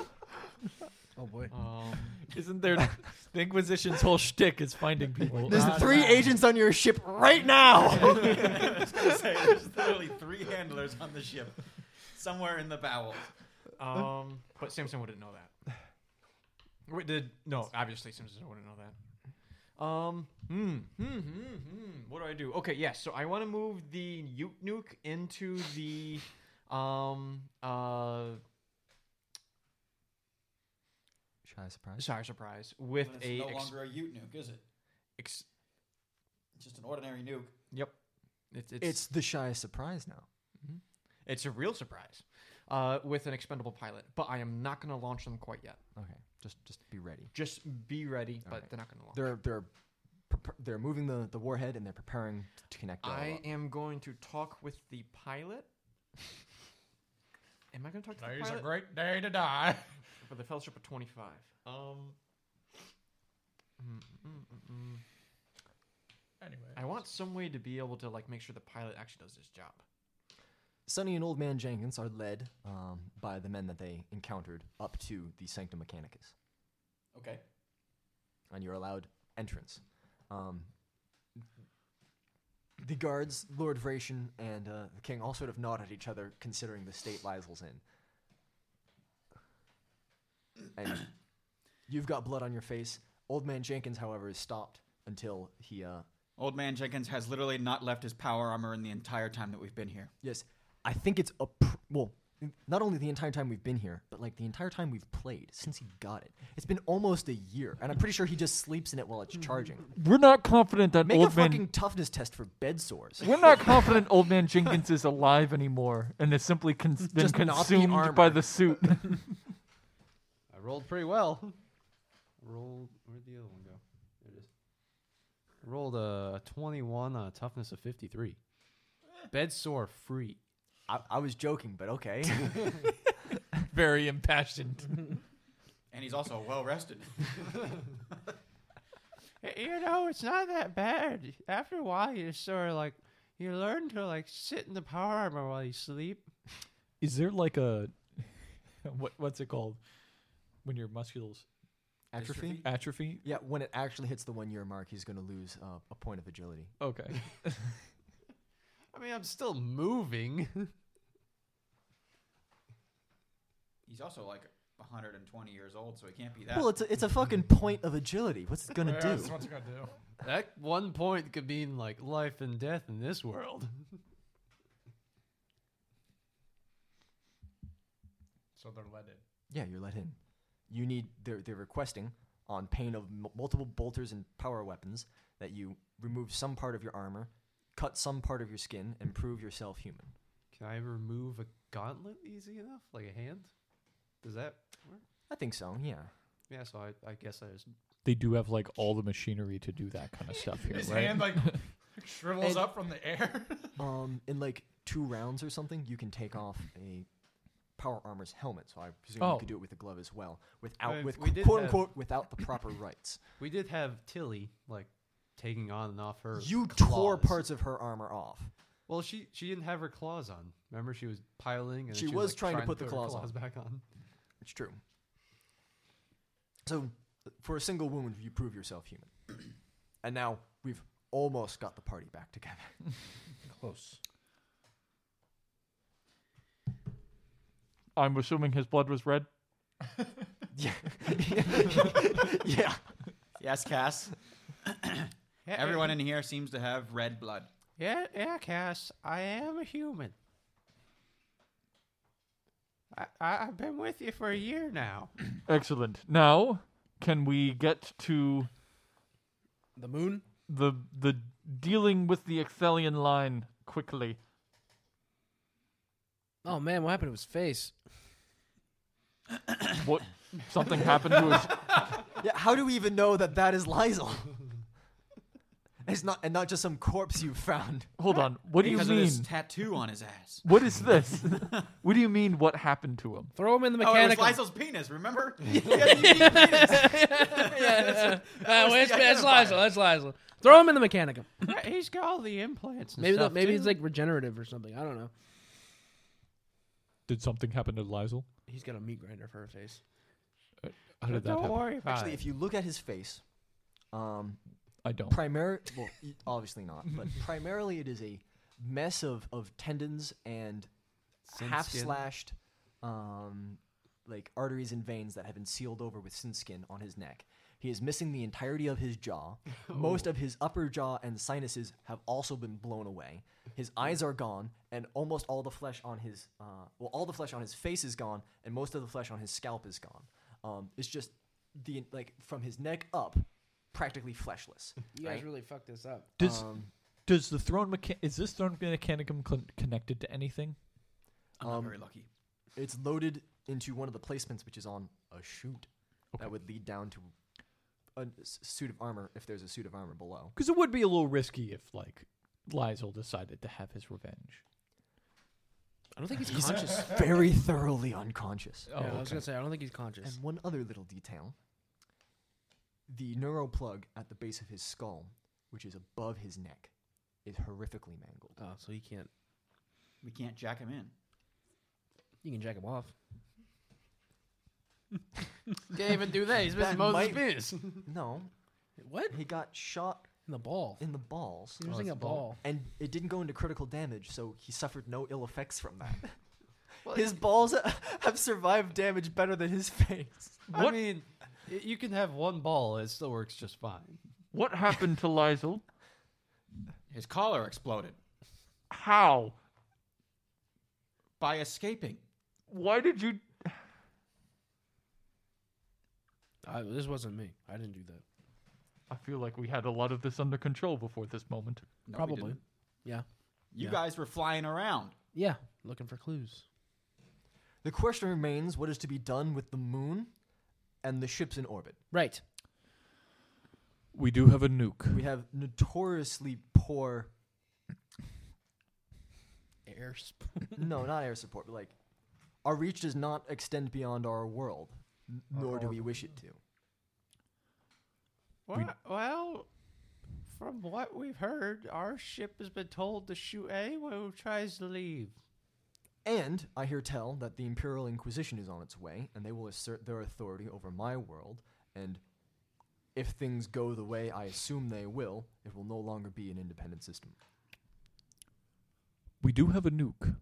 Speaker 3: Oh boy.
Speaker 2: Um,
Speaker 3: Isn't there the Inquisition's whole shtick is finding people?
Speaker 1: There's three agents on your ship right now.
Speaker 5: I was gonna say, there's literally three handlers on the ship, somewhere in the bowels.
Speaker 2: Um, but Samson wouldn't know that. Wait, did no? Obviously, Samson wouldn't know that. Um, hmm, hmm, hmm, hmm. What do I do? Okay, yes. so I want to move the Ute Nuke into the, um, uh,
Speaker 1: Shy surprise.
Speaker 2: sorry, surprise with
Speaker 5: But it's
Speaker 2: a.
Speaker 5: no
Speaker 2: ex-
Speaker 5: longer a Ute nuke, is it?
Speaker 2: ex-
Speaker 5: Just an ordinary nuke.
Speaker 2: yep. It's it's
Speaker 1: It's
Speaker 2: it's,
Speaker 1: the shy surprise now.
Speaker 2: a real surprise, uh, with an expendable pilot. But I am not going to launch them quite yet.
Speaker 1: Okay, just just be ready.
Speaker 2: Just be ready, but
Speaker 1: right.
Speaker 2: they're not going to launch.
Speaker 1: They're they're prep- they're moving the, the warhead and they're preparing to connect. uh, it all
Speaker 2: I
Speaker 1: up.
Speaker 2: am going to talk with the pilot. Am I going to talk to the
Speaker 4: Today's a
Speaker 2: pilot?
Speaker 4: great day to die.
Speaker 2: for the fellowship of 25 um mm, mm, mm, mm.
Speaker 4: Anyway,
Speaker 2: i want some way to be able to like make sure the pilot actually does his job
Speaker 1: Sonny and Old Man Jenkins are led um, by the men that they encountered up to the Sanctum Mechanicus.
Speaker 5: Okay.
Speaker 1: and you're allowed entrance. Um, the guards, Lord Vration and uh, the king, all sort of nod at each other, considering the state Lysel's in. And you've got blood on your face. Old Man Jenkins, however, is stopped until he. Uh,
Speaker 5: Old man Jenkins has literally not left his power armor in the entire time that we've been here.
Speaker 1: yes, I think it's a pr- well. Not only the entire time we've been here, but like the entire time we've played since he got it. It's been almost a year, and I'm pretty sure he just sleeps in it while it's charging.
Speaker 11: We're not confident that
Speaker 1: Make a
Speaker 11: old man.
Speaker 1: fucking toughness test for bed sores.
Speaker 11: We're not confident old man Jenkins is alive anymore and has simply cons- been
Speaker 1: Just not the
Speaker 11: consumed
Speaker 1: armor.
Speaker 11: by the suit.
Speaker 6: I rolled pretty well. Rolled. Where'd the other one go? There it is. Rolled a 21 on a toughness of 53. Bed sore free.
Speaker 1: I, I was joking, but okay.
Speaker 3: Very impassioned.
Speaker 5: And he's also well rested.
Speaker 9: Y- You know, it's not that bad. After a while, you just sort of like you learn to like sit in the power armor while you sleep.
Speaker 3: Is there like a what what's it called when your muscles
Speaker 1: Atrophy?
Speaker 3: atrophy?
Speaker 1: Yeah, when it actually hits the one year mark, he's going to lose uh, a point of agility.
Speaker 3: Okay.
Speaker 9: I mean, I'm still moving.
Speaker 5: He's also like 120 years old, so he can't be that.
Speaker 1: Well, it's a, it's a fucking point of agility. What's it going to
Speaker 4: Yeah,
Speaker 1: do?
Speaker 4: that's what you gotta do.
Speaker 9: that one point could mean like life and death in this world.
Speaker 4: So they're let in.
Speaker 1: Yeah, you're let in. You need, they're, they're requesting, on pain of m- multiple bolters and power weapons, that you remove some part of your armor, cut some part of your skin, and prove yourself human.
Speaker 9: Can I remove a gauntlet easy enough, like a hand? Does that?
Speaker 1: I think so, yeah.
Speaker 9: Yeah. So I, I guess I just
Speaker 3: They do have like all the machinery to do that kind of stuff here,
Speaker 4: His
Speaker 3: right?
Speaker 4: hand like shrivels
Speaker 1: And-
Speaker 4: up from the air.
Speaker 1: Um, in like two rounds or something, you can take off a power armor's helmet. So I presume
Speaker 3: Oh.
Speaker 1: you could do it with a glove as well, without
Speaker 9: Uh,
Speaker 1: with
Speaker 9: we did
Speaker 1: quote
Speaker 9: have-
Speaker 1: unquote without the proper rights.
Speaker 9: we did have Tilly like taking on and off her.
Speaker 1: You
Speaker 9: claws.
Speaker 1: tore parts of her armor off.
Speaker 9: Well, she she didn't have her claws on. Remember, she was piling. and
Speaker 1: She
Speaker 9: she
Speaker 1: was
Speaker 9: like,
Speaker 1: trying to put the
Speaker 9: her
Speaker 1: claws on.
Speaker 9: back on.
Speaker 1: It's true. So uh, for a single wound, you prove yourself human. and now we've almost got the party back together.
Speaker 3: Close.
Speaker 11: I'm assuming his blood was red.
Speaker 1: yeah. yeah.
Speaker 5: yes, Cass. Everyone in here seems to have red blood.
Speaker 9: Yeah, yeah, Cass. I am a human. I, I I've been with you for a year now.
Speaker 11: Excellent. Now, can we get to
Speaker 7: The moon?
Speaker 11: the the dealing with the Ecthelian line quickly.
Speaker 7: Oh man, what happened to his face?
Speaker 11: What? Something happened to his.
Speaker 1: Yeah, how do we even know that that is Lysel? It's not, and not just some corpse you found.
Speaker 11: Hold on. What do you
Speaker 5: Because
Speaker 11: mean?
Speaker 5: Of this tattoo on his ass.
Speaker 11: What is this? what do you mean? What happened to him?
Speaker 7: Throw him in the
Speaker 5: Oh, it was
Speaker 7: mechanical.
Speaker 5: Lysol's penis. Remember? He had a unique penis.
Speaker 7: yeah,
Speaker 5: That was
Speaker 7: uh, that's,
Speaker 5: the
Speaker 7: that's
Speaker 5: identifier.
Speaker 7: Lysel. That's Lysel. Throw him in the mechanicum.
Speaker 9: He's got all the implants. And
Speaker 7: Maybe the,
Speaker 9: stuff,
Speaker 7: maybe
Speaker 9: too.
Speaker 7: it's like regenerative or something. I don't know.
Speaker 11: Did something happen to Lysel?
Speaker 7: He's got a meat grinder for a face.
Speaker 11: How did that happen?
Speaker 1: Actually, if you look at his face, um,
Speaker 11: I don't.
Speaker 1: Primary, well, y- obviously not, but primarily it is a mess of, of tendons and
Speaker 6: Sin
Speaker 1: half
Speaker 6: skin?
Speaker 1: slashed, um, like arteries and veins that have been sealed over with sin skin on his neck. He is missing the entirety of his jaw. Most
Speaker 6: Oh.
Speaker 1: of his upper jaw and sinuses have also been blown away. His eyes are gone, and almost all the flesh on his uh, well, all the flesh on his face is gone, and most of the flesh on his scalp is gone. Um, it's just the like from his neck up, practically fleshless.
Speaker 7: You guys
Speaker 1: right?
Speaker 7: really fucked this up.
Speaker 11: Does
Speaker 1: Um,
Speaker 11: does the throne mecha- is this throne mechanicum con- connected to anything?
Speaker 5: I'm not
Speaker 1: Um,
Speaker 5: very lucky.
Speaker 1: It's loaded into one of the placements, which is on a chute that would lead down to a s- suit of armor if there's a suit of armor below.
Speaker 11: Because it would be a little risky if like Lysel decided to have his revenge.
Speaker 7: I don't think he's oh, conscious.
Speaker 1: Very thoroughly unconscious.
Speaker 7: yeah, I was gonna say I don't think he's conscious.
Speaker 1: And one other little detail the neuroplug at the base of his skull, which is above his neck, is horrifically mangled.
Speaker 7: Oh, so he can't.
Speaker 5: We can't jack him in.
Speaker 7: You can jack him off.
Speaker 9: Can't even do that. He's
Speaker 1: That
Speaker 9: missing Moses'
Speaker 1: might-
Speaker 9: penis.
Speaker 1: No.
Speaker 7: What?
Speaker 1: He got shot
Speaker 7: In the ball.
Speaker 1: in the balls.
Speaker 7: He's
Speaker 9: Oh,
Speaker 7: missing a ball.
Speaker 1: And it didn't go into critical damage, so he suffered no ill effects from that.
Speaker 9: Well,
Speaker 1: his balls have survived damage better than his face.
Speaker 6: I mean, y- you can have one ball; it still works just fine.
Speaker 11: What happened to Lysel?
Speaker 5: His collar exploded
Speaker 11: How?
Speaker 5: by escaping.
Speaker 11: Why did you?
Speaker 7: I, this wasn't me. I didn't do that.
Speaker 11: I feel like we had a lot of this under control before this moment.
Speaker 5: No, we
Speaker 7: Probably.
Speaker 5: didn't.
Speaker 7: Yeah.
Speaker 5: You
Speaker 7: Yeah.
Speaker 5: guys were flying around.
Speaker 7: Yeah. Looking for clues.
Speaker 1: The question remains what is to be done with the moon and the ships in orbit?
Speaker 7: Right.
Speaker 11: We do have a nuke.
Speaker 1: We have notoriously poor,
Speaker 7: Air.
Speaker 1: no, not air support, but like our reach does not extend beyond our world, n- nor do we wish it to.
Speaker 9: Well, well, from what we've heard, our ship has been told to shoot anyone who tries to leave.
Speaker 1: And I hear tell that the Imperial Inquisition is on its way, and they will assert their authority over my world. And if things go the way I assume they will, it will no longer be an independent system.
Speaker 11: We do have a nuke.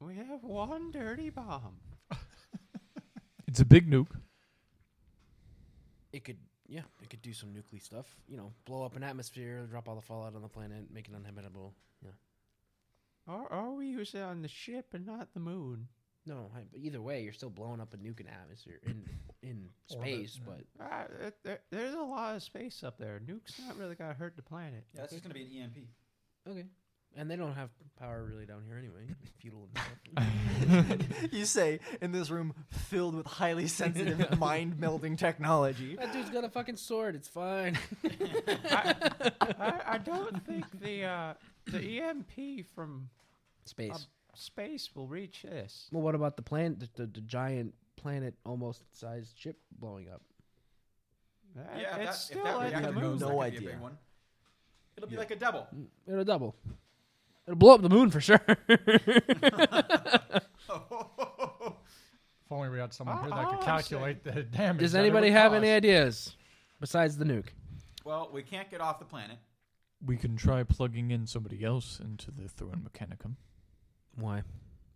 Speaker 9: We have one dirty bomb.
Speaker 11: It's a big nuke.
Speaker 7: It could. Yeah. It could do some nuclear stuff. You know, blow up an atmosphere, drop all the fallout on the planet, make it uninhabitable. Yeah.
Speaker 9: Or, or we use it on the ship and not the moon.
Speaker 7: No, I- but either way, you're still blowing up a nuke in atmosphere in in
Speaker 4: Orbit,
Speaker 7: space.
Speaker 4: yeah.
Speaker 7: But
Speaker 9: Uh, there, there- there's a lot of space up there. Nuke's not really going to hurt the planet.
Speaker 5: Yeah, that's just gonna be an E EMP.
Speaker 7: Okay. And they don't have power really down here anyway. Feudal and
Speaker 1: you say in this room filled with highly sensitive, mind melding technology.
Speaker 7: That dude's got a fucking sword. It's fine.
Speaker 9: I, I don't think the uh, the EMP from
Speaker 7: Space.
Speaker 9: um, space will reach this.
Speaker 7: Uh, well, what about the planet, the, the, the giant planet, almost sized ship blowing up?
Speaker 9: Uh,
Speaker 5: Yeah,
Speaker 9: it's
Speaker 5: if that,
Speaker 9: still
Speaker 5: if that
Speaker 9: at
Speaker 5: reactor
Speaker 9: the
Speaker 1: have
Speaker 9: moon.
Speaker 5: moves, that
Speaker 1: no
Speaker 5: could be a
Speaker 1: idea.
Speaker 5: big one. It'll be like a double.
Speaker 7: It'll double. It'll blow up the moon for sure.
Speaker 4: If only we had someone here
Speaker 9: All-
Speaker 11: Ah,
Speaker 4: that
Speaker 9: all
Speaker 4: could
Speaker 9: I'm
Speaker 4: calculate the damage.
Speaker 7: Does
Speaker 4: that it
Speaker 7: anybody
Speaker 4: would
Speaker 7: have
Speaker 4: cause.
Speaker 7: any ideas besides the nuke?
Speaker 5: well, we can't get off the planet.
Speaker 11: We can try plugging in somebody else into the throne mechanicum.
Speaker 7: Why?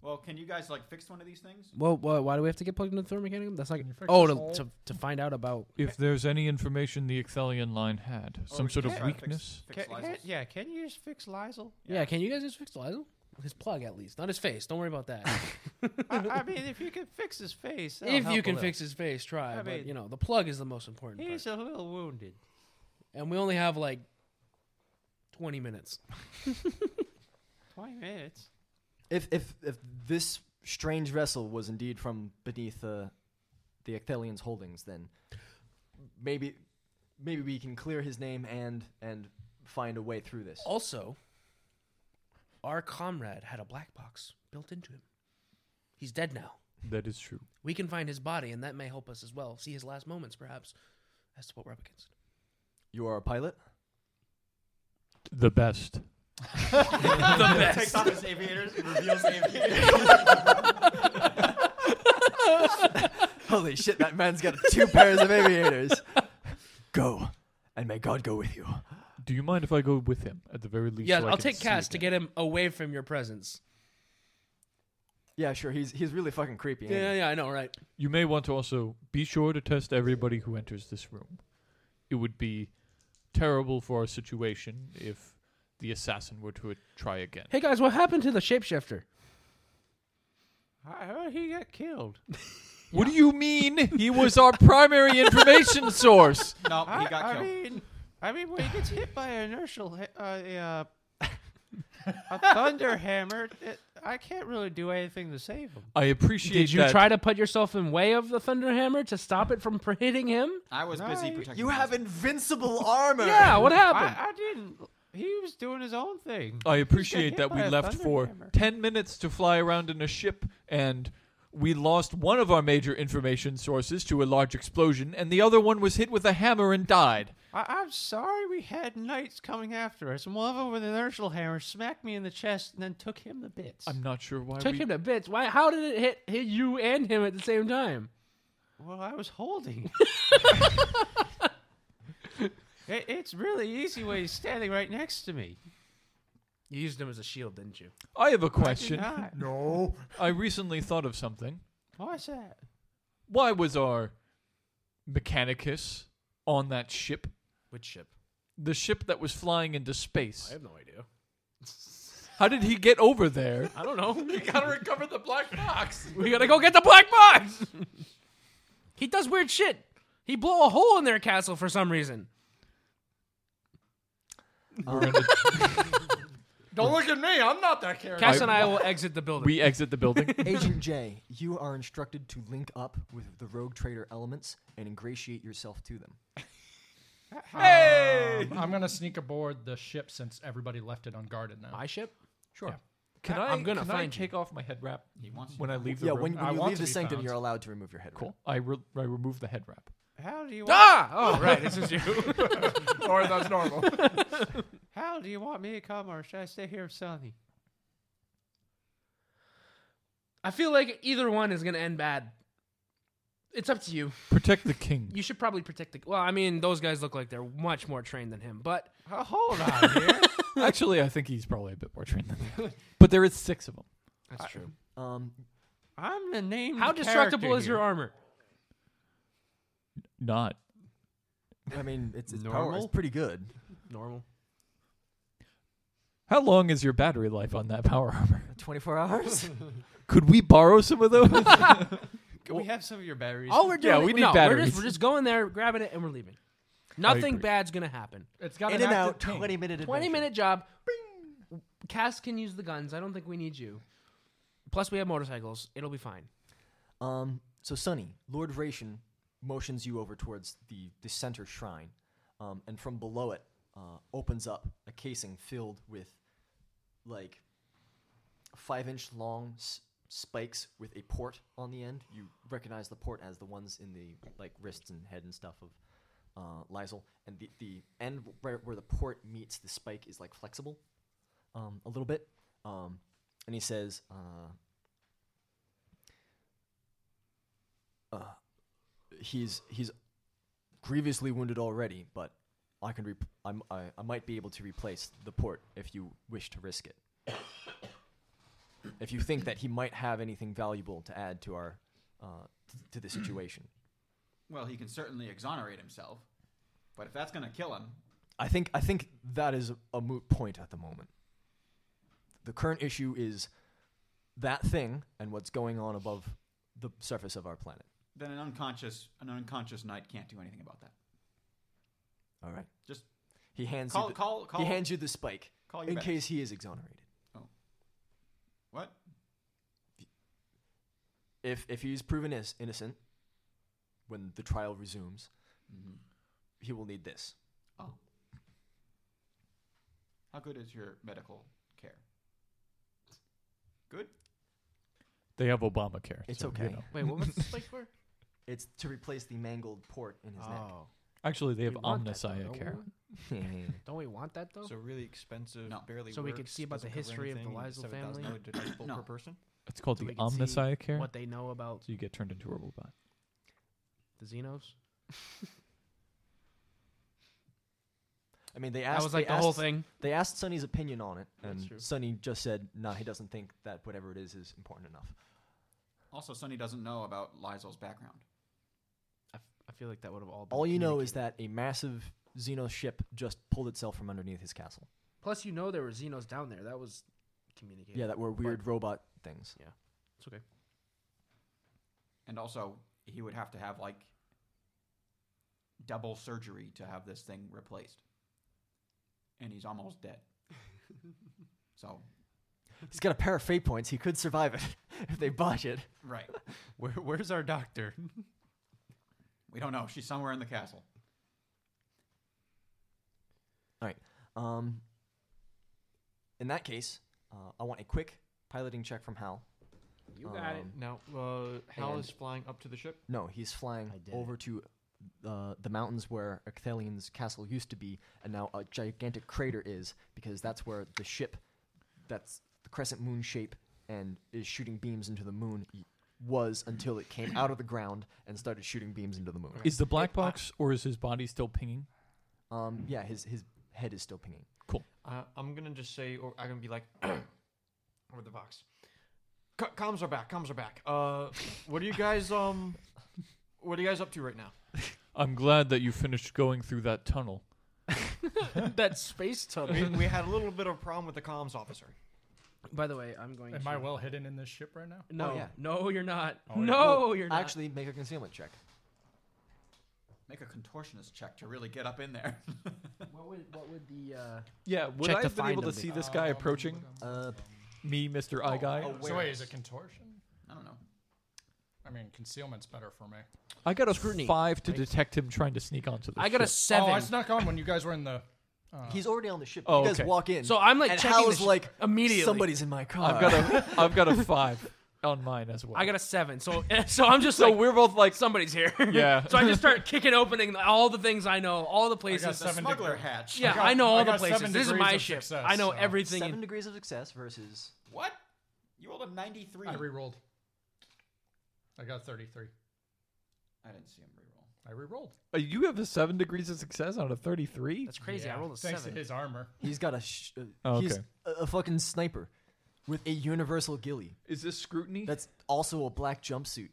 Speaker 5: Well, can you guys like fix one of these things?
Speaker 7: Well, why, why do we have to get plugged into the thermomechanicum? That's like
Speaker 4: Can you fix
Speaker 7: oh,
Speaker 4: this
Speaker 7: to,
Speaker 4: hole?
Speaker 7: to to find out about.
Speaker 11: If there's any information the Ecthelian line had,
Speaker 3: Oh,
Speaker 5: Or
Speaker 11: some
Speaker 5: we
Speaker 11: sort
Speaker 5: can
Speaker 11: of
Speaker 5: try to fix-
Speaker 11: weakness.
Speaker 5: Fix,
Speaker 9: Can, can,
Speaker 5: Lysol's.
Speaker 9: yeah, can you just fix Lysol?
Speaker 7: Yeah. can you guys just fix the Lysol? His plug, at least, not his face. Don't worry about that.
Speaker 9: I, I mean, if you can fix his face, that'll
Speaker 7: if
Speaker 9: help
Speaker 7: you
Speaker 9: a
Speaker 7: can
Speaker 9: little.
Speaker 7: fix his face, try.
Speaker 9: I
Speaker 7: but
Speaker 9: mean-
Speaker 7: you know, the plug is the most important. part.
Speaker 9: he's a little wounded.
Speaker 7: and we only have like twenty minutes.
Speaker 9: Twenty minutes.
Speaker 1: If if if this strange vessel was indeed from beneath uh, the Ecthelian's holdings, then maybe maybe we can clear his name and and find a way through this.
Speaker 7: Also, our comrade had a black box built into him. He's dead now.
Speaker 3: That is true.
Speaker 7: We can find his body, and that may help us as well. See his last moments, perhaps. That's what we're up against.
Speaker 1: You are a pilot.
Speaker 3: The best.
Speaker 7: the best.
Speaker 5: Takes off his aviators, reveals the aviators.
Speaker 1: Holy shit! That man's got two pairs of aviators. Go, and may God go with you.
Speaker 3: Do you mind if I go with him at the very least?
Speaker 7: yeah,
Speaker 3: so I
Speaker 7: I'll
Speaker 3: can
Speaker 7: take
Speaker 3: see
Speaker 7: Cass
Speaker 3: again?
Speaker 7: to get him away from your presence.
Speaker 1: Yeah, sure. He's he's really fucking creepy. ain't he?
Speaker 7: Yeah, yeah, I know, right?
Speaker 3: You may want to also be sure to test everybody who enters this room. It would be terrible for our situation if the assassin were to try again.
Speaker 7: Hey guys, what happened to the shapeshifter?
Speaker 9: I heard he got killed.
Speaker 3: What do you mean? He was our primary information source.
Speaker 5: No, he
Speaker 9: I,
Speaker 5: got
Speaker 9: I
Speaker 5: killed.
Speaker 9: Mean, I mean, when he gets hit by an inertial, ha- uh, a, uh, a thunder hammer, it, I can't really do anything to save him.
Speaker 3: I appreciate
Speaker 7: Did you
Speaker 3: that.
Speaker 7: try to put yourself in way of the thunderhammer to stop it from hitting him?
Speaker 5: I was
Speaker 9: No,
Speaker 5: busy
Speaker 9: you-
Speaker 5: protecting.
Speaker 1: You
Speaker 5: the
Speaker 1: have
Speaker 5: house.
Speaker 1: invincible armor.
Speaker 7: Yeah, what happened?
Speaker 9: I, I didn't. He was doing his own thing.
Speaker 4: Uh,
Speaker 3: I
Speaker 9: He just got
Speaker 3: appreciate
Speaker 9: hit
Speaker 3: that we
Speaker 9: by a
Speaker 3: left
Speaker 9: thunder
Speaker 3: for
Speaker 9: hammer.
Speaker 3: 10 minutes to fly around in a ship and we lost one of our major information sources to a large explosion and the other one was hit with a hammer and died.
Speaker 9: I, I'm sorry we had knights coming after us, and one of them with an inertial hammer smacked me in the chest and then took him to bits.
Speaker 3: I'm not sure why
Speaker 7: Took
Speaker 3: we
Speaker 7: him to bits. Why? How did it hit, hit you and him at the same time?
Speaker 9: Well, I was holding. it, it's really easy when he's standing right next to me.
Speaker 7: You used him as a shield, didn't you?
Speaker 3: I have a question.
Speaker 9: not.
Speaker 3: No. I recently thought of something.
Speaker 9: Why's that?
Speaker 3: Why was our mechanicus on that ship?
Speaker 7: Which ship?
Speaker 3: The ship that was flying into space.
Speaker 7: no idea.
Speaker 3: How did he get over there?
Speaker 7: I don't know.
Speaker 11: You gotta recover the black box.
Speaker 7: we gotta go get the black box. he does weird shit. He blew a hole in their castle for some reason.
Speaker 2: Don't look at me. I'm not that character.
Speaker 7: Cass and I will exit the building.
Speaker 3: We exit the building.
Speaker 1: Agent J, you are instructed to link up with the rogue trader elements and ingratiate yourself to them.
Speaker 4: Hey! I'm gonna sneak aboard the ship since everybody left it unguarded now.
Speaker 7: My ship?
Speaker 4: Sure.
Speaker 3: Can I,
Speaker 7: I'm gonna
Speaker 3: can
Speaker 7: find
Speaker 3: I
Speaker 7: you.
Speaker 3: take off my head wrap
Speaker 5: He wants
Speaker 3: when I leave the
Speaker 1: yeah,
Speaker 3: room?
Speaker 1: when,
Speaker 4: I
Speaker 1: when you
Speaker 4: want
Speaker 1: leave
Speaker 4: to
Speaker 1: the
Speaker 4: be
Speaker 1: sanctum,
Speaker 4: found.
Speaker 1: you're allowed to remove your head.
Speaker 3: Cool. I, re- I remove the head wrap.
Speaker 9: How do you want?
Speaker 7: Ah! Oh, right. This is you.
Speaker 2: Sorry, that's normal.
Speaker 9: How do you want me to come, or should I stay here with Sonny?
Speaker 7: I feel like either one is gonna end bad. It's up to you.
Speaker 3: Protect the king.
Speaker 7: You should probably protect the. Well, I mean, those guys look like they're much more trained than him, but
Speaker 9: Oh, hold on here.
Speaker 3: Actually, I think he's probably a bit more trained than that. But there is six of them.
Speaker 7: that's true.
Speaker 1: Um,
Speaker 9: I'm the name.
Speaker 7: How destructible is your armor?
Speaker 3: Not.
Speaker 1: I mean, it's, its power is
Speaker 9: Normal?
Speaker 1: pretty good.
Speaker 7: Normal.
Speaker 3: How long is your battery life on that power armor?
Speaker 1: 24 hours?
Speaker 3: Could we borrow some of those?
Speaker 9: Can we have some of your batteries?
Speaker 7: All we're doing,
Speaker 3: Yeah, we need
Speaker 7: no, We're
Speaker 3: batteries.
Speaker 7: just, we're just going there, grabbing it, and we're leaving. Nothing bad's gonna happen.
Speaker 4: It's got
Speaker 1: In
Speaker 4: an
Speaker 1: and
Speaker 4: active
Speaker 1: out,
Speaker 4: ping.
Speaker 1: 20 minute
Speaker 7: Twenty
Speaker 1: adventure.
Speaker 7: minute job. Cass can use the guns. I don't think we need you. Plus, we have motorcycles. It'll be fine.
Speaker 1: Um, so, Sonny, Lord Ration motions you over towards the, the center shrine, um, and from below it uh, opens up a casing filled with like five inch long s- spikes with a port on the end. You recognize the port as the ones in the like wrists and head and stuff of uh, Lysol, and the, the end where, where the port meets the spike is like flexible um, a little bit. Um, and he says, uh, uh, he's he's grievously wounded already, but I can rep- I'm, I I might be able to replace the port if you wish to risk it. if you think that he might have anything valuable to add to our uh, t- to the situation,
Speaker 5: Well, he can certainly exonerate himself, but if that's gonna kill him,
Speaker 1: I think I think that is a moot point at the moment. The current issue is that thing and what's going on above the surface of our planet.
Speaker 5: then an unconscious an unconscious knight can't do anything about that.
Speaker 1: All right.
Speaker 5: Just
Speaker 1: he hands
Speaker 5: call-
Speaker 1: you the,
Speaker 5: call- call-
Speaker 1: he hands you the spike
Speaker 5: call your
Speaker 1: in
Speaker 5: bets.
Speaker 1: case he is exonerated.
Speaker 5: What?
Speaker 1: If if he's proven is innocent when the trial resumes,
Speaker 5: mm-hmm.
Speaker 1: he will need this.
Speaker 5: Oh. How good is your medical care? Good.
Speaker 3: They have Obamacare.
Speaker 1: It's
Speaker 3: so, you
Speaker 1: okay.
Speaker 3: know.
Speaker 1: spike for? It's to replace the mangled port in his neck.
Speaker 5: Oh.
Speaker 3: Actually, they have
Speaker 7: We want that, though,
Speaker 3: Omnisaya
Speaker 7: don't
Speaker 3: care.
Speaker 1: we?
Speaker 7: Don't we want that though?
Speaker 2: So really expensive, barely.
Speaker 7: So we could
Speaker 2: works,
Speaker 7: see about the
Speaker 2: doesn't cover
Speaker 7: history of the
Speaker 2: anything, and
Speaker 7: Liesel
Speaker 2: $7,000
Speaker 7: family?
Speaker 2: deductible
Speaker 7: No.
Speaker 2: per person.
Speaker 3: It's called
Speaker 7: So
Speaker 3: the
Speaker 7: we can see
Speaker 3: Omnisaya care.
Speaker 7: What they know about
Speaker 3: So you get turned into a robot.
Speaker 7: the Xenos.
Speaker 1: I mean, they
Speaker 7: That
Speaker 1: asked.
Speaker 7: was, like,
Speaker 1: they
Speaker 7: the whole
Speaker 1: asked-
Speaker 7: thing.
Speaker 1: They asked Sonny's opinion on it,
Speaker 5: That's
Speaker 1: and
Speaker 5: true.
Speaker 1: Sonny just said, "No, he doesn't think that whatever it is is important enough."
Speaker 5: Also, Sonny doesn't know about Lysol's background.
Speaker 7: I, f- I feel like that would have all. Been
Speaker 1: All you know is that a massive Xeno ship just pulled itself from underneath his castle.
Speaker 7: Plus, you know there were Xenos down there. That was communicated.
Speaker 1: Yeah, that were weird robot things.
Speaker 7: Yeah, it's okay.
Speaker 5: And also, he would have to have like double surgery to have this thing replaced. And he's almost dead. so,
Speaker 1: He's got a pair of fate points. He could survive it if they botch it.
Speaker 5: right.
Speaker 6: Where, where's our doctor?
Speaker 5: We don't know. She's somewhere in the castle.
Speaker 1: All right. Um, in that case, uh, I want a quick piloting check from Hal.
Speaker 2: You
Speaker 7: um,
Speaker 2: got it. Now, uh, Hal is flying up to the ship.
Speaker 1: No, he's flying over to uh, the mountains where Acthalian's castle used to be, and now a gigantic crater is, because that's where the ship that's the crescent moon shape and is shooting beams into the moon y- was until it came out of the ground and started shooting beams into the moon.
Speaker 3: Is the black box or is his body still pinging?
Speaker 1: Um, yeah, his, his head is still pinging.
Speaker 3: Cool.
Speaker 2: Uh, I'm gonna just say, or I'm gonna be like, over the box. C- comms are back. Comms are back. Uh, what are you guys um, what are you guys up to right now?
Speaker 3: I'm glad that you finished going through that tunnel.
Speaker 7: that space tunnel.
Speaker 2: We, we had a little bit of a problem with the comms officer.
Speaker 7: By the way, I'm going.
Speaker 4: Am
Speaker 7: to...
Speaker 4: I well hidden in this ship right now?
Speaker 7: No, no, you're not.
Speaker 4: yeah.
Speaker 7: No, you're not.
Speaker 1: Actually, make a concealment check.
Speaker 5: Make a contortionist check to really get up in there.
Speaker 7: what would what would the uh,
Speaker 3: Yeah, would
Speaker 7: check
Speaker 3: I
Speaker 7: to
Speaker 3: have been
Speaker 7: find
Speaker 3: able to
Speaker 7: them be?
Speaker 3: see this
Speaker 4: Oh,
Speaker 3: guy approaching?
Speaker 1: Uh,
Speaker 3: me, Mr. Eye Guy.
Speaker 4: So wait, is it contortion?
Speaker 5: I don't know.
Speaker 4: I mean, concealment's better for me.
Speaker 3: I got a
Speaker 7: Scrutiny,
Speaker 3: five to
Speaker 7: right?
Speaker 3: detect him trying to sneak onto the
Speaker 7: I got a
Speaker 3: ship.
Speaker 7: seven.
Speaker 4: Oh, I snuck on when you guys were in the. Uh,
Speaker 1: He's already on the ship.
Speaker 3: Oh,
Speaker 1: you guys
Speaker 3: okay.
Speaker 1: walk in.
Speaker 7: So I'm, like,
Speaker 1: and
Speaker 7: checking
Speaker 1: Hal
Speaker 7: the
Speaker 1: is
Speaker 7: ship
Speaker 1: like
Speaker 7: immediately.
Speaker 1: Somebody's in my car.
Speaker 3: I've got a I've got a five on mine as well.
Speaker 7: I got a seven. So so I'm just
Speaker 3: so
Speaker 7: like
Speaker 3: we're both like
Speaker 7: somebody's here.
Speaker 3: Yeah.
Speaker 7: so I just start kicking opening all the things I know, all the
Speaker 4: I
Speaker 7: places.
Speaker 4: got seven
Speaker 5: Smuggler
Speaker 4: degrees.
Speaker 5: hatch.
Speaker 7: Yeah, I,
Speaker 4: got-
Speaker 7: know
Speaker 4: I
Speaker 7: all the
Speaker 4: got
Speaker 7: places.
Speaker 4: seven
Speaker 7: This is
Speaker 4: degrees
Speaker 7: my
Speaker 4: of
Speaker 7: ship.
Speaker 4: success,
Speaker 7: I know
Speaker 4: so-
Speaker 7: everything.
Speaker 1: seven
Speaker 7: in-
Speaker 1: degrees of success versus
Speaker 5: What? You rolled a 93.
Speaker 4: I re-rolled. I got 33.
Speaker 5: I didn't see him re-roll.
Speaker 4: I re-rolled.
Speaker 3: Uh, you have a seven degrees of success on a thirty-three.
Speaker 7: That's crazy.
Speaker 4: Yeah,
Speaker 7: I rolled a
Speaker 4: Thanks
Speaker 7: seven.
Speaker 4: to his armor.
Speaker 1: He's got a. Sh- uh,
Speaker 3: Oh,
Speaker 1: He's
Speaker 3: okay.
Speaker 1: a, a fucking sniper with a universal ghillie
Speaker 3: Is this scrutiny?
Speaker 1: that's also a black jumpsuit,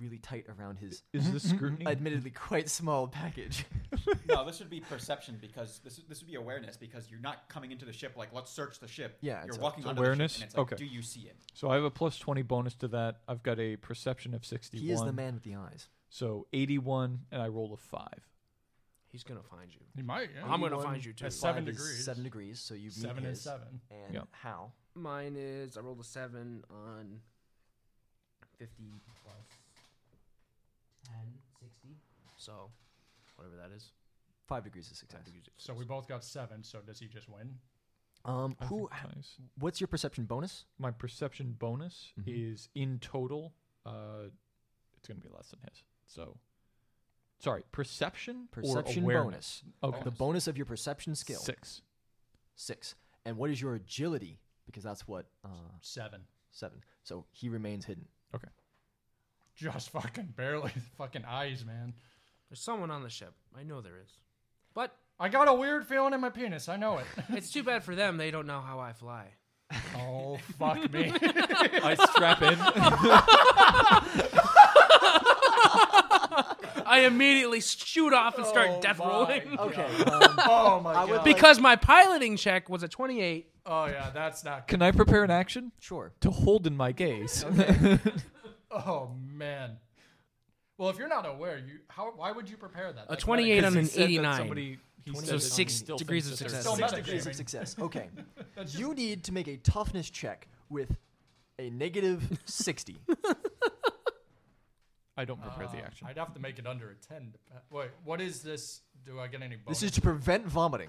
Speaker 1: really tight around his
Speaker 3: Is this scrutiny?
Speaker 1: admittedly quite small package.
Speaker 5: no, this would be perception because this this would be awareness because you're not coming into the ship like let's search the ship.
Speaker 1: Yeah,
Speaker 5: you're
Speaker 1: it's a-
Speaker 5: walking
Speaker 3: it's
Speaker 5: onto
Speaker 3: awareness?
Speaker 5: The ship and it's like,
Speaker 3: Okay.
Speaker 5: Do you see it?
Speaker 3: so I have a plus twenty bonus to that. I've got a perception of sixty-one.
Speaker 1: he is the man with the eyes.
Speaker 3: So eighty-one, and I roll a five.
Speaker 7: He's gonna find you.
Speaker 4: He might. Yeah.
Speaker 7: I'm gonna
Speaker 1: 81
Speaker 7: find you too.
Speaker 4: That's seven
Speaker 1: Five is
Speaker 4: degrees.
Speaker 1: Seven degrees. So you meet
Speaker 4: Seven and
Speaker 1: his,
Speaker 4: seven.
Speaker 1: And
Speaker 3: Yep.
Speaker 1: how?
Speaker 7: Mine is I rolled a seven on fifty plus 10, 60. So whatever that is.
Speaker 1: Five degrees of success.
Speaker 4: So we both got seven. So does he just win?
Speaker 1: Um,
Speaker 3: I
Speaker 1: who?
Speaker 3: think ties.
Speaker 1: What's your perception bonus?
Speaker 3: My perception bonus
Speaker 1: Mhm.
Speaker 3: is in total. Uh, it's gonna be less than his. So, sorry, perception. or
Speaker 1: Perception
Speaker 3: awareness?
Speaker 1: bonus.
Speaker 3: Okay.
Speaker 1: The bonus of your perception skill.
Speaker 3: Six.
Speaker 1: Six. And what is your agility? Because that's what uh,
Speaker 4: Seven.
Speaker 1: seven. So he remains hidden.
Speaker 3: Okay.
Speaker 4: Just fucking barely. Fucking eyes, man.
Speaker 7: There's someone on the ship. I know there is. But
Speaker 4: I got a weird feeling in my penis. I know it.
Speaker 7: it's too bad for them. They don't know how I fly.
Speaker 4: oh fuck me.
Speaker 3: I strap in.
Speaker 7: I immediately shoot off and
Speaker 1: Oh
Speaker 7: start death rolling.
Speaker 1: Okay. Um,
Speaker 4: Oh my god.
Speaker 7: Because my piloting check was a 28.
Speaker 4: oh yeah, that's not.
Speaker 3: Can I prepare an action
Speaker 1: sure.
Speaker 3: to hold in my gaze?
Speaker 4: Oh man. Well, if you're not aware, you how why would you prepare that?
Speaker 7: A
Speaker 4: That's not
Speaker 7: 28 on
Speaker 4: good-
Speaker 7: an 89.
Speaker 1: So
Speaker 7: six degrees of success.
Speaker 1: Six degrees of success. Okay. you need to make a toughness check with a negative 60.
Speaker 3: Oh, I don't prepare the action.
Speaker 4: uh, I'd have to make it under a 10. to pa- Wait, what is this? Do I get any bonus?
Speaker 1: This is to prevent vomiting.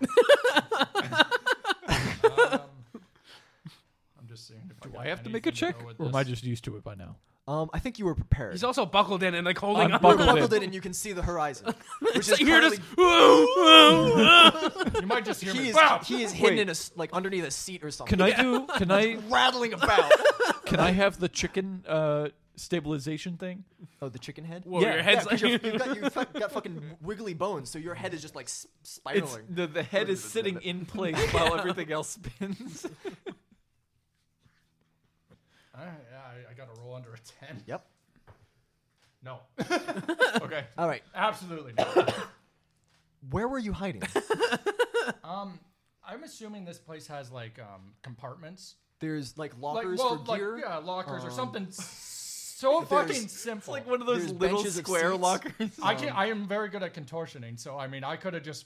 Speaker 4: I'm just saying. if
Speaker 3: Do
Speaker 4: got
Speaker 3: I have to make a
Speaker 4: anything
Speaker 3: check,
Speaker 4: go with
Speaker 3: or am
Speaker 4: this.
Speaker 3: I just used to it by now?
Speaker 1: Um, I think you were prepared.
Speaker 7: He's also buckled in and like holding
Speaker 3: I'm
Speaker 7: on.
Speaker 3: buckled
Speaker 1: You're buckled in and you can see the horizon. Which
Speaker 7: So
Speaker 1: is
Speaker 7: you hear
Speaker 1: currently-
Speaker 7: just, "Whoa, whoa." You might just hear
Speaker 1: he
Speaker 7: me,
Speaker 1: Is,
Speaker 7: "Wow."
Speaker 1: He is hidden
Speaker 7: Wait.
Speaker 1: in a, s- like underneath a seat or something.
Speaker 3: Can I do? Can I
Speaker 1: rattling about?
Speaker 3: Can I have the chicken uh, stabilization thing?
Speaker 1: Oh, the chicken head.
Speaker 3: Whoa, your head's
Speaker 1: 'cause
Speaker 3: like-
Speaker 1: you've, you've got, you've fu- got fucking wiggly bones, so your head is just like s-
Speaker 5: It's,
Speaker 1: spiraling.
Speaker 5: the, the head is sitting in place while everything else spins.
Speaker 4: All right, yeah, I, I got to roll under a 10.
Speaker 1: Yep.
Speaker 4: No. okay.
Speaker 1: All right.
Speaker 4: Absolutely not.
Speaker 1: Where were you hiding?
Speaker 4: um, I'm assuming this place has like um compartments.
Speaker 1: There's like
Speaker 4: Like,
Speaker 1: lockers
Speaker 4: well,
Speaker 1: for
Speaker 4: like, uh,
Speaker 1: gear.
Speaker 4: yeah, lockers or
Speaker 1: um,
Speaker 4: something so
Speaker 1: there's-
Speaker 4: fucking
Speaker 1: it's
Speaker 4: simple.
Speaker 1: like one of those There's little benches of square seats. lockers.
Speaker 4: I can.
Speaker 1: Um,
Speaker 4: I am very good at contortioning, so I mean, I could have just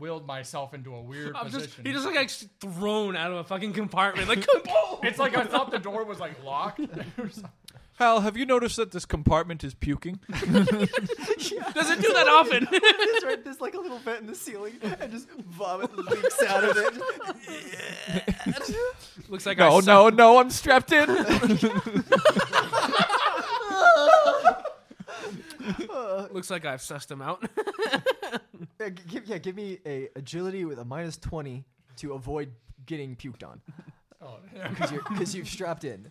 Speaker 4: willed myself into a weird
Speaker 7: I'm just,
Speaker 4: position.
Speaker 7: he just like got thrown out of a fucking compartment. Like, kaboom!
Speaker 4: it's like I thought the door was like locked. or something.
Speaker 3: Hal, have you noticed that this compartment is puking?
Speaker 7: Does it do that often?
Speaker 1: It's right, there's like a little vent in the ceiling, and just vomit leaks out of it.
Speaker 7: Looks like
Speaker 3: no,
Speaker 7: I
Speaker 3: no, no! I'm strapped in.
Speaker 7: Looks like I've sussed him out.
Speaker 1: Yeah, g- give, yeah, give me a agility with a minus twenty to avoid getting puked on.
Speaker 4: Oh,
Speaker 1: because you've strapped in.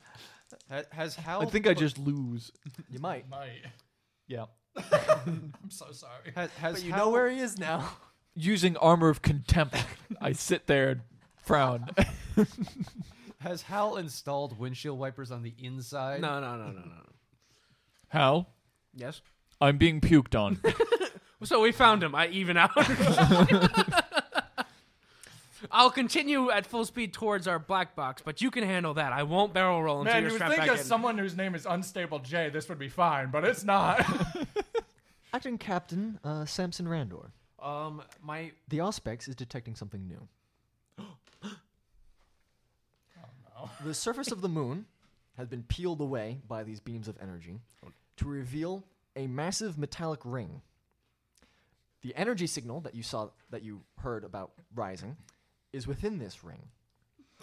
Speaker 6: Has Hal?
Speaker 3: I think I just lose.
Speaker 1: You might.
Speaker 4: Might.
Speaker 3: Yeah.
Speaker 4: I'm so sorry.
Speaker 6: Has, has
Speaker 1: But you
Speaker 6: Hal-
Speaker 1: know where he is now.
Speaker 3: Using armor of contempt, I sit there and frown.
Speaker 6: Has Hal installed windshield wipers on the inside?
Speaker 7: No, no, no, no, no.
Speaker 3: Hal,
Speaker 7: Yes.
Speaker 3: I'm being puked on.
Speaker 7: So we found him. I even out. I'll continue at full speed towards our black box, but you can handle that. I won't barrel roll until
Speaker 4: Man,
Speaker 7: you're
Speaker 4: you would
Speaker 7: strapped
Speaker 4: think
Speaker 7: back
Speaker 4: as
Speaker 7: in.
Speaker 4: someone whose name is Unstable J, this would be fine, but it's not.
Speaker 1: Acting Captain uh, Samson Randor.
Speaker 2: Um, my
Speaker 1: The Auspex is detecting something new. Oh, The surface of the moon has been peeled away by these beams of energy to reveal a massive metallic ring. The energy signal that you saw that you heard about rising is within this ring.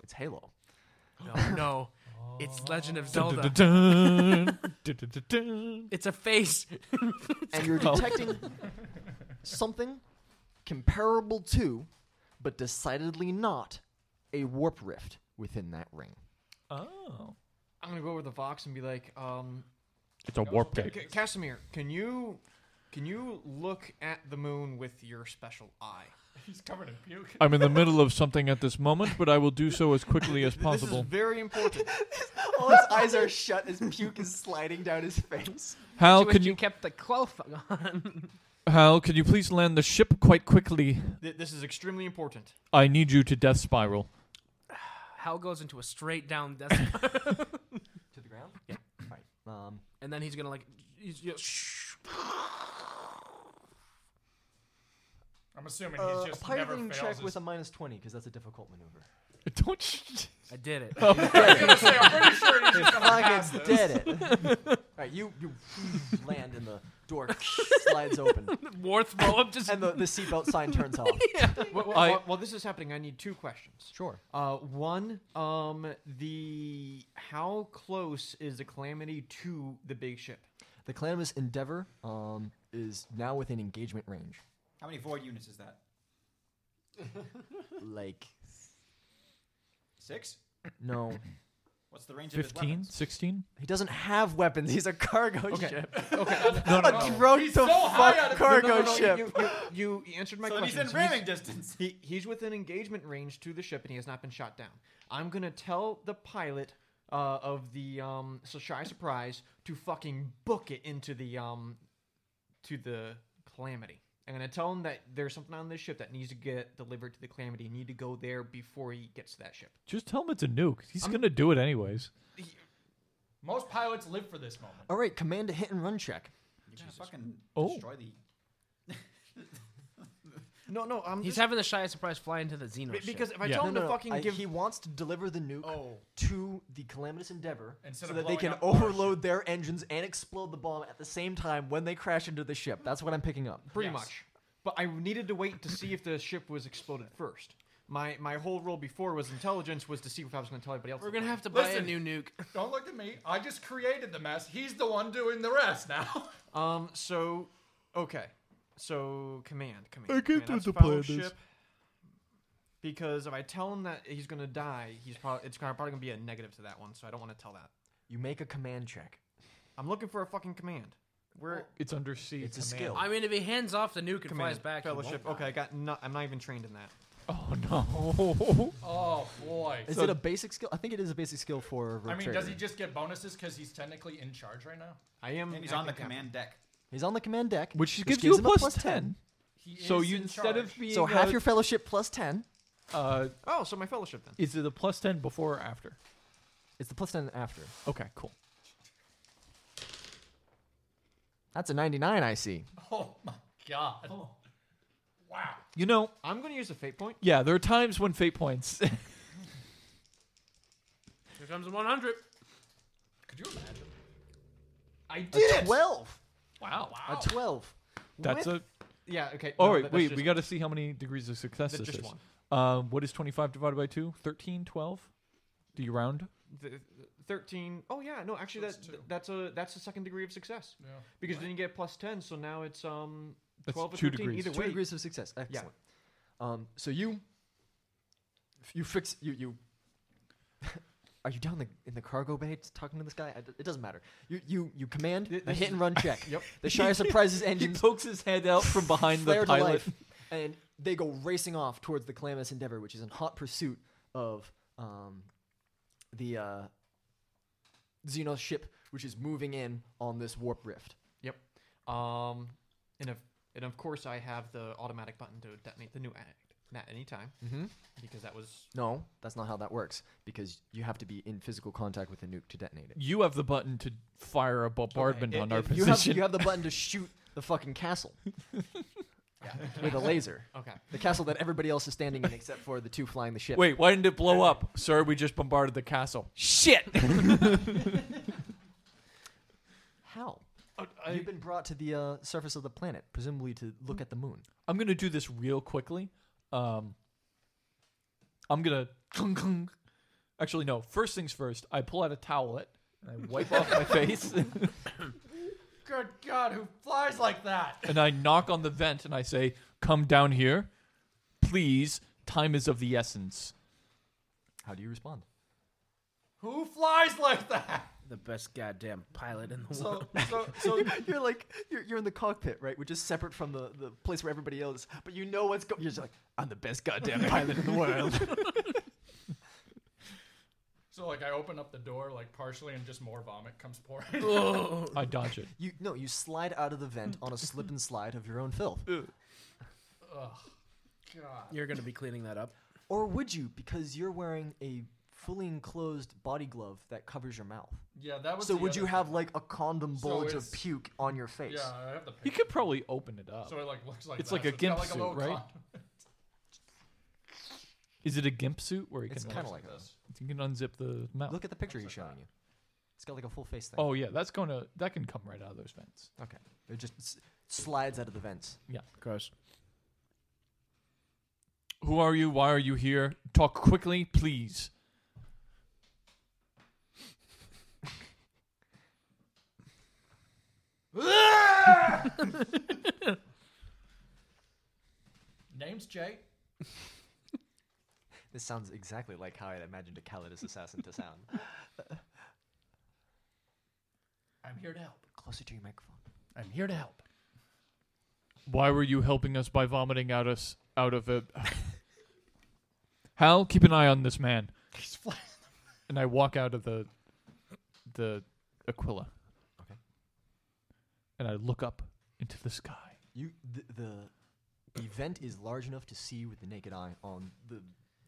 Speaker 1: It's Halo.
Speaker 7: No, no. It's Legend of Zelda.
Speaker 3: Dun-dun-dun-dun.
Speaker 7: It's a face.
Speaker 1: and you're
Speaker 3: Oh.
Speaker 1: detecting something comparable to, but decidedly not, a warp rift within that ring.
Speaker 3: oh,
Speaker 2: I'm gonna go over the Vox and be like, um,
Speaker 3: it's a warp
Speaker 2: Ca-
Speaker 3: gate.
Speaker 2: Ca- Casimir, can you can you look at the moon with your special eye?
Speaker 4: He's covered in puke.
Speaker 3: I'm in the middle of something at this moment, but I will do so as quickly as
Speaker 2: This
Speaker 3: possible.
Speaker 2: is very important.
Speaker 1: All his eyes are shut as puke is sliding down his face.
Speaker 3: Hal,
Speaker 7: She wish
Speaker 3: can you
Speaker 7: kept the cloth on?
Speaker 3: Hal, can you please land the ship quite quickly?
Speaker 2: Th- This is extremely important.
Speaker 3: I need you to death spiral.
Speaker 7: Hal goes into a straight down death,
Speaker 1: To the ground? Yeah. Right. Um,
Speaker 7: and then he's gonna like. He's just, shh.
Speaker 4: I'm assuming
Speaker 1: uh,
Speaker 4: he's
Speaker 1: a
Speaker 4: just never
Speaker 1: piloting
Speaker 4: fails.
Speaker 1: check
Speaker 4: his-
Speaker 1: with a minus 20, because that's a difficult maneuver.
Speaker 3: Don't.
Speaker 7: I did it.
Speaker 1: Oh.
Speaker 4: I was gonna say, I'm pretty sure he's just gonna pass
Speaker 1: Fucking
Speaker 4: this.
Speaker 1: dead it. Alright, you, you land and the door slides open.
Speaker 7: Warth roll up just.
Speaker 1: And the, the seatbelt sign turns off.
Speaker 2: Wh- wh-
Speaker 3: I-
Speaker 2: wh- while this is happening, I need two questions.
Speaker 1: Sure.
Speaker 2: Uh, one, um, the how close is the calamity to the big ship?
Speaker 1: The Calamus Endeavor um, is now within engagement range.
Speaker 5: How many void units is that?
Speaker 1: Like,
Speaker 5: Six?
Speaker 1: no.
Speaker 5: What's the range of his
Speaker 3: 15?
Speaker 5: weapons?
Speaker 3: 16?
Speaker 1: He doesn't have weapons. He's a cargo ship.
Speaker 3: No, no,
Speaker 1: A drone to
Speaker 4: high
Speaker 1: fuck
Speaker 4: out of-
Speaker 1: cargo
Speaker 2: No, no,
Speaker 1: ship.
Speaker 2: You, you, you answered my
Speaker 5: So then he's
Speaker 2: question.
Speaker 5: in
Speaker 2: So
Speaker 5: ramming distance.
Speaker 2: he, he's within engagement range to the ship, and he has not been shot down. I'm gonna tell the pilot uh, of the um, so shy surprise to fucking book it into the um, to the calamity. I'm gonna tell him that there's something on this ship that needs to get delivered to the calamity. You Need to go there before he gets to that ship.
Speaker 3: Just tell him it's a nuke. He's going to do it anyways.
Speaker 4: Most pilots live for this moment.
Speaker 1: All right, command a hit and run check.
Speaker 5: Jesus. fucking
Speaker 3: Oh.
Speaker 5: destroy the.
Speaker 2: No, no, I'm
Speaker 7: He's
Speaker 2: just-
Speaker 7: having the shy surprise fly into the Xeno.
Speaker 2: Be- because
Speaker 7: ship.
Speaker 2: if I tell him to fucking
Speaker 1: I-
Speaker 2: give
Speaker 1: he wants to deliver the nuke to the calamitous endeavor
Speaker 2: Instead
Speaker 1: so
Speaker 2: of
Speaker 1: that they
Speaker 2: blowing
Speaker 1: can
Speaker 2: up our
Speaker 1: overload their engines and explode the bomb at the same time when they crash into the ship. That's what I'm picking up.
Speaker 2: Pretty much. But I needed to wait to see if the ship was exploded first. My my whole role before was intelligence was to see if I was going to tell anybody else.
Speaker 7: We're gonna have to buy a
Speaker 2: Listen.
Speaker 7: new nuke.
Speaker 4: Don't look at me. I just created the mess. He's the one doing the rest now.
Speaker 2: Um. So, okay. So command, command.
Speaker 4: I can't
Speaker 2: command.
Speaker 4: do
Speaker 2: That's
Speaker 4: the
Speaker 2: follow
Speaker 4: plan, this.
Speaker 2: ship. Because if I tell him that he's gonna die, he's probably it's gonna- probably gonna be a negative to that one. So I don't want to tell that.
Speaker 1: You make a command check.
Speaker 2: I'm looking for a fucking command. Where
Speaker 3: it's under C.
Speaker 1: It's a
Speaker 2: command.
Speaker 1: skill.
Speaker 7: I mean, if he hands off the nuke and flies back, he won't
Speaker 2: fellowship.
Speaker 7: die.
Speaker 2: Okay, I got. Not, I'm not even trained in that.
Speaker 3: Oh no.
Speaker 4: Oh boy.
Speaker 1: Is it a basic skill? I think it is a basic skill for.
Speaker 4: I mean,
Speaker 1: Rogue
Speaker 4: does he
Speaker 1: Trader.
Speaker 4: just get bonuses because he's technically in charge right now?
Speaker 2: I am.
Speaker 5: And he's on the command deck.
Speaker 1: He's on the command deck,
Speaker 3: Which
Speaker 1: which
Speaker 3: gives you a
Speaker 1: him
Speaker 3: plus 10. so
Speaker 4: is
Speaker 3: you
Speaker 4: in
Speaker 3: instead of
Speaker 4: charge.
Speaker 3: being
Speaker 1: So half
Speaker 3: a-
Speaker 1: your fellowship plus ten.
Speaker 3: uh,
Speaker 2: Oh, so my fellowship then.
Speaker 3: is it a plus ten before or after?
Speaker 1: It's the plus ten after.
Speaker 3: Okay, cool.
Speaker 1: That's a ninety-nine. I see.
Speaker 4: Oh my god. Wow.
Speaker 3: You know,
Speaker 2: I'm gonna use a fate point.
Speaker 3: yeah, there are times when fate points.
Speaker 7: Here comes the 100.
Speaker 4: Could you imagine?
Speaker 2: I
Speaker 1: A
Speaker 2: did it.
Speaker 1: twelve.
Speaker 3: wow.
Speaker 1: A twelve.
Speaker 3: That's
Speaker 1: With-
Speaker 3: a.
Speaker 2: Yeah. Okay.
Speaker 3: All
Speaker 2: no,
Speaker 3: right,
Speaker 2: that- that's
Speaker 3: wait,
Speaker 2: just-
Speaker 3: we got to see how many degrees of success
Speaker 2: That's
Speaker 3: this
Speaker 2: just
Speaker 3: is.
Speaker 2: one.
Speaker 3: Um, what is 25 divided by 2? 13, 12? Do you round?
Speaker 2: th- th- 13 oh yeah no actually that, th- that's a that's the second degree of success
Speaker 4: Yeah.
Speaker 2: because then you get plus 10 so now it's um
Speaker 3: That's
Speaker 2: 12 or
Speaker 3: two
Speaker 2: 13
Speaker 3: degrees.
Speaker 2: either
Speaker 1: two
Speaker 2: way
Speaker 1: degrees of success. Excellent. Um, so you, you fix you you. Are you down the, in the cargo bay t- talking to this guy? I d it doesn't matter. You you you command a hit and run check.
Speaker 2: Yep.
Speaker 1: The Shire surprises engines
Speaker 3: pokes his head out from behind
Speaker 1: flare to life, and they go racing off towards the Calamus Endeavor, which is in hot pursuit of um, the uh, Xenos ship, which is moving in on this warp rift.
Speaker 2: yep um and of and of course i have the automatic button to detonate the new addict at any time
Speaker 1: Mm-hmm.
Speaker 2: because that was
Speaker 1: No, that's not how that works because you have to be in physical contact with the nuke to detonate it.
Speaker 3: You have the button to fire a bombardment
Speaker 2: Okay,
Speaker 3: on
Speaker 2: i-
Speaker 3: our
Speaker 2: if
Speaker 1: You have,
Speaker 3: position.
Speaker 1: you have the button to shoot the fucking castle with a laser.
Speaker 2: okay
Speaker 1: The castle that everybody else is standing in except for the two flying the ship.
Speaker 3: Wait, why didn't it blow up? Sir, we just bombarded the castle. Shit!
Speaker 1: How?
Speaker 4: Oh,
Speaker 1: You've been brought to the uh, surface of the planet, presumably to
Speaker 3: Hmm.
Speaker 1: look at the moon.
Speaker 3: I'm gonna do this real quickly. Um, I'm gonna actually no. First things first. I pull out a towelette and I wipe off my face
Speaker 4: Good God, who flies like that?
Speaker 3: and I knock on the vent and I say, "Come down here, please. Time is of the essence."
Speaker 1: How do you respond?
Speaker 4: Who flies like that?
Speaker 7: The best goddamn pilot in the
Speaker 4: So,
Speaker 7: world.
Speaker 4: so, so
Speaker 1: You're like, you're, you're in the cockpit, right? Which is separate from the, the place where everybody else, but you know what's going You're just like, I'm the best goddamn pilot in the world.
Speaker 4: So like I open up the door like partially and just more vomit comes pouring.
Speaker 3: I dodge it.
Speaker 1: You no, you slide out of the vent on a slip and slide of your own filth.
Speaker 4: Ugh. God.
Speaker 7: You're gonna be cleaning that up.
Speaker 1: Or would you because you're wearing a fully enclosed body glove that covers your mouth?
Speaker 4: Yeah, that was.
Speaker 1: So
Speaker 4: the
Speaker 1: would
Speaker 4: other-
Speaker 1: you have like a condom
Speaker 4: So
Speaker 1: bulge of
Speaker 4: it's-
Speaker 1: puke on your face?
Speaker 4: Yeah, I have the.
Speaker 3: He
Speaker 4: Picture.
Speaker 3: could probably open it up.
Speaker 4: So it like looks like.
Speaker 3: It's
Speaker 4: that.
Speaker 3: like
Speaker 4: so
Speaker 3: a
Speaker 4: it's got,
Speaker 3: gimp
Speaker 4: like,
Speaker 3: suit,
Speaker 4: little
Speaker 3: right?
Speaker 4: condom.
Speaker 3: Is it a gimp suit where he
Speaker 1: It's
Speaker 3: can
Speaker 1: kinda
Speaker 3: like,
Speaker 1: like that.
Speaker 3: you can unzip the mouth?
Speaker 1: Look at the picture he's showing you. It's got like a full face thing.
Speaker 3: oh yeah, that's gonna that can come right out of those vents.
Speaker 1: Okay. It just s- slides out of the vents.
Speaker 7: Gross.
Speaker 3: Who are you? Why are you here? Talk quickly, please.
Speaker 4: Name's Jay.
Speaker 1: This sounds exactly like how I imagined a Calidus assassin to sound.
Speaker 4: I'm here to help.
Speaker 1: Closer to your microphone.
Speaker 4: I'm here to help.
Speaker 3: Why were you helping us by vomiting out us out of it? Hal, keep an eye on this man.
Speaker 4: He's flying.
Speaker 3: And I walk out of the the Aquila.
Speaker 1: Okay.
Speaker 3: And I look up into the sky.
Speaker 1: You th- the the vent is large enough to see with the naked eye on the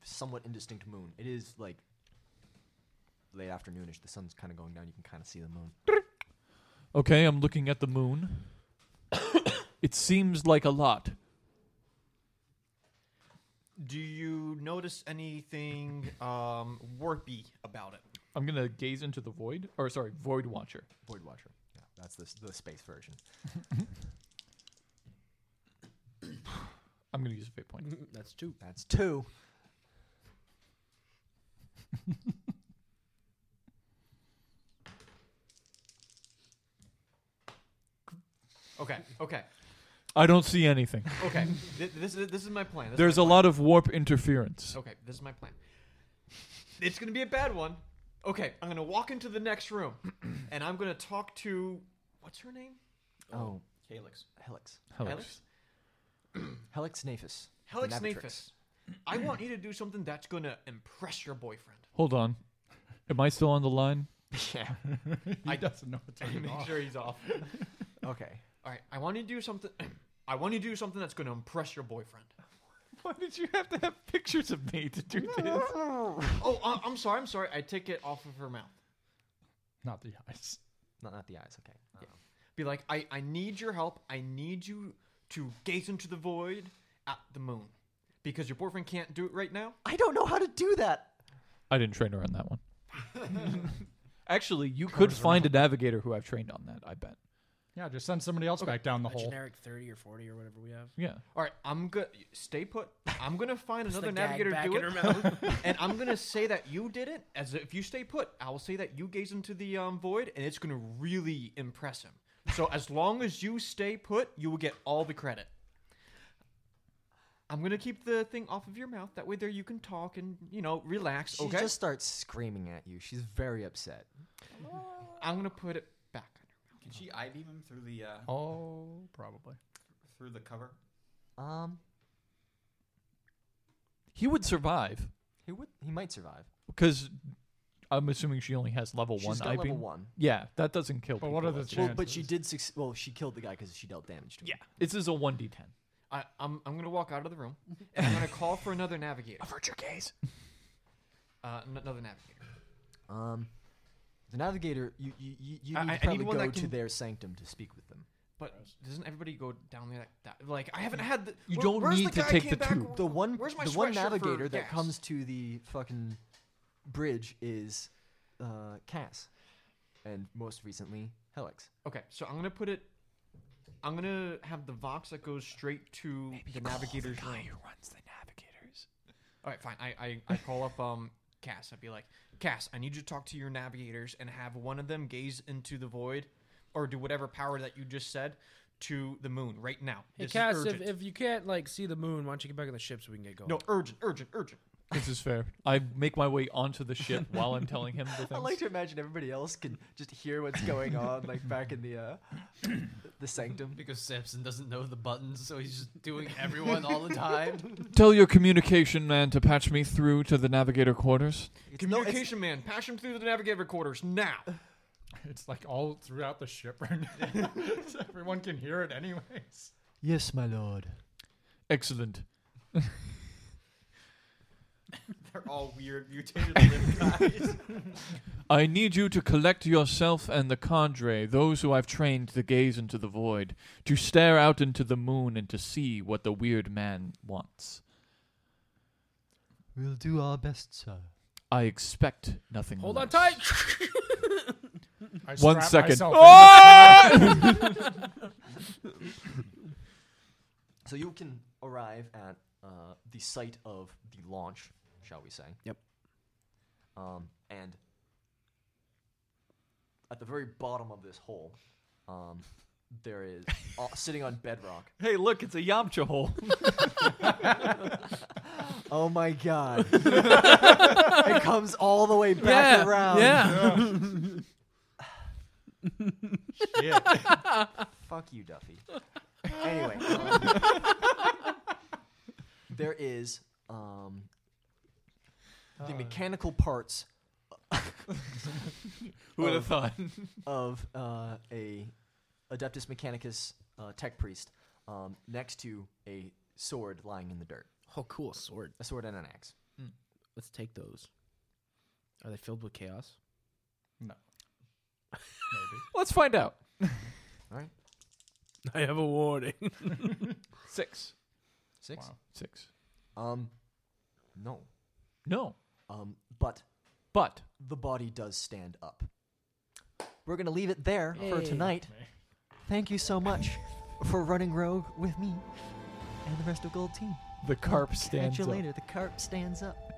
Speaker 1: somewhat indistinct moon. It is like late afternoonish. The sun's kind of going down. You can kind of see the moon.
Speaker 3: Okay, I'm looking at the moon. It seems like a lot.
Speaker 2: Do you notice anything um, warpy about it?
Speaker 3: I'm gonna gaze into the void, or sorry, void watcher.
Speaker 1: Void watcher. Yeah, that's the, the space version.
Speaker 3: I'm gonna use a fate point.
Speaker 7: That's two.
Speaker 1: That's two.
Speaker 2: Okay. Okay.
Speaker 3: I don't see anything.
Speaker 2: Okay. Th- this is this is my plan. This is
Speaker 3: There's
Speaker 2: my
Speaker 3: a
Speaker 2: plan.
Speaker 3: lot of warp interference.
Speaker 2: Okay, this is my plan. It's gonna be a bad one. Okay, I'm gonna walk into the next room, and I'm gonna talk to what's her name?
Speaker 1: Oh,
Speaker 2: Helix.
Speaker 1: Helix.
Speaker 2: Helix.
Speaker 1: Helix Naphis. the
Speaker 2: Helix
Speaker 1: Navitrix.
Speaker 2: Naphis. I want you to do something that's gonna impress your boyfriend.
Speaker 3: Hold on. Am I still on the line?
Speaker 2: Yeah. I doesn't know what to
Speaker 4: turn it
Speaker 2: make
Speaker 4: off.
Speaker 2: sure he's off.
Speaker 1: okay.
Speaker 2: All right. I want you to do something. I want you to do something that's gonna impress your boyfriend.
Speaker 11: Why did you have to have pictures of me to do this?
Speaker 2: oh, I- I'm sorry. I'm sorry. I take it off of her mouth.
Speaker 4: Not the eyes.
Speaker 1: Not not the eyes. Okay.
Speaker 2: Uh-huh.
Speaker 1: Um,
Speaker 2: Be like, I, I need your help. I need you to gaze into the void at the moon. Because your boyfriend can't do it right now.
Speaker 1: I don't know how to do that.
Speaker 3: I didn't train her on that one. Actually, you could find a navigator who I've trained on that. I bet.
Speaker 4: Yeah, just send somebody else back down the
Speaker 7: A
Speaker 4: hole.
Speaker 7: generic thirty or forty or whatever we have.
Speaker 3: Yeah.
Speaker 2: All right, I'm gonna stay put. I'm gonna find
Speaker 7: Just
Speaker 2: another
Speaker 7: the gag
Speaker 2: navigator to
Speaker 7: back
Speaker 2: do
Speaker 7: in
Speaker 2: it,
Speaker 7: her
Speaker 2: and I'm gonna say that you did it. As if you stay put, I will say that you gaze into the um, void, and it's gonna really impress him. So as long as you stay put, you will get all the credit. I'm gonna keep the thing off of your mouth. That way, there you can talk and you know relax.
Speaker 1: She
Speaker 2: okay.
Speaker 1: just starts screaming at you. She's very upset.
Speaker 2: I'm gonna put it back.
Speaker 5: Can she eye beam him through the uh,
Speaker 4: Oh, probably.
Speaker 5: through the cover?
Speaker 1: Um,
Speaker 3: He would survive
Speaker 1: he would. He might survive.
Speaker 3: because I'm assuming she only has level
Speaker 1: She's
Speaker 3: one.
Speaker 1: got
Speaker 3: eye
Speaker 1: level
Speaker 3: beam.
Speaker 1: one.
Speaker 3: Yeah, that doesn't kill.
Speaker 4: But what
Speaker 3: people,
Speaker 4: are the
Speaker 3: that's-
Speaker 1: Well, but she did. Suc- well, she killed the guy because she dealt damage to him.
Speaker 3: Yeah, this is a one d10.
Speaker 2: I, I'm I'm gonna walk out of the room, and I'm gonna call for another navigator.
Speaker 3: Avert your gaze.
Speaker 2: Uh, n- another navigator.
Speaker 1: Um, the navigator. You you you, you need
Speaker 2: I- I- I
Speaker 1: to
Speaker 2: need
Speaker 1: probably
Speaker 2: one
Speaker 1: go
Speaker 2: that
Speaker 1: to
Speaker 2: can-
Speaker 1: their sanctum to speak with them.
Speaker 2: But doesn't everybody go down there like that? Like I haven't had the.
Speaker 3: You
Speaker 2: where-
Speaker 3: don't
Speaker 2: where's
Speaker 3: need
Speaker 2: the
Speaker 3: to
Speaker 2: guy I
Speaker 3: take
Speaker 2: came
Speaker 3: the
Speaker 2: back-
Speaker 3: tube.
Speaker 1: The one.
Speaker 2: Where's my
Speaker 1: the one
Speaker 2: sweatshirt for
Speaker 1: navigator that
Speaker 2: gas?
Speaker 1: comes to the fucking bridge is uh, Cass, and most recently Helix.
Speaker 2: Okay, so I'm gonna put it. I'm gonna have the vox that goes straight to the navigator's room.
Speaker 3: runs the navigators.
Speaker 2: All right, fine. I, I, I call up um Cass. I'd be like, Cass, I need you to talk to your navigators and have one of them gaze into the void, or do whatever power that you just said to the moon right now.
Speaker 7: Hey,
Speaker 2: This is
Speaker 7: Cass, if,
Speaker 2: urgent.
Speaker 7: if you can't like see the moon, why don't you get back on the ship so we can get going?
Speaker 2: no, urgent, urgent, urgent.
Speaker 3: This is fair. I make my way onto the ship while I'm telling him the
Speaker 1: I
Speaker 3: things.
Speaker 1: like to imagine everybody else can just hear what's going on, like back in the uh, the sanctum.
Speaker 6: Because Samson doesn't know the buttons, so he's just doing everyone all the time.
Speaker 3: Tell your communication man to patch me through to the navigator quarters.
Speaker 2: Communication man, pass him through the navigator quarters now.
Speaker 4: It's like all throughout the ship right now. So Everyone can hear it anyways.
Speaker 11: Yes, my lord.
Speaker 3: Excellent.
Speaker 5: They're all weird mutated limb guys.
Speaker 3: I need you to collect yourself and the cadre, those who I've trained to gaze into the void, to stare out into the moon and to see what the weird man wants.
Speaker 9: We'll do our best, sir.
Speaker 3: I expect nothing.
Speaker 7: Hold on
Speaker 3: less.
Speaker 7: tight.
Speaker 4: I
Speaker 3: One
Speaker 4: strap
Speaker 3: second. Ah!
Speaker 4: myself
Speaker 1: So you can arrive at uh, the site of the launch, shall we say?
Speaker 7: Yep.
Speaker 1: Um, and at the very bottom of this hole, um, there is uh, sitting on bedrock.
Speaker 3: Hey, look, it's a Yamcha hole.
Speaker 1: Oh my god! it comes all the way back
Speaker 7: Yeah,
Speaker 1: around.
Speaker 7: yeah.
Speaker 4: in the ship.
Speaker 1: Fuck you, Duffy. anyway, um, there is um,
Speaker 3: Uh.
Speaker 1: the mechanical parts
Speaker 3: Who would have thought?
Speaker 1: of uh, a Adeptus Mechanicus uh, tech priest um, next to a sword lying in the dirt,
Speaker 7: Oh, cool sword.
Speaker 1: a sword and an axe.
Speaker 7: Let's take those. Are they filled with chaos?
Speaker 4: No. Maybe.
Speaker 3: Let's find out.
Speaker 1: All right.
Speaker 7: I have a warning.
Speaker 3: Six.
Speaker 1: Six?
Speaker 3: Six.
Speaker 1: Um, no.
Speaker 3: No.
Speaker 1: Um, but.
Speaker 3: But.
Speaker 1: The body does stand up. We're going to leave it there for
Speaker 10: Hey.
Speaker 1: tonight. Thank you so much for running rogue with me and the rest of Gold Team.
Speaker 3: The carp
Speaker 1: Catch
Speaker 3: stands
Speaker 1: you
Speaker 3: up.
Speaker 1: later. The carp stands up.